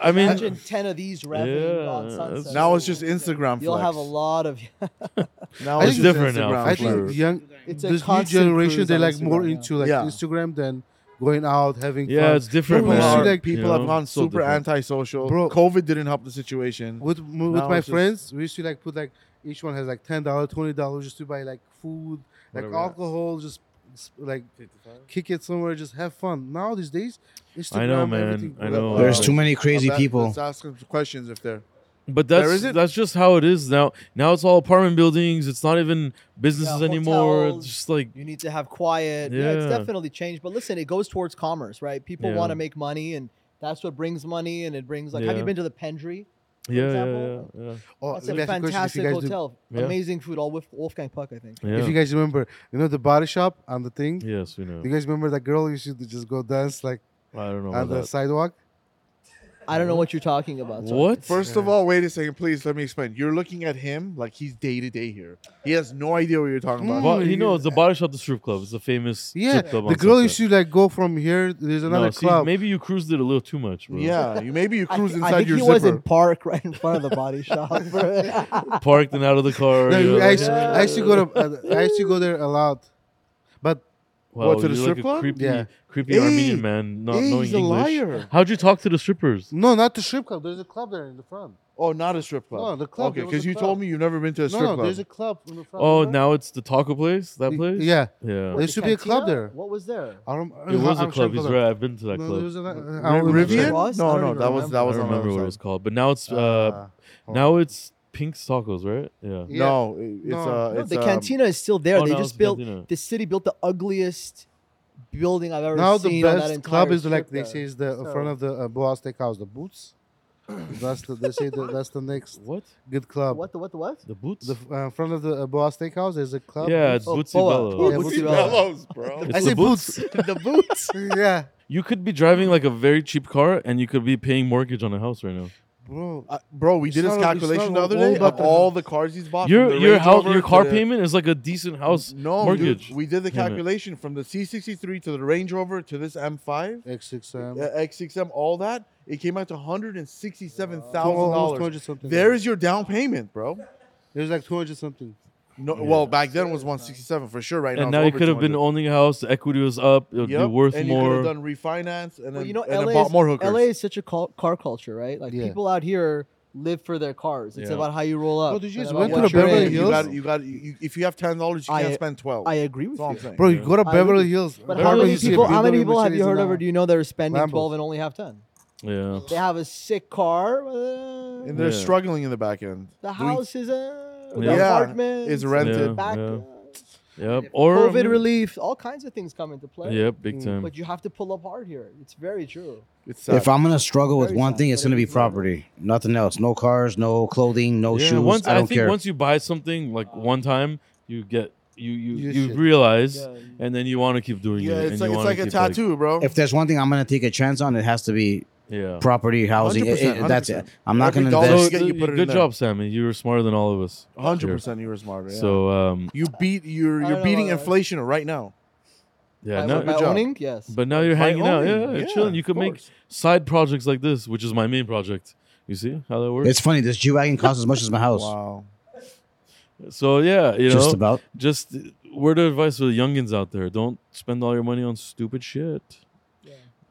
[SPEAKER 1] I mean,
[SPEAKER 2] Imagine 10 of these revving on
[SPEAKER 1] Yeah,
[SPEAKER 2] sunset.
[SPEAKER 3] Now it's just Instagram.
[SPEAKER 2] You'll
[SPEAKER 3] flex.
[SPEAKER 2] have a lot of.
[SPEAKER 3] Now
[SPEAKER 5] I
[SPEAKER 3] it's
[SPEAKER 5] think
[SPEAKER 3] just
[SPEAKER 1] different now,
[SPEAKER 3] Instagram
[SPEAKER 1] for
[SPEAKER 5] I
[SPEAKER 3] flex.
[SPEAKER 1] sure.
[SPEAKER 5] think young,
[SPEAKER 2] It's a
[SPEAKER 5] this new
[SPEAKER 2] constant
[SPEAKER 5] generation,
[SPEAKER 2] cruise
[SPEAKER 5] they're
[SPEAKER 2] on
[SPEAKER 5] like more
[SPEAKER 2] Instagram, yeah.
[SPEAKER 5] into like
[SPEAKER 3] Yeah.
[SPEAKER 5] Instagram than going out having
[SPEAKER 1] yeah,
[SPEAKER 5] fun.
[SPEAKER 1] it's different.
[SPEAKER 5] Bro,
[SPEAKER 3] People,
[SPEAKER 5] you
[SPEAKER 1] man.
[SPEAKER 5] see,
[SPEAKER 3] are,
[SPEAKER 5] like,
[SPEAKER 3] people
[SPEAKER 1] You know,
[SPEAKER 3] have gone
[SPEAKER 1] so
[SPEAKER 3] super
[SPEAKER 1] different.
[SPEAKER 3] antisocial.
[SPEAKER 5] Bro.
[SPEAKER 3] COVID didn't help the situation.
[SPEAKER 5] with m-
[SPEAKER 3] Now
[SPEAKER 5] with my
[SPEAKER 3] it's just-
[SPEAKER 5] friends, we used to like put like each one has like ten dollar, twenty dollars just to buy like food, like
[SPEAKER 1] Whatever.
[SPEAKER 5] alcohol, just s- like kick it somewhere, just have fun. Now these days, Instagram,
[SPEAKER 1] I know, man.
[SPEAKER 5] everything-
[SPEAKER 1] I know.
[SPEAKER 4] there's
[SPEAKER 1] Wow.
[SPEAKER 4] too many crazy
[SPEAKER 3] I'll bet-
[SPEAKER 4] people.
[SPEAKER 3] Let's ask them questions if they're.
[SPEAKER 1] But
[SPEAKER 3] There
[SPEAKER 1] that's
[SPEAKER 3] isn't-
[SPEAKER 1] that's just how it is now. Now it's all apartment buildings. It's not even businesses
[SPEAKER 2] Yeah,
[SPEAKER 1] anymore.
[SPEAKER 2] hotels.
[SPEAKER 1] It's just like
[SPEAKER 2] You need to have quiet. Yeah, it's
[SPEAKER 1] Yeah.
[SPEAKER 2] definitely changed. But listen, it goes towards commerce, right? People
[SPEAKER 1] Yeah.
[SPEAKER 2] want to make money, and that's what brings money. And it brings like, have
[SPEAKER 1] Yeah.
[SPEAKER 2] you been to the Pendry?
[SPEAKER 1] yeah,
[SPEAKER 2] example,
[SPEAKER 1] yeah, yeah,
[SPEAKER 2] That's a
[SPEAKER 5] Oh, let me ask you question, if you
[SPEAKER 2] fantastic
[SPEAKER 5] guys do-
[SPEAKER 2] hotel.
[SPEAKER 1] Yeah.
[SPEAKER 2] Amazing food. All with Wolfgang Puck, I think.
[SPEAKER 1] yeah.
[SPEAKER 5] If you guys remember, you know the body shop on the thing.
[SPEAKER 1] yes, we know.
[SPEAKER 5] You guys remember that girl used to just go dance like
[SPEAKER 1] I don't know
[SPEAKER 5] on
[SPEAKER 1] about
[SPEAKER 5] the
[SPEAKER 1] that.
[SPEAKER 5] sidewalk.
[SPEAKER 2] I don't know what you're talking about. sorry.
[SPEAKER 1] What?
[SPEAKER 3] First of all, wait a second, please let me explain. You're looking at him like he's day to day here. He has no idea what you're talking about.
[SPEAKER 1] Bo- he knows the Body Shop, the strip club. It's a famous
[SPEAKER 5] Yeah,
[SPEAKER 1] strip club.
[SPEAKER 5] the
[SPEAKER 1] on
[SPEAKER 5] girl
[SPEAKER 1] Sunset.
[SPEAKER 5] used to like go from here. There's another
[SPEAKER 1] no, see,
[SPEAKER 5] club.
[SPEAKER 1] maybe you cruised it a little too much, bro.
[SPEAKER 3] Yeah, you maybe you
[SPEAKER 2] I,
[SPEAKER 3] cruise
[SPEAKER 2] thi-
[SPEAKER 3] inside
[SPEAKER 2] I think
[SPEAKER 3] your
[SPEAKER 2] he
[SPEAKER 3] zipper.
[SPEAKER 2] was in park right in front of the body shop. bro.
[SPEAKER 1] Parked and out of the car.
[SPEAKER 5] No,
[SPEAKER 1] you know,
[SPEAKER 5] I,
[SPEAKER 1] like-
[SPEAKER 5] used, I used to go to uh, I used to go there a lot, but
[SPEAKER 1] Wow,
[SPEAKER 3] What, to
[SPEAKER 1] you're
[SPEAKER 3] the
[SPEAKER 1] like
[SPEAKER 3] strip
[SPEAKER 1] a
[SPEAKER 3] club?
[SPEAKER 1] Creepy,
[SPEAKER 5] Yeah.
[SPEAKER 1] creepy
[SPEAKER 3] Hey,
[SPEAKER 1] Armenian man, not
[SPEAKER 3] hey,
[SPEAKER 1] knowing
[SPEAKER 3] he's a
[SPEAKER 1] English.
[SPEAKER 3] liar.
[SPEAKER 1] How'd you talk to the strippers?
[SPEAKER 5] no, not the strip club. There's a club there in the front.
[SPEAKER 3] Oh, not a strip club.
[SPEAKER 5] No, the club,
[SPEAKER 3] Okay,
[SPEAKER 5] there was
[SPEAKER 3] because
[SPEAKER 5] a
[SPEAKER 3] you
[SPEAKER 5] club.
[SPEAKER 3] told me you've never been to a strip
[SPEAKER 5] no, no,
[SPEAKER 3] club.
[SPEAKER 5] there's a club in the front.
[SPEAKER 1] Oh,
[SPEAKER 5] remember?
[SPEAKER 1] now it's the taco place. That place.
[SPEAKER 5] Yeah,
[SPEAKER 1] Yeah.
[SPEAKER 5] There used to be a club
[SPEAKER 2] Cantina?
[SPEAKER 5] there.
[SPEAKER 2] What was there?
[SPEAKER 5] I don't,
[SPEAKER 1] It was
[SPEAKER 5] I'm
[SPEAKER 1] a
[SPEAKER 5] sure
[SPEAKER 1] club. He's
[SPEAKER 5] about
[SPEAKER 1] right. I've been to that
[SPEAKER 5] No,
[SPEAKER 1] club.
[SPEAKER 5] there was
[SPEAKER 1] I
[SPEAKER 5] another- I don't
[SPEAKER 1] remember
[SPEAKER 5] remember.
[SPEAKER 3] Rivian?
[SPEAKER 2] that. Was? I
[SPEAKER 3] No,
[SPEAKER 2] don't
[SPEAKER 3] no,
[SPEAKER 2] even
[SPEAKER 3] that was that
[SPEAKER 5] remember.
[SPEAKER 1] I
[SPEAKER 3] was
[SPEAKER 1] don't
[SPEAKER 3] on the
[SPEAKER 1] remember
[SPEAKER 3] other
[SPEAKER 1] what it was
[SPEAKER 3] side.
[SPEAKER 1] called, but now it's uh,
[SPEAKER 5] Uh, hold
[SPEAKER 1] now it's Pink's Tacos, right? Yeah.
[SPEAKER 5] Yeah.
[SPEAKER 3] No, it- it's
[SPEAKER 5] No.
[SPEAKER 3] uh,
[SPEAKER 2] No,
[SPEAKER 3] it's,
[SPEAKER 2] the
[SPEAKER 3] um,
[SPEAKER 2] cantina is still there.
[SPEAKER 1] Oh,
[SPEAKER 2] they
[SPEAKER 1] no, it's
[SPEAKER 2] just
[SPEAKER 1] the
[SPEAKER 2] built
[SPEAKER 1] cantina.
[SPEAKER 2] the city built the ugliest building I've ever
[SPEAKER 5] now the
[SPEAKER 2] seen. on that
[SPEAKER 5] best
[SPEAKER 2] entire
[SPEAKER 5] club is
[SPEAKER 2] strip
[SPEAKER 5] like they
[SPEAKER 2] there.
[SPEAKER 5] say is the
[SPEAKER 2] So-
[SPEAKER 5] in front of the uh, Boa Steakhouse, the Boots. that's the they say that that's the next
[SPEAKER 1] What?
[SPEAKER 5] good club.
[SPEAKER 2] What the what the what?
[SPEAKER 1] The boots?
[SPEAKER 5] The f- uh, front of the uh, Boa Steakhouse there's a club.
[SPEAKER 1] yeah, it's
[SPEAKER 2] Oh,
[SPEAKER 1] Bootsy
[SPEAKER 2] Boa.
[SPEAKER 1] Bello.
[SPEAKER 2] Yeah,
[SPEAKER 5] Boots.
[SPEAKER 2] Bootsy Bello.
[SPEAKER 3] Bellows,
[SPEAKER 5] Boots.
[SPEAKER 3] bro.
[SPEAKER 1] It's
[SPEAKER 5] I
[SPEAKER 1] the
[SPEAKER 5] say
[SPEAKER 1] boots.
[SPEAKER 5] boots. the boots. yeah,
[SPEAKER 1] You could be driving like a very cheap car, and you could be paying mortgage on a house right now.
[SPEAKER 5] bro.
[SPEAKER 3] Uh, bro, we
[SPEAKER 5] It's
[SPEAKER 3] did this
[SPEAKER 5] not a- it's
[SPEAKER 3] calculation the
[SPEAKER 5] not
[SPEAKER 3] other
[SPEAKER 5] all
[SPEAKER 3] day
[SPEAKER 5] about
[SPEAKER 3] of
[SPEAKER 5] the-
[SPEAKER 3] all the cars he's bought.
[SPEAKER 1] Your
[SPEAKER 3] from the
[SPEAKER 1] your
[SPEAKER 3] Range
[SPEAKER 1] house,
[SPEAKER 3] Rover
[SPEAKER 1] your
[SPEAKER 3] to
[SPEAKER 1] car
[SPEAKER 3] the-
[SPEAKER 1] payment is like a decent house
[SPEAKER 3] No,
[SPEAKER 1] mortgage.
[SPEAKER 3] Dude, we did the
[SPEAKER 1] payment.
[SPEAKER 3] calculation from the C63 to the Range Rover to this M5, uh,
[SPEAKER 5] X6M.
[SPEAKER 3] X6M, all that. It came out to 167 thousand
[SPEAKER 5] Almost
[SPEAKER 3] dollars.
[SPEAKER 5] 200 something.
[SPEAKER 3] There is your down payment, bro.
[SPEAKER 5] It was like 200 something.
[SPEAKER 3] No, well, back then it was 167 for sure. Right now,
[SPEAKER 1] and
[SPEAKER 3] it's
[SPEAKER 1] now you
[SPEAKER 3] over
[SPEAKER 1] could have been
[SPEAKER 3] 200.
[SPEAKER 1] owning a house. The equity was up. It would
[SPEAKER 3] Yep,
[SPEAKER 1] be worth
[SPEAKER 3] and You could
[SPEAKER 1] more.
[SPEAKER 3] have done refinance and then,
[SPEAKER 2] Well, you know,
[SPEAKER 3] and then
[SPEAKER 2] LA
[SPEAKER 3] bought
[SPEAKER 2] is,
[SPEAKER 3] more hookers.
[SPEAKER 2] LA is such a cul- car culture, right? Like
[SPEAKER 5] Yeah.
[SPEAKER 2] people out here live for their cars. It's
[SPEAKER 1] Yeah.
[SPEAKER 2] about how you roll up.
[SPEAKER 5] Bro, did you
[SPEAKER 2] and
[SPEAKER 5] guys
[SPEAKER 2] about
[SPEAKER 5] went to
[SPEAKER 2] what
[SPEAKER 5] the
[SPEAKER 2] you're
[SPEAKER 5] Beverly
[SPEAKER 2] in.
[SPEAKER 3] You
[SPEAKER 5] Hills?
[SPEAKER 3] got, you got, you, if you have ten dollars, you
[SPEAKER 2] I-
[SPEAKER 3] can't spend twelve.
[SPEAKER 2] I agree with
[SPEAKER 3] That's all I'm
[SPEAKER 2] you.
[SPEAKER 3] saying.
[SPEAKER 5] Bro, you go to
[SPEAKER 2] I
[SPEAKER 5] Beverly
[SPEAKER 2] would-
[SPEAKER 5] Hills.
[SPEAKER 2] But
[SPEAKER 1] Barbara
[SPEAKER 2] how many
[SPEAKER 1] used to
[SPEAKER 2] people? How
[SPEAKER 5] BMW,
[SPEAKER 2] many people have you
[SPEAKER 5] Mercedes,
[SPEAKER 2] heard
[SPEAKER 5] and
[SPEAKER 2] of? Or
[SPEAKER 5] all.
[SPEAKER 2] do you know that are spending
[SPEAKER 5] Lambos.
[SPEAKER 2] twelve and only have ten?
[SPEAKER 1] yeah.
[SPEAKER 2] They have a sick car. uh,
[SPEAKER 3] and they're
[SPEAKER 1] Yeah.
[SPEAKER 3] struggling in the back end.
[SPEAKER 2] the
[SPEAKER 3] Doing-
[SPEAKER 2] house is a
[SPEAKER 1] Yeah.
[SPEAKER 2] the
[SPEAKER 1] Yeah,
[SPEAKER 2] apartment
[SPEAKER 3] is rented.
[SPEAKER 1] Yeah,
[SPEAKER 2] Back,
[SPEAKER 1] yeah.
[SPEAKER 2] uh,
[SPEAKER 1] Yep. Or
[SPEAKER 2] COVID relief, all kinds of things come into play.
[SPEAKER 1] Yep. Big time.
[SPEAKER 3] Mm.
[SPEAKER 2] But you have to pull up hard here. It's very true.
[SPEAKER 3] It's sad.
[SPEAKER 4] If I'm gonna struggle with
[SPEAKER 2] Very
[SPEAKER 4] one
[SPEAKER 2] sad,
[SPEAKER 4] thing, it's
[SPEAKER 2] but
[SPEAKER 4] gonna
[SPEAKER 2] it
[SPEAKER 4] be
[SPEAKER 2] is what it is.
[SPEAKER 4] property. Nothing else. No cars, no clothing,
[SPEAKER 3] Oh,
[SPEAKER 4] no
[SPEAKER 1] yeah,
[SPEAKER 4] shoes.
[SPEAKER 1] Once
[SPEAKER 4] I don't
[SPEAKER 1] think
[SPEAKER 4] care.
[SPEAKER 1] once you buy something like one time, you get you you
[SPEAKER 5] You
[SPEAKER 1] you
[SPEAKER 5] should.
[SPEAKER 1] realize,
[SPEAKER 2] Yeah.
[SPEAKER 1] and then you want to keep doing
[SPEAKER 3] yeah,
[SPEAKER 1] it.
[SPEAKER 3] it's
[SPEAKER 1] and
[SPEAKER 3] like
[SPEAKER 1] you
[SPEAKER 3] it's
[SPEAKER 1] wanna
[SPEAKER 3] like a
[SPEAKER 1] keep,
[SPEAKER 3] tattoo, bro.
[SPEAKER 4] if there's one thing I'm gonna take a chance on, it has to be
[SPEAKER 1] yeah.
[SPEAKER 4] property, housing. It-
[SPEAKER 3] 100%,
[SPEAKER 4] it- that's it.
[SPEAKER 3] 100%.
[SPEAKER 4] I'm not
[SPEAKER 3] Every
[SPEAKER 4] gonna
[SPEAKER 3] dollar
[SPEAKER 1] So
[SPEAKER 4] invest.
[SPEAKER 3] you get-
[SPEAKER 1] th-
[SPEAKER 3] put it in
[SPEAKER 1] good
[SPEAKER 3] there.
[SPEAKER 1] job, Sammy. You were smarter than all of us.
[SPEAKER 3] hundred percent, you were smarter. yeah.
[SPEAKER 1] So um,
[SPEAKER 3] you beat you're
[SPEAKER 2] I
[SPEAKER 3] you're
[SPEAKER 2] know
[SPEAKER 3] beating
[SPEAKER 2] all that.
[SPEAKER 3] inflation right now.
[SPEAKER 1] yeah.
[SPEAKER 2] By-
[SPEAKER 1] Now,
[SPEAKER 2] by
[SPEAKER 3] good job.
[SPEAKER 2] owning, yes.
[SPEAKER 1] but now you're hanging out.
[SPEAKER 3] Wyoming,
[SPEAKER 1] Yeah, you're chilling.
[SPEAKER 3] yeah,
[SPEAKER 1] You
[SPEAKER 3] of
[SPEAKER 1] could make
[SPEAKER 3] course.
[SPEAKER 1] side projects like this, which is my main project. You see how that works?
[SPEAKER 4] It's funny. This G wagon costs as much as my house.
[SPEAKER 3] Wow.
[SPEAKER 1] so yeah, you know,
[SPEAKER 4] Just about.
[SPEAKER 1] just word of advice for the youngins out there: don't spend all your money on stupid shit.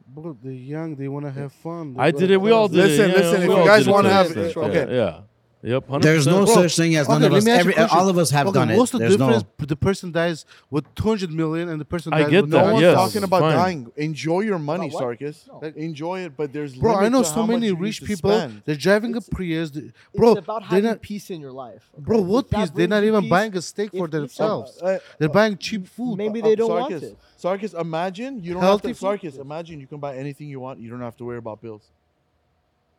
[SPEAKER 5] Bro, they're young. They want to have fun. They
[SPEAKER 1] I
[SPEAKER 5] go
[SPEAKER 1] did
[SPEAKER 5] to
[SPEAKER 1] it. We all did
[SPEAKER 3] Listen,
[SPEAKER 1] it. Yeah,
[SPEAKER 3] listen, if
[SPEAKER 1] we
[SPEAKER 3] you
[SPEAKER 1] all
[SPEAKER 3] guys
[SPEAKER 1] did it
[SPEAKER 3] wanna
[SPEAKER 1] to
[SPEAKER 3] have-
[SPEAKER 1] an extent.
[SPEAKER 3] okay.
[SPEAKER 1] Yeah. yeah. Yep. 100%.
[SPEAKER 4] There's no
[SPEAKER 5] Bro,
[SPEAKER 4] such thing as none
[SPEAKER 5] Okay,
[SPEAKER 4] of
[SPEAKER 5] let
[SPEAKER 4] us.
[SPEAKER 5] me ask you a
[SPEAKER 4] Every, all
[SPEAKER 5] question.
[SPEAKER 4] of us have
[SPEAKER 5] Okay,
[SPEAKER 4] done it.
[SPEAKER 5] What's the
[SPEAKER 4] There's
[SPEAKER 5] difference?
[SPEAKER 4] no.
[SPEAKER 5] b- The person dies with 200 million and the person
[SPEAKER 1] I
[SPEAKER 5] dies
[SPEAKER 1] get
[SPEAKER 5] with
[SPEAKER 1] that,
[SPEAKER 5] no
[SPEAKER 3] No one's
[SPEAKER 1] yes.
[SPEAKER 3] talking about
[SPEAKER 1] Fine.
[SPEAKER 3] dying. Enjoy your money,
[SPEAKER 2] About what?
[SPEAKER 3] Sarkis.
[SPEAKER 2] No.
[SPEAKER 3] Like, Enjoy it, but there's
[SPEAKER 5] Bro, I
[SPEAKER 3] limits
[SPEAKER 5] know
[SPEAKER 3] to
[SPEAKER 5] so
[SPEAKER 3] how much
[SPEAKER 5] many
[SPEAKER 3] you need
[SPEAKER 5] rich
[SPEAKER 3] to
[SPEAKER 5] people.
[SPEAKER 3] spend.
[SPEAKER 5] They're driving
[SPEAKER 2] It's-
[SPEAKER 5] a Prius. they-
[SPEAKER 2] it's
[SPEAKER 5] Bro,
[SPEAKER 2] about
[SPEAKER 5] they're
[SPEAKER 2] having
[SPEAKER 5] not.
[SPEAKER 2] peace in your life. okay?
[SPEAKER 5] Bro, what
[SPEAKER 2] If that
[SPEAKER 5] peace? They're
[SPEAKER 2] brings
[SPEAKER 5] not
[SPEAKER 2] you
[SPEAKER 5] even
[SPEAKER 2] peace,
[SPEAKER 5] buying a steak
[SPEAKER 2] if
[SPEAKER 5] for
[SPEAKER 2] peace helps.
[SPEAKER 5] themselves.
[SPEAKER 3] Uh,
[SPEAKER 5] They're buying cheap food.
[SPEAKER 2] Maybe
[SPEAKER 3] uh,
[SPEAKER 2] they don't want
[SPEAKER 3] Sarkis,
[SPEAKER 2] it.
[SPEAKER 3] Sarkis, imagine you don't
[SPEAKER 5] Healthy
[SPEAKER 3] have to.
[SPEAKER 5] food.
[SPEAKER 3] Sarkis, imagine you can buy anything you want. You don't have to worry about bills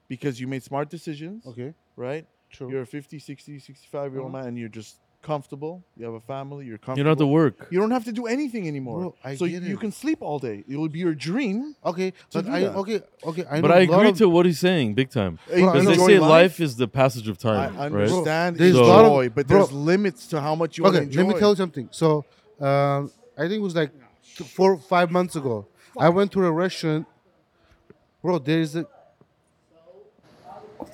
[SPEAKER 3] because you made smart decisions,
[SPEAKER 5] Okay,
[SPEAKER 3] right?
[SPEAKER 5] true.
[SPEAKER 3] You're a 50, 60, 65 year old
[SPEAKER 5] Mhm.
[SPEAKER 3] man, and you're just comfortable. You have a family. You're
[SPEAKER 1] You
[SPEAKER 3] comfortable.
[SPEAKER 1] don't have to work.
[SPEAKER 3] You don't have to do anything anymore.
[SPEAKER 5] Bro, I
[SPEAKER 3] so
[SPEAKER 5] get
[SPEAKER 3] you
[SPEAKER 5] it.
[SPEAKER 3] can sleep all day. It will be your dream.
[SPEAKER 5] okay, but
[SPEAKER 3] do
[SPEAKER 5] I
[SPEAKER 3] that.
[SPEAKER 5] okay okay. I
[SPEAKER 1] But
[SPEAKER 5] know
[SPEAKER 1] I
[SPEAKER 5] a lot
[SPEAKER 1] agree
[SPEAKER 5] of-
[SPEAKER 1] to what he's saying, big time.
[SPEAKER 5] Bro, I
[SPEAKER 1] Because they
[SPEAKER 5] know.
[SPEAKER 1] say life is the passage of
[SPEAKER 3] I
[SPEAKER 1] time, right?
[SPEAKER 3] understand
[SPEAKER 5] There's
[SPEAKER 1] a lot
[SPEAKER 5] of-
[SPEAKER 3] enjoy, but there's
[SPEAKER 5] bro.
[SPEAKER 3] limits to how much you
[SPEAKER 5] Okay,
[SPEAKER 3] want to
[SPEAKER 5] let me
[SPEAKER 3] enjoy.
[SPEAKER 5] tell you something. So, um, I think it was like th- four, five months ago. I went to a restaurant. Bro, there is a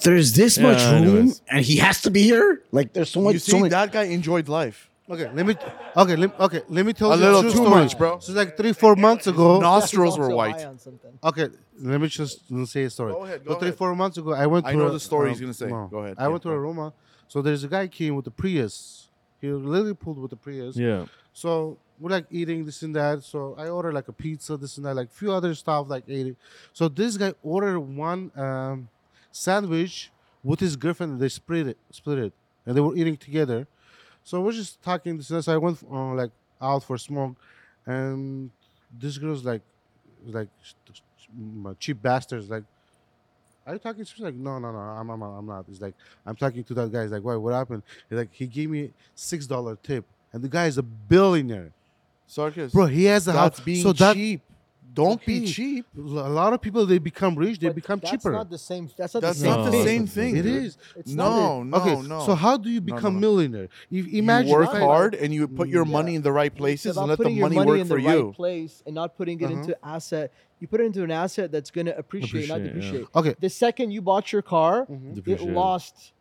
[SPEAKER 4] There's this
[SPEAKER 1] Yeah,
[SPEAKER 4] much room,
[SPEAKER 1] anyways.
[SPEAKER 4] and he has to be here. Like there's so much.
[SPEAKER 3] you see,
[SPEAKER 4] so many-
[SPEAKER 3] that guy enjoyed life.
[SPEAKER 5] okay. Let me okay. Let, okay, let me tell
[SPEAKER 3] A
[SPEAKER 5] you
[SPEAKER 3] little
[SPEAKER 5] two
[SPEAKER 3] too
[SPEAKER 5] stories.
[SPEAKER 3] much, bro.
[SPEAKER 5] So it's like three, four months ago.
[SPEAKER 3] Nostrils
[SPEAKER 2] He's
[SPEAKER 3] were
[SPEAKER 2] also high
[SPEAKER 3] white.
[SPEAKER 2] on something.
[SPEAKER 5] Okay, let me just say a story.
[SPEAKER 3] Go ahead,
[SPEAKER 5] So
[SPEAKER 3] go
[SPEAKER 5] three,
[SPEAKER 3] ahead.
[SPEAKER 5] four months ago, I went.
[SPEAKER 3] I
[SPEAKER 5] to
[SPEAKER 3] know
[SPEAKER 5] a-
[SPEAKER 3] the story he's
[SPEAKER 5] um,
[SPEAKER 3] gonna say. Go ahead,
[SPEAKER 5] I
[SPEAKER 3] yeah,
[SPEAKER 5] went to
[SPEAKER 3] go
[SPEAKER 5] a
[SPEAKER 3] ahead.
[SPEAKER 5] Roma. So there's a guy came with a Prius. He literally pulled with a Prius.
[SPEAKER 1] Yeah.
[SPEAKER 5] So we're like eating this and that. So I ordered like a pizza, this and that, like few other stuff, like eating. So this guy ordered one um, sandwich with his girlfriend. And they split it, split it, and they were eating together. So we're just talking this and that. So I went uh, like out for smoke, and this girl's like, like sh- sh- mm, cheap bastards. Like, are you talking? to She's like, no, no, no, I'm, I'm, I'm not. It's like I'm talking to that guy. He's like, why? What happened? He's like, he gave me six dollar tip, and the guy is a billionaire,
[SPEAKER 3] Sarkis,
[SPEAKER 5] bro. He has a
[SPEAKER 3] that's
[SPEAKER 5] house.
[SPEAKER 3] being
[SPEAKER 5] so that,
[SPEAKER 3] cheap. Don't be
[SPEAKER 5] Okay.
[SPEAKER 3] cheap.
[SPEAKER 5] A lot of people they become rich, they
[SPEAKER 7] But
[SPEAKER 5] become
[SPEAKER 7] that's
[SPEAKER 5] cheaper.
[SPEAKER 7] Not the same.
[SPEAKER 2] That's not
[SPEAKER 3] That's
[SPEAKER 2] the same
[SPEAKER 3] not
[SPEAKER 1] thing.
[SPEAKER 3] the same thing.
[SPEAKER 5] It
[SPEAKER 3] dude.
[SPEAKER 5] is.
[SPEAKER 7] It's
[SPEAKER 3] No, no,
[SPEAKER 5] okay,
[SPEAKER 3] no.
[SPEAKER 5] so how do you
[SPEAKER 3] No, no,
[SPEAKER 5] become
[SPEAKER 3] no.
[SPEAKER 5] millionaire? If
[SPEAKER 3] You
[SPEAKER 5] imagine
[SPEAKER 3] work
[SPEAKER 5] if I-
[SPEAKER 3] hard and you put your
[SPEAKER 2] Yeah.
[SPEAKER 3] money in the right
[SPEAKER 2] It's
[SPEAKER 3] places
[SPEAKER 2] about
[SPEAKER 3] and let the
[SPEAKER 2] putting your
[SPEAKER 3] money work
[SPEAKER 2] in
[SPEAKER 3] for
[SPEAKER 2] the right
[SPEAKER 3] you. Mm-hmm.
[SPEAKER 2] place and not putting it
[SPEAKER 5] Uh-huh.
[SPEAKER 2] into asset. You put it into an asset that's going to appreciate, not
[SPEAKER 1] Appreciate, yeah.
[SPEAKER 2] depreciate.
[SPEAKER 5] Okay.
[SPEAKER 2] The second you bought your car,
[SPEAKER 3] Mm-hmm.
[SPEAKER 2] it
[SPEAKER 1] Depreciate.
[SPEAKER 2] lost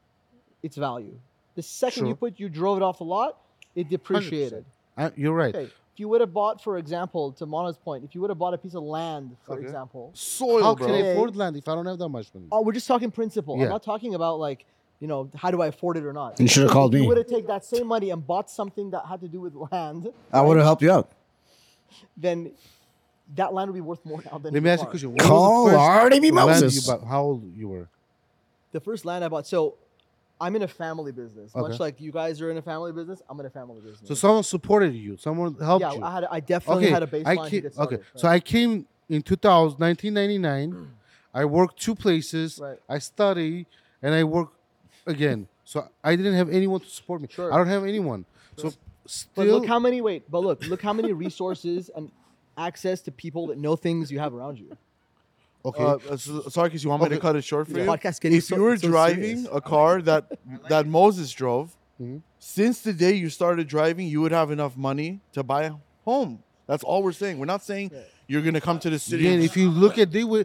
[SPEAKER 2] its value. The second you
[SPEAKER 5] Sure.
[SPEAKER 2] put you drove it off the lot, it depreciated.
[SPEAKER 5] Uh, you're right.
[SPEAKER 2] Okay. If you would have bought, for example, to Mana's point, if you would have bought a piece of land, for
[SPEAKER 5] Okay.
[SPEAKER 2] example,
[SPEAKER 3] Soil,
[SPEAKER 5] How
[SPEAKER 3] bro.
[SPEAKER 5] can I
[SPEAKER 2] Okay.
[SPEAKER 5] afford land if I don't have that much money?
[SPEAKER 2] oh, we're just talking principle.
[SPEAKER 5] Yeah.
[SPEAKER 2] I'm not talking about like, you know, how do I afford it or not.
[SPEAKER 4] You should have called
[SPEAKER 2] You
[SPEAKER 4] me.
[SPEAKER 2] would have taken that same money and bought something that had to do with land,
[SPEAKER 4] I would have helped you out.
[SPEAKER 2] then that land would be worth more now than
[SPEAKER 5] Let
[SPEAKER 2] the
[SPEAKER 5] me ask you a
[SPEAKER 2] car.
[SPEAKER 5] question. What was the
[SPEAKER 4] Call
[SPEAKER 5] first
[SPEAKER 4] Artie B.
[SPEAKER 5] land you
[SPEAKER 4] Moses.
[SPEAKER 5] bought- how old you were?
[SPEAKER 2] The first land I bought. So I'm in a family business,
[SPEAKER 5] Okay.
[SPEAKER 2] much like you guys are in a family business. I'm in a family business.
[SPEAKER 5] So someone supported you. Someone helped
[SPEAKER 2] yeah,
[SPEAKER 5] you.
[SPEAKER 2] I had. I definitely had a baseline.
[SPEAKER 5] I
[SPEAKER 2] to
[SPEAKER 5] came,
[SPEAKER 2] get
[SPEAKER 5] okay,
[SPEAKER 2] started,
[SPEAKER 5] so I came in 2000, 1999. I worked two places.
[SPEAKER 2] Right.
[SPEAKER 5] I study and I work again. So I didn't have anyone to support me.
[SPEAKER 2] Sure.
[SPEAKER 5] I don't have anyone. So
[SPEAKER 2] But
[SPEAKER 5] still,
[SPEAKER 2] look how many wait, but look, look how many resources and access to people that know things you have around you.
[SPEAKER 5] okay.
[SPEAKER 3] Uh, s- sorry, because you want me to
[SPEAKER 5] Okay.
[SPEAKER 3] cut it short for
[SPEAKER 2] The
[SPEAKER 3] you.
[SPEAKER 2] podcast getting
[SPEAKER 3] If
[SPEAKER 2] so-
[SPEAKER 3] you were
[SPEAKER 2] so
[SPEAKER 3] driving
[SPEAKER 2] serious.
[SPEAKER 3] a car that that Moses drove,
[SPEAKER 5] Mhm.
[SPEAKER 3] since the day you started driving, you would have enough money to buy a home. That's all we're saying. We're not saying you're gonna come to the city.
[SPEAKER 5] Again,
[SPEAKER 3] and-
[SPEAKER 5] if you look at the way,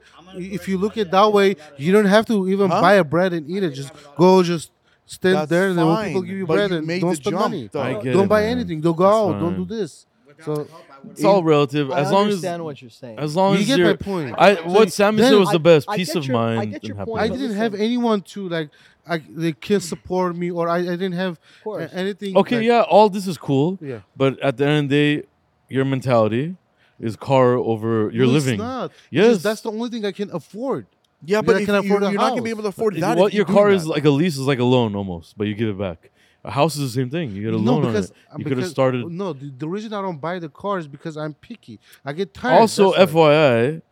[SPEAKER 5] if you look at that way, you don't have to even
[SPEAKER 3] Huh?
[SPEAKER 5] buy a bread and eat it. Just go, just stand
[SPEAKER 3] That's
[SPEAKER 5] there, and then when people
[SPEAKER 3] fine,
[SPEAKER 5] give you
[SPEAKER 3] but
[SPEAKER 5] bread
[SPEAKER 3] you
[SPEAKER 5] and
[SPEAKER 3] made
[SPEAKER 5] don't
[SPEAKER 3] the
[SPEAKER 5] spend
[SPEAKER 3] jump,
[SPEAKER 5] money.
[SPEAKER 3] though.
[SPEAKER 1] I get
[SPEAKER 5] don't
[SPEAKER 1] it,
[SPEAKER 5] buy
[SPEAKER 1] man.
[SPEAKER 5] anything. Don't go
[SPEAKER 1] That's
[SPEAKER 5] out. Don't
[SPEAKER 1] fine.
[SPEAKER 5] do this. So
[SPEAKER 1] It's all relative.
[SPEAKER 2] I
[SPEAKER 1] As long as,
[SPEAKER 2] understand what you're saying.
[SPEAKER 1] as long
[SPEAKER 5] You
[SPEAKER 1] as
[SPEAKER 5] get my
[SPEAKER 1] you're,
[SPEAKER 5] point.
[SPEAKER 1] I,
[SPEAKER 5] So
[SPEAKER 1] what Sammy said
[SPEAKER 5] then-
[SPEAKER 1] was
[SPEAKER 2] I-
[SPEAKER 1] the best.
[SPEAKER 2] I
[SPEAKER 1] Peace
[SPEAKER 2] get
[SPEAKER 1] of
[SPEAKER 2] your- I
[SPEAKER 1] mind
[SPEAKER 2] get
[SPEAKER 1] and
[SPEAKER 2] your
[SPEAKER 1] happiness.
[SPEAKER 2] point,
[SPEAKER 5] I
[SPEAKER 2] but
[SPEAKER 5] didn't
[SPEAKER 2] listen.
[SPEAKER 5] have anyone to like, I, the kids support me, or I, I didn't have a-
[SPEAKER 2] course.
[SPEAKER 5] anything.
[SPEAKER 1] Okay,
[SPEAKER 5] like-
[SPEAKER 1] yeah, all this is cool.
[SPEAKER 5] Yeah.
[SPEAKER 1] But at the end of the day, your mentality is car over your
[SPEAKER 5] No, it's
[SPEAKER 1] living.
[SPEAKER 5] not. It's just
[SPEAKER 1] Yes.
[SPEAKER 5] that's the only thing I can afford.
[SPEAKER 3] yeah,
[SPEAKER 5] you
[SPEAKER 3] but
[SPEAKER 5] don't
[SPEAKER 3] if you,
[SPEAKER 5] can afford a
[SPEAKER 3] you're not gonna be
[SPEAKER 5] house.
[SPEAKER 3] able to afford
[SPEAKER 1] It-
[SPEAKER 3] that.
[SPEAKER 1] what
[SPEAKER 3] if you
[SPEAKER 1] your
[SPEAKER 3] do
[SPEAKER 1] car
[SPEAKER 3] that.
[SPEAKER 1] is like a lease is like a loan almost, but you give it back. A house is the same thing. You get a loan
[SPEAKER 5] because
[SPEAKER 1] on
[SPEAKER 3] uh,
[SPEAKER 1] it. You could have
[SPEAKER 5] because-
[SPEAKER 1] started.
[SPEAKER 5] No, the, the reason I don't buy the car is because I'm picky. I get tired.
[SPEAKER 1] Also,
[SPEAKER 5] that's why.
[SPEAKER 1] FYI,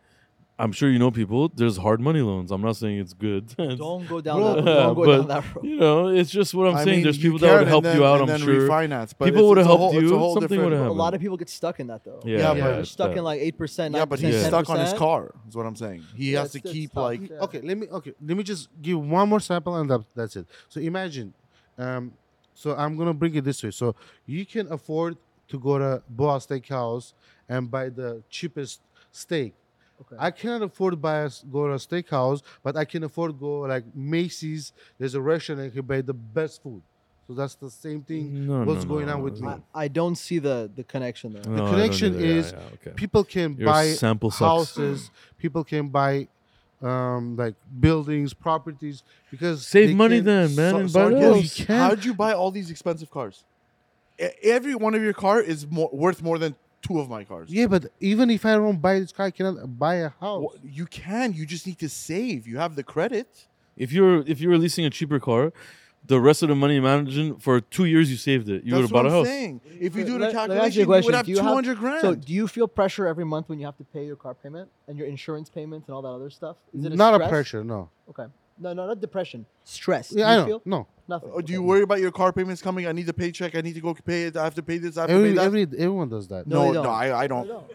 [SPEAKER 1] I'm sure you know people. There's hard money loans. I'm not saying it's good. It's-
[SPEAKER 2] don't go down that
[SPEAKER 5] Bro,
[SPEAKER 2] road. Don't go
[SPEAKER 1] but,
[SPEAKER 2] down that road.
[SPEAKER 1] You know, it's just what I'm
[SPEAKER 3] I
[SPEAKER 1] saying.
[SPEAKER 3] mean,
[SPEAKER 1] There's
[SPEAKER 3] you
[SPEAKER 1] people that
[SPEAKER 3] can
[SPEAKER 1] would help
[SPEAKER 3] and
[SPEAKER 1] you
[SPEAKER 3] then-
[SPEAKER 1] out.
[SPEAKER 3] and
[SPEAKER 1] I'm
[SPEAKER 3] then
[SPEAKER 1] sure.
[SPEAKER 3] Refinance, but
[SPEAKER 1] People
[SPEAKER 3] it's-
[SPEAKER 1] would
[SPEAKER 3] it's
[SPEAKER 1] have
[SPEAKER 3] a
[SPEAKER 1] helped
[SPEAKER 3] whole- it's a
[SPEAKER 1] you.
[SPEAKER 3] whole
[SPEAKER 1] Something
[SPEAKER 3] different-
[SPEAKER 1] would have
[SPEAKER 2] A
[SPEAKER 1] happened.
[SPEAKER 2] lot of people get stuck in that though.
[SPEAKER 1] Yeah,
[SPEAKER 3] Yeah,
[SPEAKER 1] yeah,
[SPEAKER 3] but
[SPEAKER 2] They're
[SPEAKER 1] it's
[SPEAKER 2] stuck
[SPEAKER 1] that.
[SPEAKER 2] in like eight percent.
[SPEAKER 3] Yeah, but he's
[SPEAKER 1] Yeah.
[SPEAKER 3] stuck on his car. Is what I'm saying. He has to keep like
[SPEAKER 5] Okay, let me. Okay, let me just give one more sample, and that, that's it. So imagine, um, so I'm gonna bring it this way. So you can afford to go to Boa Steakhouse and buy the cheapest steak.
[SPEAKER 2] Okay.
[SPEAKER 5] I cannot afford to buy a, s- go to a steakhouse, but I can afford to go like Macy's. There's a restaurant and can buy the best food. So that's the same thing.
[SPEAKER 1] No,
[SPEAKER 5] what's
[SPEAKER 1] no,
[SPEAKER 5] going
[SPEAKER 1] no,
[SPEAKER 5] on
[SPEAKER 1] no,
[SPEAKER 5] with
[SPEAKER 1] no.
[SPEAKER 5] me?
[SPEAKER 2] I, I don't see the the connection there.
[SPEAKER 1] No, I
[SPEAKER 5] the
[SPEAKER 1] don't
[SPEAKER 5] connection
[SPEAKER 1] either. Yeah,
[SPEAKER 5] is
[SPEAKER 1] yeah, okay.
[SPEAKER 5] people can
[SPEAKER 1] Your
[SPEAKER 5] buy
[SPEAKER 1] sample sucks.
[SPEAKER 5] houses, people can buy um, like buildings, properties because
[SPEAKER 1] Save
[SPEAKER 5] they
[SPEAKER 1] money
[SPEAKER 5] can-
[SPEAKER 1] then, man,
[SPEAKER 3] So-
[SPEAKER 1] and
[SPEAKER 3] so
[SPEAKER 1] buy
[SPEAKER 3] again,
[SPEAKER 5] No,
[SPEAKER 1] those.
[SPEAKER 5] you can't.
[SPEAKER 3] How did you buy all these expensive cars? E- Every one of your car is more, worth more than two of my cars.
[SPEAKER 5] Yeah, but even if I don't buy this car, I cannot buy a house.
[SPEAKER 3] Wha- You can. You just need to save. You have the credit.
[SPEAKER 1] If you're if you were leasing a cheaper car, the rest of the money managing for two years you saved it. You would have
[SPEAKER 3] That's what
[SPEAKER 1] bought a
[SPEAKER 3] I'm
[SPEAKER 1] house.
[SPEAKER 3] saying. If you do
[SPEAKER 2] Let-
[SPEAKER 3] the
[SPEAKER 2] let me ask you a
[SPEAKER 3] calculation, you,
[SPEAKER 2] question.
[SPEAKER 3] would have
[SPEAKER 2] Do you
[SPEAKER 3] two
[SPEAKER 2] have-
[SPEAKER 3] hundred grand.
[SPEAKER 2] So, do you feel pressure every month when you have to pay your car payment and your insurance payments and all that other stuff? Is it a
[SPEAKER 5] Not a
[SPEAKER 2] stress?
[SPEAKER 5] pressure, no.
[SPEAKER 2] Okay. No, no, not depression. Stress.
[SPEAKER 5] Yeah,
[SPEAKER 2] do
[SPEAKER 5] I
[SPEAKER 2] you
[SPEAKER 5] know.
[SPEAKER 2] feel?
[SPEAKER 5] No,
[SPEAKER 2] Nothing.
[SPEAKER 3] Oh, do
[SPEAKER 2] Okay.
[SPEAKER 3] you worry about your car payments coming? I need the paycheck. I need to go pay it. I have to pay this. I have to pay
[SPEAKER 5] every,
[SPEAKER 3] that.
[SPEAKER 5] every everyone does that.
[SPEAKER 2] No,
[SPEAKER 3] no,
[SPEAKER 2] they
[SPEAKER 3] no,
[SPEAKER 2] don't.
[SPEAKER 3] I, I
[SPEAKER 2] I
[SPEAKER 3] don't.
[SPEAKER 2] don't.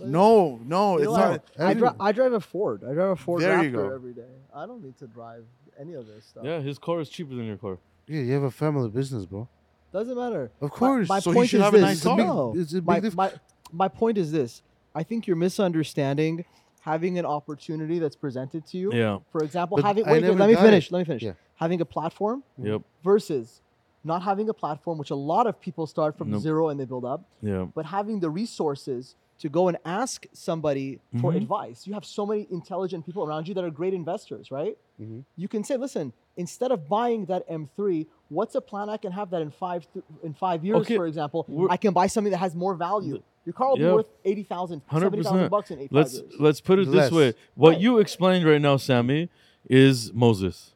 [SPEAKER 3] No, no,
[SPEAKER 2] You
[SPEAKER 3] it's
[SPEAKER 2] know,
[SPEAKER 3] not.
[SPEAKER 2] I, I, dri- I drive a Ford. I drive a Ford
[SPEAKER 3] There
[SPEAKER 2] Raptor
[SPEAKER 3] you go.
[SPEAKER 2] every day. I don't need to drive any of this stuff.
[SPEAKER 1] Yeah, his car is cheaper than your car.
[SPEAKER 5] Yeah, you have a family business, bro.
[SPEAKER 2] Doesn't matter.
[SPEAKER 5] Of course.
[SPEAKER 2] My, my
[SPEAKER 3] So he
[SPEAKER 2] point
[SPEAKER 3] should
[SPEAKER 2] is
[SPEAKER 3] have a
[SPEAKER 2] this.
[SPEAKER 3] nice car.
[SPEAKER 2] No.
[SPEAKER 5] It's a big
[SPEAKER 2] my,
[SPEAKER 5] diff-
[SPEAKER 2] my, my point is this. I think you're misunderstanding having an opportunity that's presented to you.
[SPEAKER 1] Yeah.
[SPEAKER 2] For example,
[SPEAKER 5] But
[SPEAKER 2] having
[SPEAKER 5] I
[SPEAKER 2] wait, wait,
[SPEAKER 5] never
[SPEAKER 2] let me
[SPEAKER 5] got it.
[SPEAKER 2] finish. Let me finish.
[SPEAKER 5] Yeah.
[SPEAKER 2] Having a platform
[SPEAKER 3] Mm.
[SPEAKER 1] Yep.
[SPEAKER 2] versus not having a platform, which a lot of people start from
[SPEAKER 1] Nope.
[SPEAKER 2] zero and they build up,
[SPEAKER 1] Yeah.
[SPEAKER 2] but having the resources to go and ask somebody for
[SPEAKER 1] Mhm.
[SPEAKER 2] advice. You have so many intelligent people around you that are great investors, right?
[SPEAKER 1] Mm-hmm.
[SPEAKER 5] Mhm.
[SPEAKER 2] You can say, listen, instead of buying that M3, what's a plan I can have that in five th- in five years,
[SPEAKER 1] Okay,
[SPEAKER 2] for example,
[SPEAKER 1] we're-
[SPEAKER 2] I can buy something that has more value. Your car will
[SPEAKER 1] yeah.
[SPEAKER 2] be worth 80,000, 70,000
[SPEAKER 1] 100%.
[SPEAKER 2] bucks in 8 five
[SPEAKER 1] Let's
[SPEAKER 2] years.
[SPEAKER 1] let's put it
[SPEAKER 5] Less.
[SPEAKER 1] this way. What
[SPEAKER 2] Right.
[SPEAKER 1] you explained right now, Sammy, is Moses.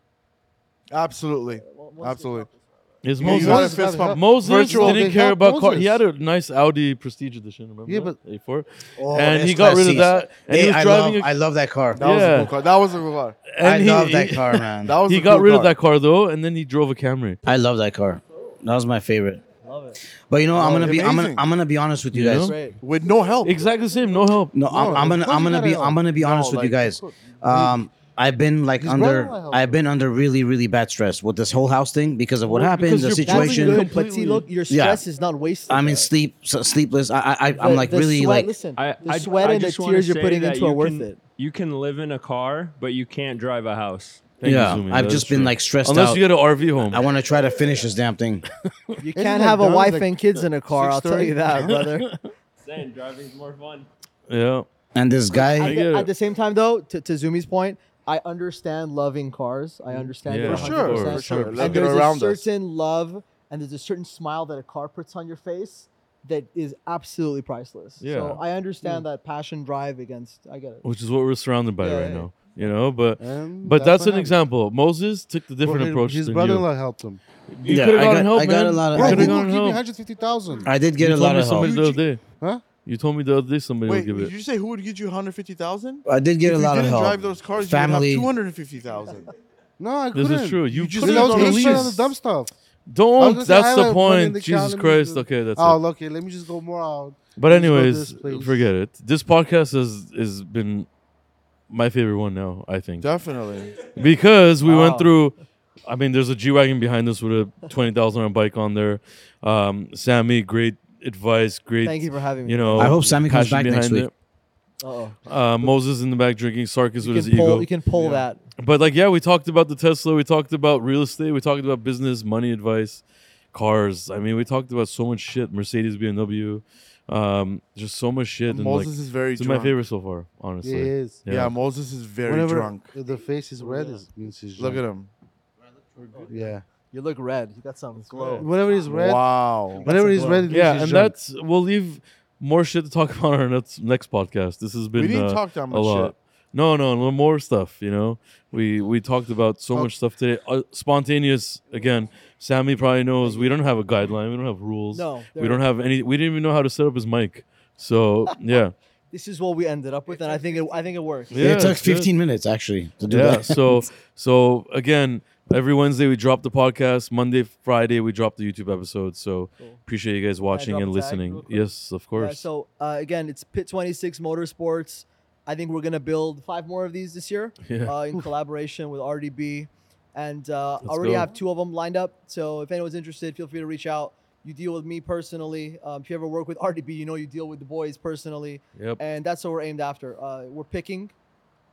[SPEAKER 3] Absolutely.
[SPEAKER 2] Well, once we
[SPEAKER 3] Absolutely.
[SPEAKER 2] talk this-
[SPEAKER 1] Is
[SPEAKER 3] You got a
[SPEAKER 1] Moses.
[SPEAKER 3] fist pump.
[SPEAKER 1] Moses
[SPEAKER 5] Virtual.
[SPEAKER 1] didn't
[SPEAKER 5] They
[SPEAKER 1] care
[SPEAKER 5] helped
[SPEAKER 1] about car. He
[SPEAKER 5] Moses.
[SPEAKER 1] had a nice Audi Prestige edition, remember?
[SPEAKER 5] Yeah,
[SPEAKER 1] that? A4.
[SPEAKER 4] Oh,
[SPEAKER 1] and he
[SPEAKER 4] S-Class
[SPEAKER 1] got rid of
[SPEAKER 4] seats.
[SPEAKER 1] that. And
[SPEAKER 4] They-
[SPEAKER 1] he was
[SPEAKER 4] I,
[SPEAKER 1] driving
[SPEAKER 4] love,
[SPEAKER 1] a-
[SPEAKER 4] I love that car.
[SPEAKER 3] That was a
[SPEAKER 1] Yeah.
[SPEAKER 3] cool car. That was a cool car.
[SPEAKER 4] I
[SPEAKER 1] and he-
[SPEAKER 4] love that
[SPEAKER 1] he-
[SPEAKER 4] car, man.
[SPEAKER 3] That was
[SPEAKER 1] He
[SPEAKER 3] a cool
[SPEAKER 1] got rid
[SPEAKER 3] car.
[SPEAKER 1] of that car though, and then he drove a Camry.
[SPEAKER 4] I love that car. That was my favorite.
[SPEAKER 2] Love it.
[SPEAKER 4] But you know, I'm
[SPEAKER 3] Oh,
[SPEAKER 4] gonna be I'm gonna
[SPEAKER 3] amazing.
[SPEAKER 4] I'm gonna be honest with you
[SPEAKER 1] You
[SPEAKER 4] guys.
[SPEAKER 1] know?
[SPEAKER 2] Great.
[SPEAKER 3] with no help.
[SPEAKER 1] Exactly the same. No help.
[SPEAKER 4] No, I'm, I'm
[SPEAKER 5] it's
[SPEAKER 4] gonna I'm
[SPEAKER 5] nothing
[SPEAKER 4] gonna
[SPEAKER 5] that I
[SPEAKER 4] be
[SPEAKER 5] know.
[SPEAKER 4] I'm gonna be honest with you guys. Um, I've been like
[SPEAKER 5] His
[SPEAKER 4] under
[SPEAKER 5] brother-in-law helped
[SPEAKER 4] I've been under really really bad stress with this whole house thing because of what
[SPEAKER 1] Well,
[SPEAKER 4] happened,
[SPEAKER 1] because
[SPEAKER 4] the
[SPEAKER 1] you're
[SPEAKER 2] That's
[SPEAKER 1] Situation-
[SPEAKER 4] situation.
[SPEAKER 2] good, but see, look, your
[SPEAKER 4] Yeah.
[SPEAKER 2] stress is not wasted.
[SPEAKER 4] I'm in
[SPEAKER 2] there.
[SPEAKER 4] sleep so sleepless. I, I I- I'm
[SPEAKER 2] The-
[SPEAKER 4] like
[SPEAKER 2] the
[SPEAKER 4] really
[SPEAKER 2] sweat,
[SPEAKER 4] like
[SPEAKER 2] listen,
[SPEAKER 7] I,
[SPEAKER 2] the
[SPEAKER 7] I-
[SPEAKER 2] sweat
[SPEAKER 7] I
[SPEAKER 2] and the
[SPEAKER 7] just wanna
[SPEAKER 2] tears you're
[SPEAKER 7] say
[SPEAKER 2] putting
[SPEAKER 7] that
[SPEAKER 2] into are
[SPEAKER 7] you
[SPEAKER 2] worth
[SPEAKER 7] can-
[SPEAKER 2] it.
[SPEAKER 7] You can live in a car, but you can't drive a house.
[SPEAKER 1] Thank you,
[SPEAKER 4] yeah.
[SPEAKER 1] Zumi.
[SPEAKER 4] I've
[SPEAKER 1] That's
[SPEAKER 4] just been
[SPEAKER 1] true.
[SPEAKER 4] like stressed
[SPEAKER 1] Unless
[SPEAKER 4] out.
[SPEAKER 1] you get an RV home.
[SPEAKER 4] I want to try to finish this damn thing.
[SPEAKER 2] You
[SPEAKER 5] Isn't
[SPEAKER 2] can't
[SPEAKER 5] that
[SPEAKER 2] have a
[SPEAKER 5] dumb?
[SPEAKER 2] wife
[SPEAKER 5] Like,
[SPEAKER 2] and kids in a car. I'll tell
[SPEAKER 5] 6:30?
[SPEAKER 2] you that, brother.
[SPEAKER 7] Saying driving's more fun.
[SPEAKER 1] yeah.
[SPEAKER 4] And this
[SPEAKER 2] at,
[SPEAKER 4] guy,
[SPEAKER 2] the,
[SPEAKER 1] get
[SPEAKER 2] at
[SPEAKER 1] it.
[SPEAKER 2] the same time, though, to, to Zumi's point, I understand loving cars. I understand
[SPEAKER 1] Yeah.
[SPEAKER 2] it
[SPEAKER 1] For
[SPEAKER 2] 100%.
[SPEAKER 1] sure, for sure.
[SPEAKER 3] Look
[SPEAKER 2] And
[SPEAKER 3] at
[SPEAKER 2] there's a
[SPEAKER 3] around us.
[SPEAKER 2] certain love and there's a certain smile that a car puts on your face that is absolutely priceless.
[SPEAKER 1] Yeah. Oh,
[SPEAKER 2] So I understand that passion drive against. I get it.
[SPEAKER 1] Which is what we're surrounded by
[SPEAKER 2] Yeah,
[SPEAKER 1] right
[SPEAKER 2] yeah.
[SPEAKER 1] now. You know, but
[SPEAKER 5] And
[SPEAKER 1] but that's, an
[SPEAKER 5] what happened.
[SPEAKER 1] example. Moses took the different
[SPEAKER 5] Um, Well,
[SPEAKER 1] approach
[SPEAKER 5] His
[SPEAKER 1] than you.
[SPEAKER 5] brother-in-law helped him.
[SPEAKER 1] You
[SPEAKER 4] Yeah,
[SPEAKER 1] could have
[SPEAKER 4] I
[SPEAKER 1] gotten
[SPEAKER 4] got-
[SPEAKER 1] help,
[SPEAKER 4] I got
[SPEAKER 1] man.
[SPEAKER 4] a lot
[SPEAKER 1] You
[SPEAKER 4] of
[SPEAKER 5] Bro,
[SPEAKER 4] help.
[SPEAKER 1] could have
[SPEAKER 5] Google gave
[SPEAKER 1] gotten
[SPEAKER 5] me
[SPEAKER 1] help.
[SPEAKER 5] 150,000.
[SPEAKER 4] I did get
[SPEAKER 1] you
[SPEAKER 4] a
[SPEAKER 1] told
[SPEAKER 4] lot
[SPEAKER 1] me
[SPEAKER 4] of
[SPEAKER 1] somebody
[SPEAKER 4] help.
[SPEAKER 1] the other day.
[SPEAKER 5] Huh?
[SPEAKER 1] You told me the other day somebody
[SPEAKER 3] Wait,
[SPEAKER 1] would give
[SPEAKER 3] did
[SPEAKER 1] it.
[SPEAKER 3] you say who would get you 150,000?
[SPEAKER 4] I did get
[SPEAKER 3] If
[SPEAKER 4] a
[SPEAKER 3] you
[SPEAKER 4] lot of
[SPEAKER 3] didn't
[SPEAKER 4] help.
[SPEAKER 3] drive those cars,
[SPEAKER 4] Family.
[SPEAKER 3] you would have 250,000.
[SPEAKER 5] No, I couldn't.
[SPEAKER 1] This is true. You,
[SPEAKER 5] Just
[SPEAKER 1] put it
[SPEAKER 5] I was
[SPEAKER 1] on the
[SPEAKER 5] gonna spend on the
[SPEAKER 1] lease.
[SPEAKER 5] dumb stuff. I was
[SPEAKER 1] Don't.
[SPEAKER 5] gonna say, I
[SPEAKER 1] That's the
[SPEAKER 5] have money in
[SPEAKER 1] point.
[SPEAKER 5] the
[SPEAKER 1] Jesus
[SPEAKER 5] calendar.
[SPEAKER 1] Christ. Okay, that's
[SPEAKER 5] Oh,
[SPEAKER 1] it.
[SPEAKER 5] okay. Let me just go more out.
[SPEAKER 1] But
[SPEAKER 5] let's go
[SPEAKER 1] anyways,
[SPEAKER 5] this place.
[SPEAKER 1] forget it. This podcast has has been my favorite one now. I think
[SPEAKER 3] Definitely.
[SPEAKER 1] because we went
[SPEAKER 2] Wow.
[SPEAKER 1] through. I mean, there's a G wagon behind us with a twenty thousand on bike on there. Um, Sammy, great advice. Great.
[SPEAKER 2] Thank you for having me.
[SPEAKER 1] You know,
[SPEAKER 4] I hope Sammy comes
[SPEAKER 1] passion
[SPEAKER 4] back next
[SPEAKER 1] behind
[SPEAKER 4] week.
[SPEAKER 2] Uh-oh.
[SPEAKER 1] it. Uh, Moses in the back drinking Sarkis
[SPEAKER 2] You
[SPEAKER 1] with his
[SPEAKER 2] can pull,
[SPEAKER 1] ego.
[SPEAKER 2] you can pull that.
[SPEAKER 1] But like, yeah, we talked about the Tesla. We talked about real estate. We talked about business, money advice, cars. I mean, we talked about so much shit. Mercedes, BMW, um, just so much shit. And like,
[SPEAKER 3] Moses is very
[SPEAKER 1] it's
[SPEAKER 3] drunk.
[SPEAKER 1] my favorite so far, honestly.
[SPEAKER 5] Yes.
[SPEAKER 3] Yeah. Moses is very
[SPEAKER 5] Whenever
[SPEAKER 3] drunk.
[SPEAKER 5] the face is red, it means he's
[SPEAKER 3] Look at
[SPEAKER 5] drunk.
[SPEAKER 3] him.
[SPEAKER 5] Yeah.
[SPEAKER 2] You look red. You got some glow.
[SPEAKER 5] Whenever he's red,
[SPEAKER 3] Wow.
[SPEAKER 5] whenever he's
[SPEAKER 2] glow.
[SPEAKER 5] red, it means
[SPEAKER 1] Yeah,
[SPEAKER 5] he's
[SPEAKER 1] and
[SPEAKER 5] drunk.
[SPEAKER 1] that's we'll leave more shit to talk about on our next next podcast. This has been
[SPEAKER 3] We didn't
[SPEAKER 1] uh,
[SPEAKER 3] talk that
[SPEAKER 1] a
[SPEAKER 3] much
[SPEAKER 1] lot.
[SPEAKER 3] shit.
[SPEAKER 1] No, no, no more stuff. You know, we we talked about so much stuff today. Uh, spontaneous again. Sammy probably knows we don't have a guideline. We don't have rules.
[SPEAKER 2] No,
[SPEAKER 1] we
[SPEAKER 2] there-
[SPEAKER 1] don't have any. We didn't even know how to set up his mic. So yeah,
[SPEAKER 2] This is what we ended up with, and I think it, I think it works.
[SPEAKER 1] yeah
[SPEAKER 4] it took
[SPEAKER 1] it's good.
[SPEAKER 4] 15 minutes actually to do
[SPEAKER 1] Yeah.
[SPEAKER 4] that.
[SPEAKER 1] so so again, every Wednesday we drop the podcast. Monday, Friday we drop the YouTube episode. So appreciate you guys watching
[SPEAKER 2] drop
[SPEAKER 1] and
[SPEAKER 2] a tag
[SPEAKER 1] listening.
[SPEAKER 2] real quick?
[SPEAKER 1] Yes, of
[SPEAKER 2] Yeah,
[SPEAKER 1] course.
[SPEAKER 2] so uh, again, it's Pit 26 Motorsports. I think we're gonna build five more of these this year
[SPEAKER 1] Yeah.
[SPEAKER 2] uh, in collaboration with RDB, and uh, I
[SPEAKER 1] Let's
[SPEAKER 2] already
[SPEAKER 1] go.
[SPEAKER 2] have two of them lined up. So if anyone's interested, feel free to reach out. You deal with me personally. Um, if you ever work with RDB, you know you deal with the boys personally,
[SPEAKER 1] yep.
[SPEAKER 2] and that's what we're aimed after. Uh, we're picking.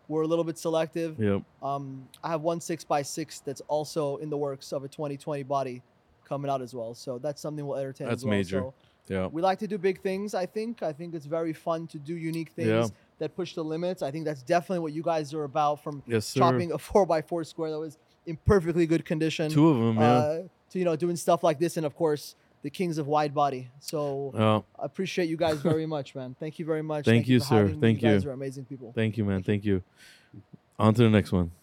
[SPEAKER 2] We're a little bit selective.
[SPEAKER 1] Yep.
[SPEAKER 2] Um, I have one six by six that's also in the works of a 2020 body coming out as well. So that's something we'll entertain.
[SPEAKER 1] That's
[SPEAKER 2] as well.
[SPEAKER 1] major.
[SPEAKER 2] So
[SPEAKER 1] Yeah.
[SPEAKER 2] we like to do big things. I think. I think it's very fun to do unique things
[SPEAKER 1] Yeah.
[SPEAKER 2] that push the limits. I think that's definitely what you guys are about. From
[SPEAKER 1] Yes, sir.
[SPEAKER 2] chopping a four by four square that was in perfectly good condition
[SPEAKER 1] Two of them, yeah.
[SPEAKER 2] uh, to you know doing stuff like this, and of course the kings of wide body. So
[SPEAKER 1] yeah.
[SPEAKER 2] I appreciate you guys very much, man. Thank you very much.
[SPEAKER 1] Thank you,
[SPEAKER 2] for
[SPEAKER 1] sir.
[SPEAKER 2] having me.
[SPEAKER 1] Thank
[SPEAKER 2] You guys
[SPEAKER 1] you.
[SPEAKER 2] are amazing people.
[SPEAKER 1] Thank you, man. Thank you. On to the next one.